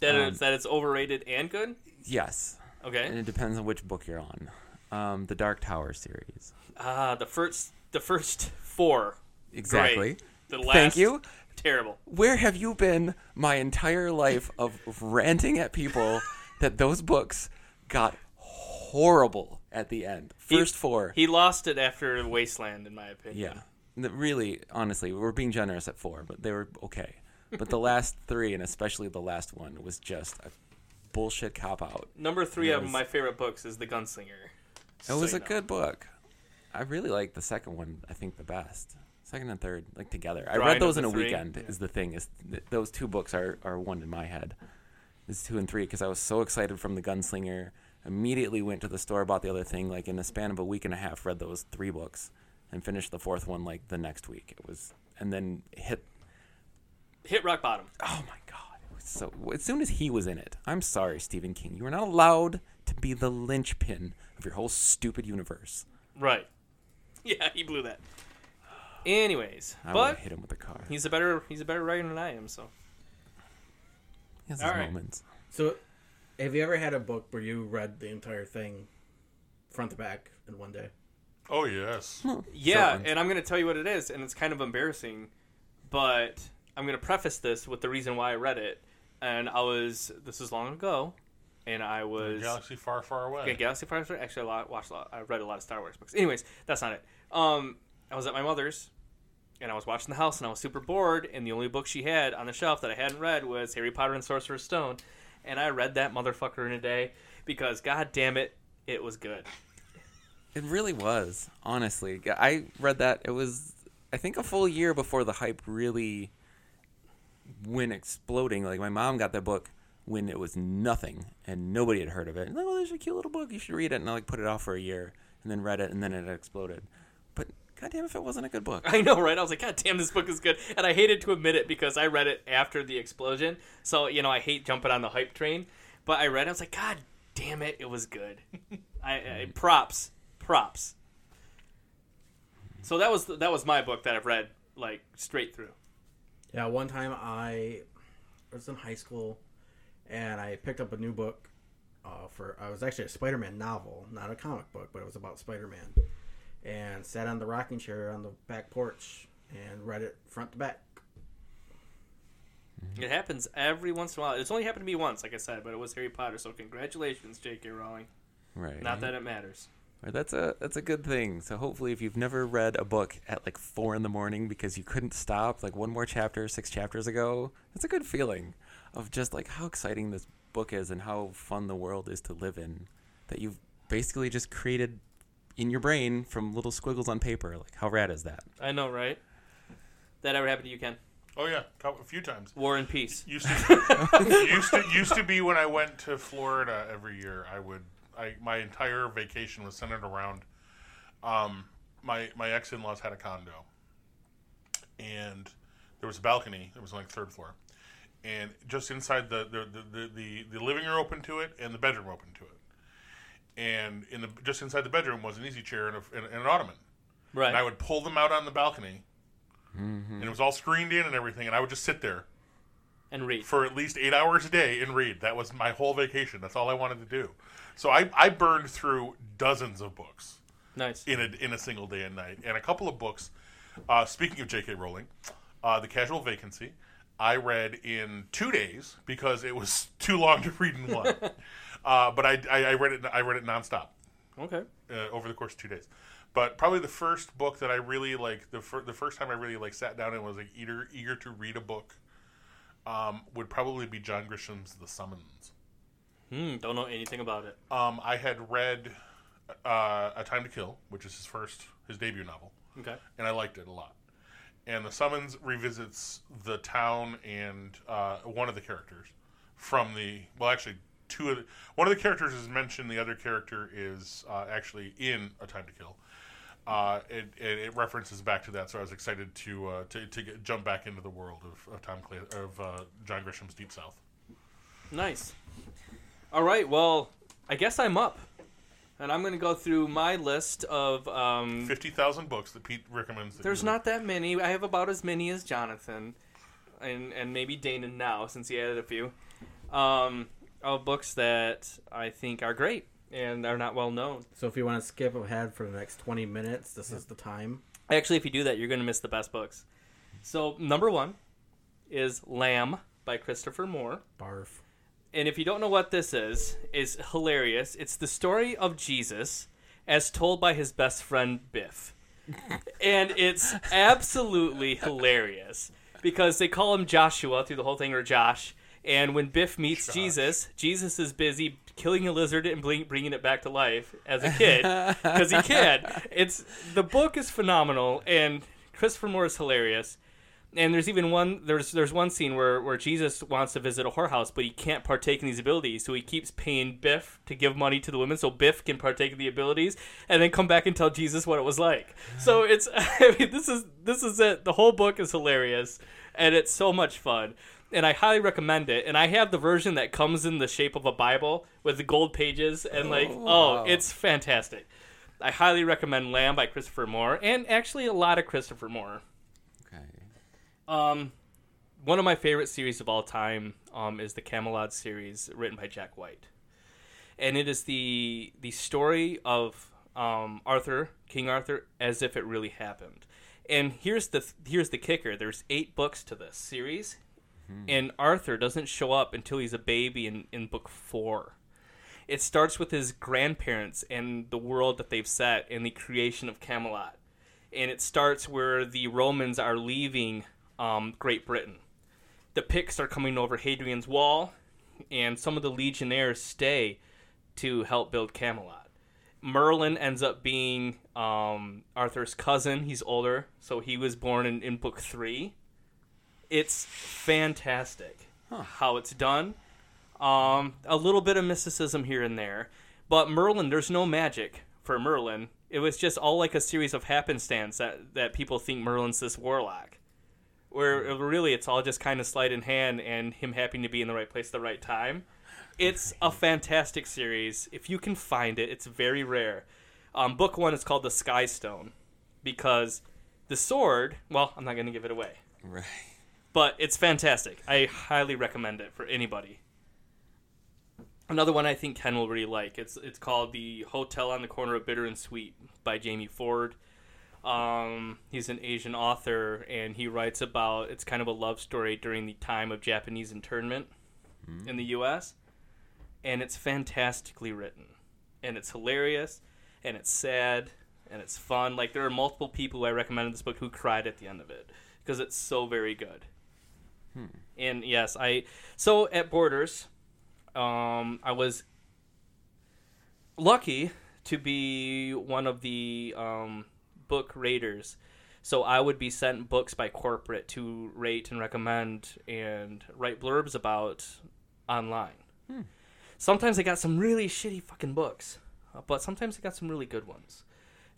That
Um,
it's- that it's overrated and good?
Yes, and
Okay.
it depends on which book you're on. Um, the Dark Tower series.
Ah, the first the first four.
Exactly.
Great. The last
Thank you.
terrible.
Where have you been my entire life of ranting at people that those books got horrible at the end?
He-
First four.
He lost it after Wasteland, in my opinion.
yeah. N- Really, honestly, we're being generous at four, but they were okay. But the last three, and especially the last one, was just a bullshit cop out.
Number three of
Yes.
my favorite books is The Gunslinger.
It was
So
a
you know.
good book. I really liked the second one. I think the best. Second and third, like together. I
Drawing of
read those in
the
a
three?
weekend. Is the thing is th- those two books are are one in my head. It's two and three because I was so excited from the Gunslinger. Immediately went to the store, bought the other thing. Like in the span of a week and a half, read those three books, and finished the fourth one like the next week. It was and then hit.
Hit rock bottom.
Oh my god! It was so as soon as he was in it, I'm sorry, Stephen King, you are not allowed to be the linchpin of your whole stupid universe.
Right. Yeah, he blew that. Anyways,
I would
but
have hit him with a car.
he's a better he's a better writer than I am, so
He has
All
his
right.
moments.
So, have you ever had a book where you read the entire thing, front to back, in one day?
Oh yes.
Yeah,
Certainly.
and I'm going to tell you what it is, and it's kind of embarrassing, but I'm going to preface this with the reason why I read it. And I was, this is long ago, and I was.
Galaxy far, far away.
Yeah, Galaxy Fire Starter. Actually, a lot, watched a lot. I read a lot of Star Wars books. Anyways, that's not it. Um, I was at my mother's, and I was watching the house, and I was super bored. And the only book she had on the shelf that I hadn't read was Harry Potter and Sorcerer's Stone, and I read that motherfucker in a day because, god damn it, it was good.
It really was, honestly. G- I read that. It was, I think, a full year before the hype really went exploding. Like, my mom got that book when it was nothing and nobody had heard of it. And, like, oh, there's a cute little book. You should read it. And I, like, put it off for a year and then read it and then it exploded. But, goddamn, if it wasn't a good book.
I know, right? I was like, God damn, this book is good. And I hated to admit it because I read it after the explosion. So, you know, I hate jumping on the hype train. But I read it. I was like, God damn it, it was good. I, I Props. Props. So that was that was my book that I've read like straight through.
Yeah, one time I was in high school, and I picked up a new book. Uh, for I was actually a Spider-Man novel, not a comic book, but it was about Spider-Man, and sat on the rocking chair on the back porch and read it front to back.
It happens every once in a while. It's only happened to me once, like I said, but it was Harry Potter. So congratulations, J.K. Rowling.
Right.
Not that it matters.
Or that's a that's a good thing. So hopefully, if you've never read a book at like four in the morning because you couldn't stop, like one more chapter six chapters ago, that's a good feeling of just like how exciting this book is and how fun the world is to live in. That you've basically just created in your brain from little squiggles on paper. Like how rad is that?
I know, right? That ever happened to you, Ken?
Oh yeah, cou- a few times.
War and Peace.
Used to, used to used to be when I went to Florida every year. I would I my entire vacation was centered around. Um, my my ex in laws had a condo, and there was a balcony. It was like third floor, and just inside the the the, the, the, the living room open to it and the bedroom open to it. And in the just inside the bedroom was an easy chair and, a, and, and an ottoman.
Right.
And I would pull them out on the balcony, and it was all screened in and everything. And I would just sit there
and read.
for at least eight hours a day and read. That was my whole vacation. That's all I wanted to do. So I, I burned through dozens of books
Nice.
in a, in a single day and night, and a couple of books. Uh, speaking of J.K. Rowling, uh, The Casual Vacancy, I read in two days because it was too long to read in one. uh, but I, I, I read it I read it nonstop
Okay.
uh, over the course of two days. But probably the first book that I really like the fir- the first time I really like sat down and was like eager eager to read a book um, would probably be John Grisham's The Summons.
Hmm. Don't know anything about it.
Um, I had read uh, A Time to Kill, which is his first his debut novel,
Okay.
and I liked it a lot. And The Summons revisits the town and uh, one of the characters from the well, actually two of the, one of the characters is mentioned. The other character is uh, actually in A Time to Kill. Uh, it, it, it references back to that, so I was excited to uh, to, to get, jump back into the world of, of Tom Clay, of uh, John Grisham's Deep South.
Nice. All right. Well, I guess I'm up, and I'm gonna go through my list of um,
Fifty thousand books that Pete recommends. That
There's
you read.
not that many. I have about as many as Jonathan, and and maybe Dana now since he added a few, um, of books that I think are great and are not well known.
So if you want to skip ahead for the next 20 minutes, this is the time.
Actually, if you do that, you're going to miss the best books. So number one is Lamb by Christopher Moore.
Barf.
and if you don't know what this is, is hilarious. It's the story of Jesus as told by his best friend Biff. and it's absolutely hilarious because they call him Joshua through the whole thing or Josh. And when Biff meets
Josh.
Jesus, Jesus is busy killing a lizard and bling- bringing it back to life as a kid because he can. It's the book is phenomenal and Christopher Moore is hilarious and there's even one there's there's one scene where where Jesus wants to visit a whorehouse, but he can't partake in these abilities, so he keeps paying Biff to give money to the women so Biff can partake in the abilities, and then come back and tell Jesus what it was like. So it's I mean this is this is it. The whole book is hilarious, and it's so much fun. And I highly recommend it. And I have the version that comes in the shape of a Bible with the gold pages, and like, oh,
wow.
it's fantastic. I highly recommend Lamb by Christopher Moore, and actually a lot of Christopher Moore.
Okay.
Um, one of my favorite series of all time um, is the Camelot series, written by Jack White, and it is the the story of um, Arthur, King Arthur, as if it really happened. And here's the here's the kicker: there's eight books to this series, and Arthur doesn't show up until he's a baby in, in book four. It starts with his grandparents and the world that they've set and the creation of Camelot and it starts where the Romans are leaving um, Great Britain. The Picts are coming over Hadrian's Wall, and some of the legionnaires stay to help build Camelot. Merlin ends up being um, Arthur's cousin. He's older, so he was born in, in book three. It's fantastic how it's done. Um, a little bit of mysticism here and there, but Merlin, there's no magic for Merlin. It was just all like a series of happenstance that that people think Merlin's this warlock, where it- really it's all just kind of sleight in hand and him happening to be in the right place at the right time. It's a fantastic series. If you can find it, it's very rare. Um, book one is called the Sky Stone because the sword. Well, I'm not going to give it away,
Right.
but it's fantastic. I highly recommend it for anybody. Another one I think Ken will really like. It's it's called The Hotel on the Corner of Bitter and Sweet by Jamie Ford. Um, he's an Asian author and he writes about it's kind of a love story during the time of Japanese internment in the U.S. and it's fantastically written and it's hilarious and it's sad and it's fun. Like there are multiple people who I recommended this book who cried at the end of it because it's so very good. And yes, I so at Borders, um, I was lucky to be one of the um, book raters. So I would be sent books by corporate to rate and recommend and write blurbs about online. Sometimes I got some really shitty fucking books, uh, but sometimes I got some really good ones.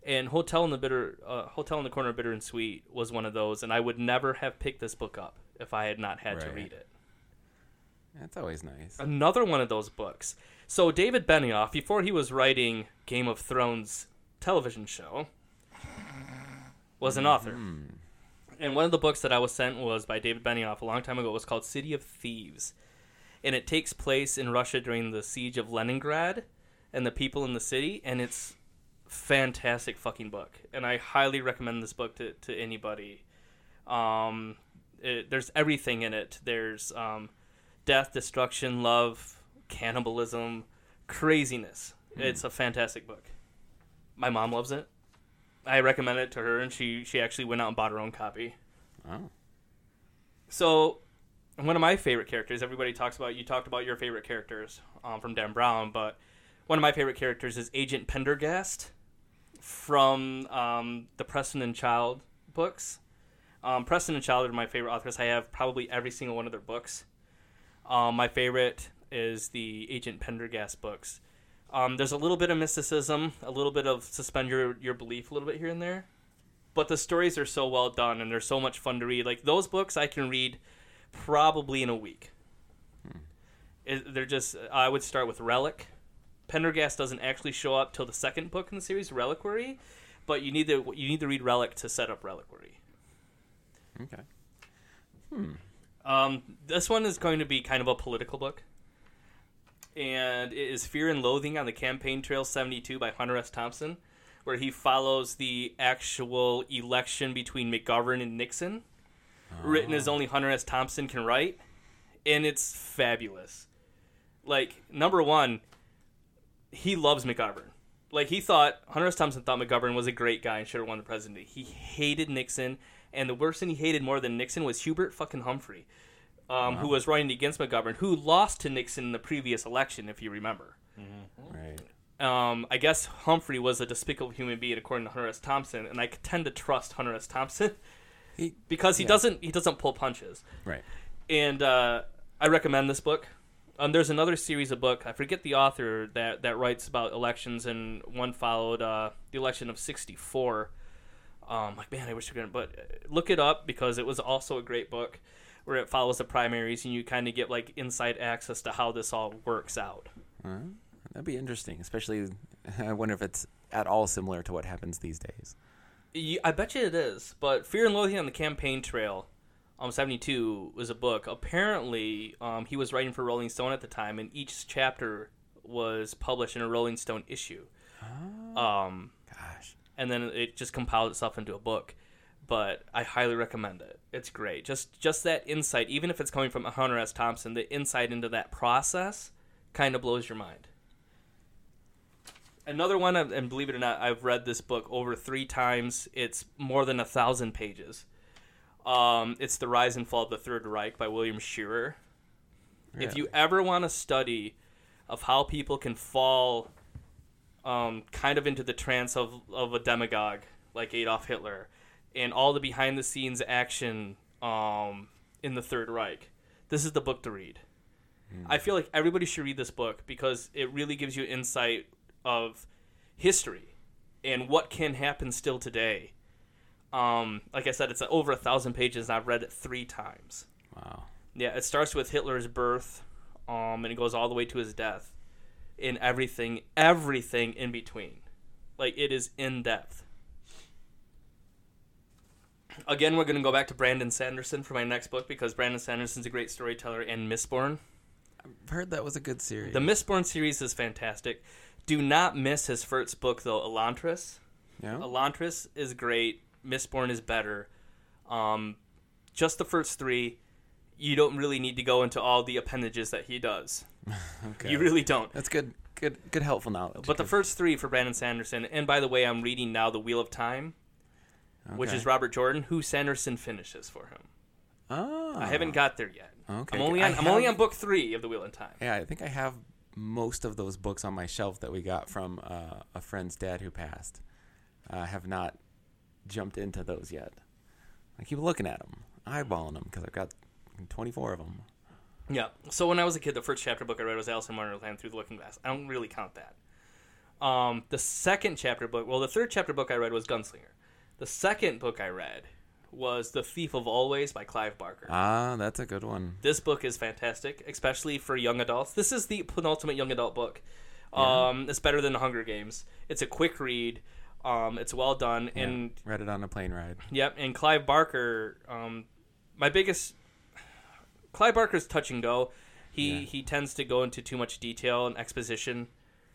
And Hotel in the Bitter, uh, Hotel in the Corner, Bitter and Sweet was one of those, and I would never have picked this book up if I had not had to
Right.
read it
That's always nice.
another one of those books. So David Benioff, before he was writing Game of Thrones television show, was an author. And one of the books that I was sent was by David Benioff a long time ago. It was called City of Thieves. And it takes place in Russia during the siege of Leningrad and the people in the city and it's fantastic fucking book. And I highly recommend this book to, to anybody. Um it, there's everything in it. There's um, death, destruction, love, cannibalism, craziness. It's a fantastic book. My mom loves it. I recommend it to her, and she she actually went out and bought her own copy.
Oh,
So, one of my favorite characters. Everybody talks about. You talked about your favorite characters um, from Dan Brown, but one of my favorite characters is Agent Pendergast from um, the Preston and Child books. Um, Preston and Child are my favorite authors. I have probably every single one of their books. Um, my favorite is the Agent Pendergast books. Um, there's a little bit of mysticism, a little bit of suspend your, your belief a little bit here and there, but the stories are so well done and they're so much fun to read. Like those books, I can read probably in a week. It, they're just. I would start with Relic. Pendergast doesn't actually show up till the second book in the series, Reliquary, but you need to you need to read Relic to set up Reliquary.
okay.
Um, this one is going to be kind of a political book. And it is Fear and Loathing on the Campaign Trail 72 by Hunter S. Thompson, where he follows the actual election between McGovern and Nixon, written as only Hunter S. Thompson can write. And it's fabulous. Like, number one, he loves McGovern. Like, he thought, Hunter S. Thompson thought McGovern was a great guy and should have won the presidency. He hated Nixon. And the person he hated more than Nixon was Hubert fucking Humphrey um, who was running against McGovern, who lost to Nixon in the previous election, if you remember.
Right.
Um, I guess Humphrey was a despicable human being, according to Hunter S. Thompson, and I tend to trust Hunter S. Thompson
He,
because he doesn't he doesn't pull punches.
right.
And uh, I recommend this book. Um, there's another series of book I forget the author that that writes about elections, and one followed uh, the election of '64. Um, like man, I wish I could. But uh, look it up because it was also a great book where it follows the primaries and you kind of get like inside access to how this all works out.
Uh, that'd be interesting, especially. I wonder if it's at all similar to what happens these days.
You, I bet you it is. But Fear and Loathing on the Campaign Trail, um, seventy two was a book. Apparently, um, he was writing for Rolling Stone at the time, and each chapter was published in a Rolling Stone issue.
Oh.
Um,
Gosh.
and then it just compiled itself into a book. But I highly recommend it. It's great. Just just that insight, even if it's coming from Hunter S. Thompson, the insight into that process kind of blows your mind. Another one, I've- and believe it or not, I've read this book over three times. It's more than a thousand pages. Um, it's The Rise and Fall of the Third Reich by William Shearer. If you ever want to study of how people can fall um, kind of into the trance of, of a demagogue like Adolf Hitler and all the behind the scenes action um, in the Third Reich. This is the book to read. I feel like everybody should read this book because it really gives you insight of history and what can happen still today. Um, like I said, it's over a thousand pages, and I've read it three times.
Wow.
Yeah, it starts with Hitler's birth, um, and it goes all the way to his death, in everything, everything in between. Like it is in depth. Again, we're gonna go back to Brandon Sanderson for my next book because Brandon Sanderson's a great storyteller and Mistborn.
I've heard that was a good series.
The Mistborn series is fantastic. Do not miss his first book though, Elantris. Oh,
no?
Elantris is great. Mistborn is better. Um, just the first three, you don't really need to go into all the appendages that he does.
Okay.
You really don't.
That's good. good, good helpful knowledge.
But the
'cause-
first three for Brandon Sanderson, and by the way, I'm reading now The Wheel of Time, which
Okay.
is Robert Jordan, who Sanderson finishes for him.
Ah.
I haven't got there yet.
Okay.
I'm only
I
on, I'm only
have-
on book three of The Wheel of Time.
Yeah, I think I have most of those books on my shelf that we got from uh, a friend's dad who passed. I have not jumped into those yet. I keep looking at them, eyeballing them, because I've got 24 of them.
Yeah. So when I was a kid, the first chapter book I read was Alice in Wonderland Through the Looking Glass. I don't really count that. Um, the second chapter book, well, the third chapter book I read was Gunslinger. The second book I read was The Thief of Always by Clive Barker.
Ah, that's a good one.
This book is fantastic, especially for young adults. This is the penultimate young adult book. Um, it's better than The Hunger Games. It's a quick read. Um, it's well done, and
Read it on a plane ride.
Yep, and Clive Barker, um, my biggest Clive Barker's touch and go. He he tends to go into too much detail and exposition.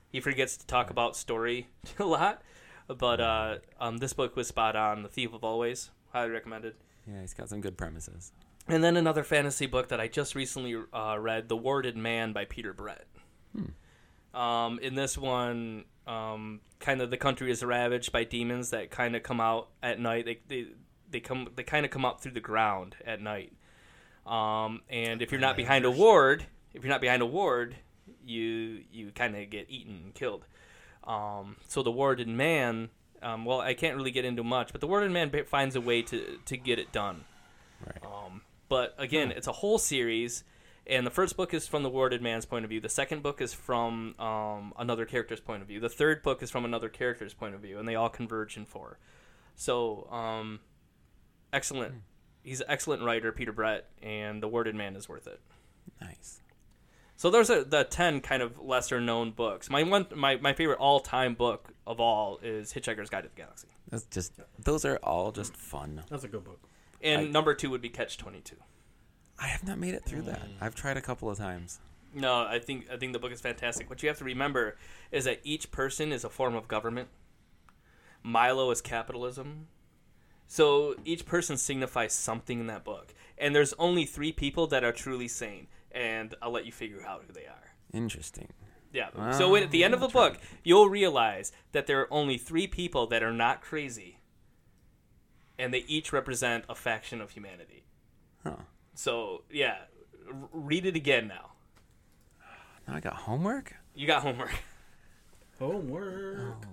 He forgets to talk about story a lot. But uh, um, this book was spot on. The Thief of Always, highly recommended.
Yeah, he's got some good premises.
And then another fantasy book that I just recently uh, read, The Warded Man by Peter Brett. Um, in this one, um, kind of the country is ravaged by demons that kind of come out at night. They, they, they come they kind of come up through the ground at night. Um, and if you're not behind a ward, if you're not behind a ward, you you kind of get eaten and killed. Um, so the warded man, um, well, I can't really get into much, but the warded man ba- finds a way to to get it done.
Right.
Um, but again, it's a whole series, and the first book is from the warded man's point of view. The second book is from um, another character's point of view. The third book is from another character's point of view, and they all converge in four. So, um, excellent. He's an excellent writer, Peter Brett, and the worded man is worth it.
Nice.
So those are the ten kind of lesser known books. My one, my, my favorite all time book of all is Hitchhiker's Guide to the Galaxy,
That's just those are all just fun.
That's a good book.
and number two would be Catch Twenty Two.
I have not made it through that.
Mm.
I've tried a couple of times.
No, I think I think the book is fantastic. What you have to remember is that each person is a form of government. Milo is capitalism. So each person signifies something in that book. And there's only three people that are truly sane, and I'll let you figure out who they are.
Interesting.
Yeah. so when, at the end of the book, you'll realize that there are only three people that are not crazy, and they each represent a faction of humanity.
Huh.
So yeah, r- read it again now.
Now I got homework.
You got homework.
Homework.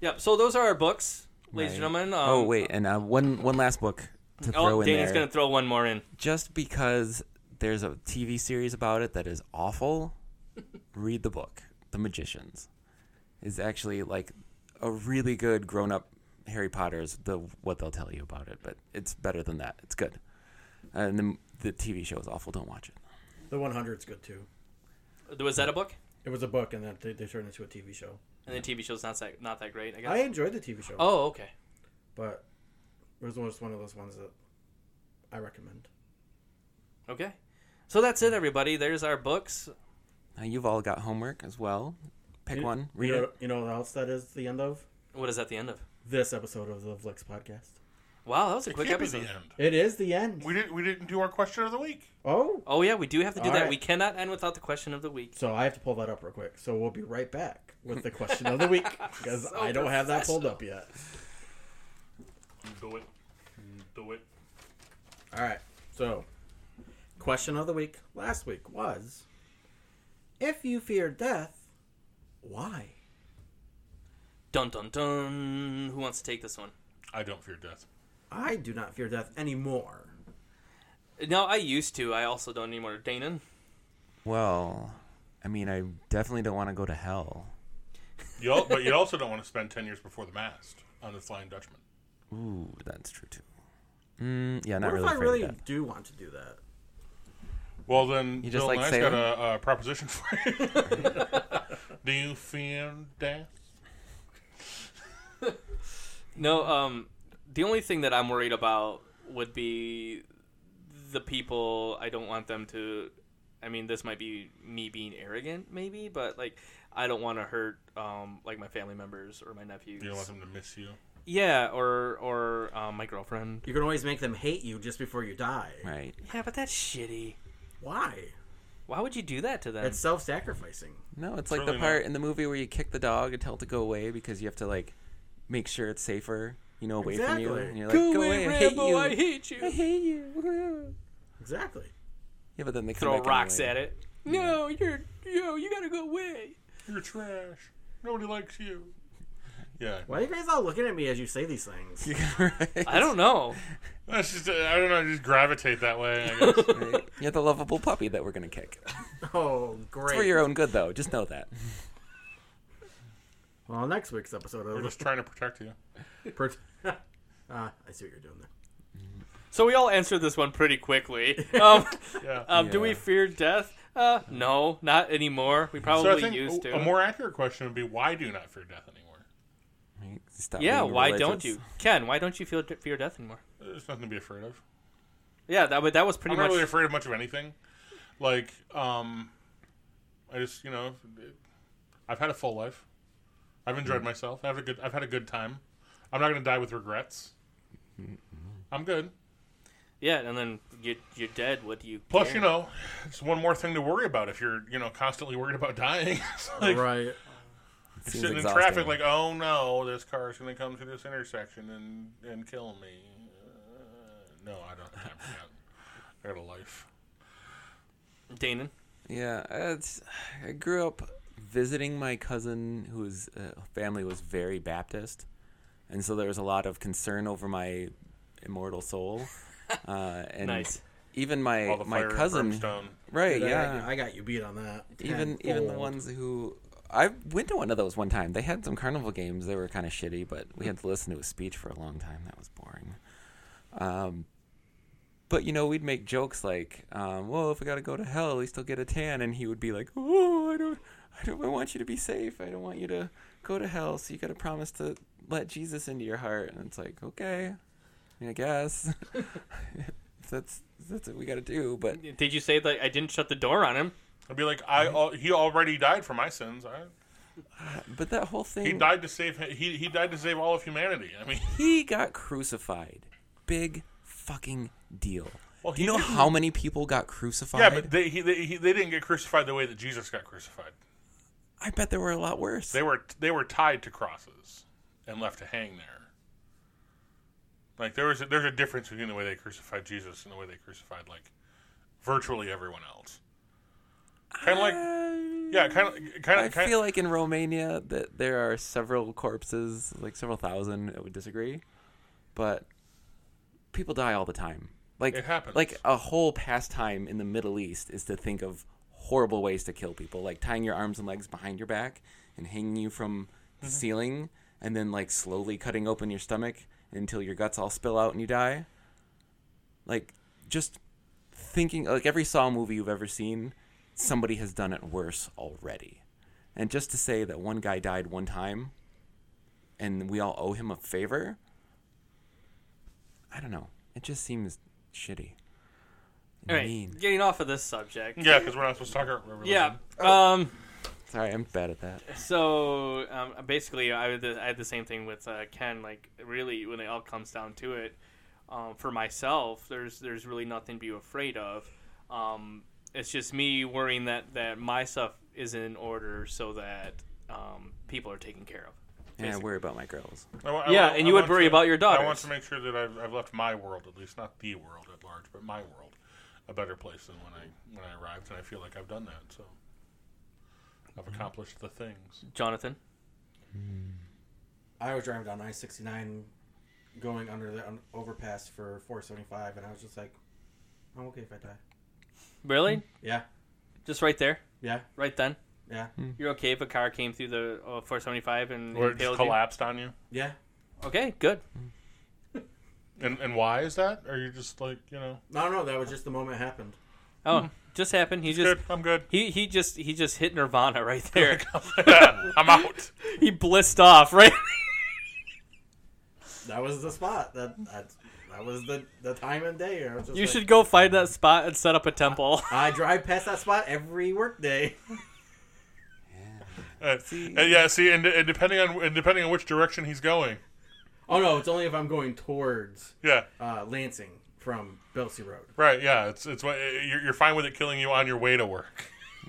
Yep. So those are our books, ladies
Right.
and gentlemen. Um,
oh wait, and uh, one one last book to throw
Oh,
in
Danny's
there.
gonna throw one more in.
just because there's a TV series about it that is awful, read the book. The Magicians is actually like a really good grown-up Harry Potter's the what they'll tell you about it, but it's better than that. It's good. And the, the TV show is awful. Don't watch it.
The 100's good too.
Was that a book?
It was a book, and then they, they turned it into a TV show.
And the TV show's not that not that great. I guess.
I enjoyed the TV show,
oh, okay.
but it was just one of those ones that I recommend.
Okay. So that's it, everybody. There's our books.
Now you've all got homework as well. Pick
You-
one, read
you know,
it.
You know what else that is the end of?
What is that the end of?
This episode of the Vlix podcast.
Wow, that was a
It
quick
can't
episode.
be the end.
It is the end.
We didn't. We didn't do our question of the week.
oh,
Oh yeah, we do have to do
All
that.
right.
We cannot end without the question of the week.
so I have to pull that up real quick. So we'll be right back with the question of the week because
So
I don't have that pulled up yet.
Do it. Do it.
All right. So, question of the week last week was if you fear death, why?
Dun dun dun. Who wants to take this one?
I don't fear death.
I do not fear death anymore.
No, I used to. I also don't anymore. Danon.
Well, I mean, I definitely don't want to go to hell.
You al- but you also don't want to spend ten years before the mast on the Flying Dutchman.
Ooh, that's true too. Mm, yeah, not
what
really.
if I
afraid of
really
death.
do want to do that?
Well, then,
You just
Bill
like
Nye's
sailing?
got a, a proposition for you. Do you fear death?
No, um, the only thing that I'm worried about would be the people. I don't want them to. I mean, this might be me being arrogant, maybe, but like, I don't want to hurt um, like my family members or my nephews.
You don't want them to miss you.
Yeah, or or um, my girlfriend.
You can always make them hate you just before you die.
Right.
Yeah, but that's shitty.
Why?
Why would you do that to them?
It's self-sacrificing.
No, it's like the
Certainly
part
not.
in the movie where you kick the dog and tell it to go away because you have to like make sure it's safer, you know, away from you.
Exactly.
And you're like, go, away, I hate you.
hate
I hate you.
Exactly.
Yeah, but then they come
Throw
back
rocks
anyway.
at it. No, you're yo, you gotta go away.
You're trash. Nobody likes you. Yeah.
Why are you guys all looking at me as you say these things?
Right.
I don't know.
That's just, I don't know, just gravitate that way, I guess.
Right. You're the lovable puppy that we're gonna kick.
Oh, great.
For your own good, though. Just know that.
Well, next week's episode
We're
of
just trying to protect you.
Per- uh, I see what you're doing there.
So we all answered this one pretty quickly. Um,
Yeah.
um, Do we
Yeah.
fear death? Uh, no, not anymore. We
so I
probably
think
used
a-
to.
a more accurate question would be why do you not fear death anymore?
Right. Stop
yeah,
being
why don't
religious.
you, Ken? Why don't you feel fear death anymore?
There's nothing to be afraid of.
Yeah, that wa- that was pretty
I'm not
much.
really afraid of much of anything. Like, um, I just you know, I've had a full life. I've enjoyed
Mm.
myself. I have a good. I've had a good time. I'm not gonna die with regrets. I'm good.
Yeah, and then you're, you're dead. What do you?
Plus,
care?
you know, it's one more thing to worry about if you're you know constantly worried about dying. It's like
right.
It seems
sitting
exhausting.
in traffic, like, oh no, this car is gonna come to this intersection and and kill me. Uh, no, I don't have time for that. I got a life.
Danon.
Yeah, it's, I grew up visiting my cousin whose uh, family was very Baptist, and so there was a lot of concern over my immortal soul. Uh, and
Nice.
even my
All the
my
fire and
cousin,
brimstone.
right?
Dude, I-
yeah,
I, got you beat on that.
even even the
Tenfold.
ones who I went to one of those one time. They had some carnival games. They were kind of shitty, but we had to listen to a speech for a long time. That was boring. Um, but you know, we'd make jokes like, um, "Well, if we gotta go to hell, we still get a tan," and he would be like, "Oh, I don't, I don't, I want you to be safe. I don't want you to go to hell. So you gotta promise to let Jesus into your heart." And it's like, okay, I, mean, I guess if that's if that's what we gotta do. But
Did you say that I didn't shut the door on him?
I'd be like, I al- he already died for my sins. I,
but that whole thing,
he died to save he he died to save all of humanity. I mean,
He got crucified. Big fucking deal.
Well,
Do you
he
know
didn't-
how many people got crucified?
yeah, but they he, they he, they didn't get crucified the way that Jesus got crucified.
I bet there were a lot worse.
They were they were tied to crosses and left to hang there. Like there was a, there's a difference between the way they crucified Jesus and the way they crucified like virtually everyone else. Kind of like
Uh,
yeah, kind of kind
I
of kind
feel
of
like in Romania that there are several corpses, like several thousand. I would disagree, but people die all the time. Like
It happens.
Like a whole pastime in the Middle East is to think of horrible ways to kill people, like tying your arms and legs behind your back and hanging you from the
Mm-hmm.
ceiling, and then like slowly cutting open your stomach until your guts all spill out and you die. Like just thinking like every Saw movie you've ever seen, somebody has done it worse already. And just to say that one guy died one time and we all owe him a favor, I don't know. It just seems shitty. and
All right,
Mean.
getting off of this subject.
yeah, Oh. because we're not supposed to talk about religion.
Yeah. Um.
Sorry, I'm bad at that.
So um, basically, I had, the, I had the same thing with uh, Ken. Like, really, when it all comes down to it, um, for myself, there's there's really nothing to be afraid of. Um, it's just me worrying that that my stuff is in order so that um, people are taken care of.
And I worry about my girls.
I wa- I
Yeah,
wa-
and
I
you would
want
worry
to-
about your
I want
daughters.
to make sure that I've, I've left my world, at least not the world at large, but my world, a better place than when I when I arrived, and I feel like I've done that. So I've
Mm-hmm.
accomplished the things.
Jonathan,
I was driving down I sixty nine, going under the un- overpass for four seventy five, and I was just like, I'm okay if I die.
really?
Mm-hmm.
Yeah,
Just right there,
yeah,
right then.
yeah,
You're okay if a car came through the uh, 475 and
Or it just
impaled you?
collapsed on you.
yeah.
Okay, good.
And and why is that? Are you just like you know?
No, no, that was just the moment it happened.
Oh, just happened. He just
Mm-hmm. Good, Oh I'm good.
he he just he just hit Nirvana right there.
I'm out.
he blissed off right
That was the spot. That that, that was the the time and day. I was just
you
like-
should go find that spot and set up a temple
I drive past that spot every workday.
Uh, and yeah, see, and, and depending on and depending on which direction he's going,
Oh no, it's only if I'm going towards
yeah,
uh, Lansing from Belsey Road.
Right? Yeah, it's it's what- eh, you're, you're fine with it killing you on your way to work,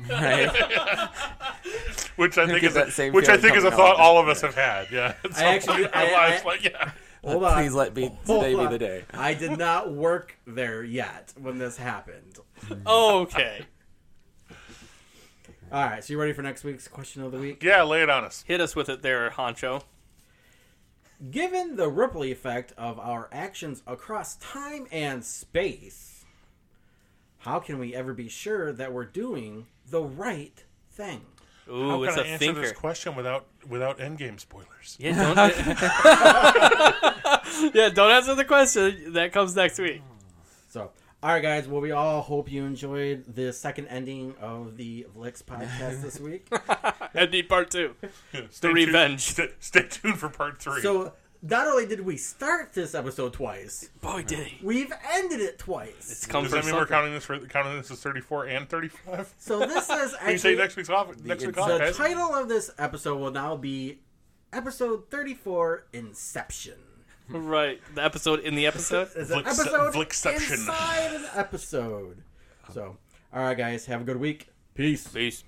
Right?
which I think
Get
is
that
a,
same
which I
feeling
think is a
coming out
thought
of
all of us have had. Yeah, At some
actually-
point in our
I-
lives,
I-
like yeah,
Hold on.
Uh, Please let me
Hold
today be
on.
the day.
I did not work there yet when this happened.
Okay.
All right, so you ready for next week's question of the week?
yeah. Lay it on us.
Hit us with it there, Honcho.
Given the ripple effect of our actions across time and space, how can we ever be sure that we're doing the right thing?
Ooh,
How
it's
can I
a
answer
thinker.
this question without without endgame spoilers?
Yeah, don't. yeah, don't answer the question. That comes next week.
So, all right, guys. Well, we all hope you enjoyed the second ending of the Vlix podcast this week.
And need part two.
Stay tuned-
revenge.
Stay, stay tuned for part three.
so, not only did we start this episode twice,
Boy, did he.
we've ended it twice.
It's come
Does
from
that mean we're
something.
counting this for counting this as thirty four and thirty five?
So this is
You say
actually
next week's off. Next week off,
the
guys.
title of this episode will now be episode thirty-four, Inception.
Right. The episode in the episode.
It's an
Vlickce-
episode
Vlickception.
inside an episode. So, all right, guys, have a good week. Peace.
Peace.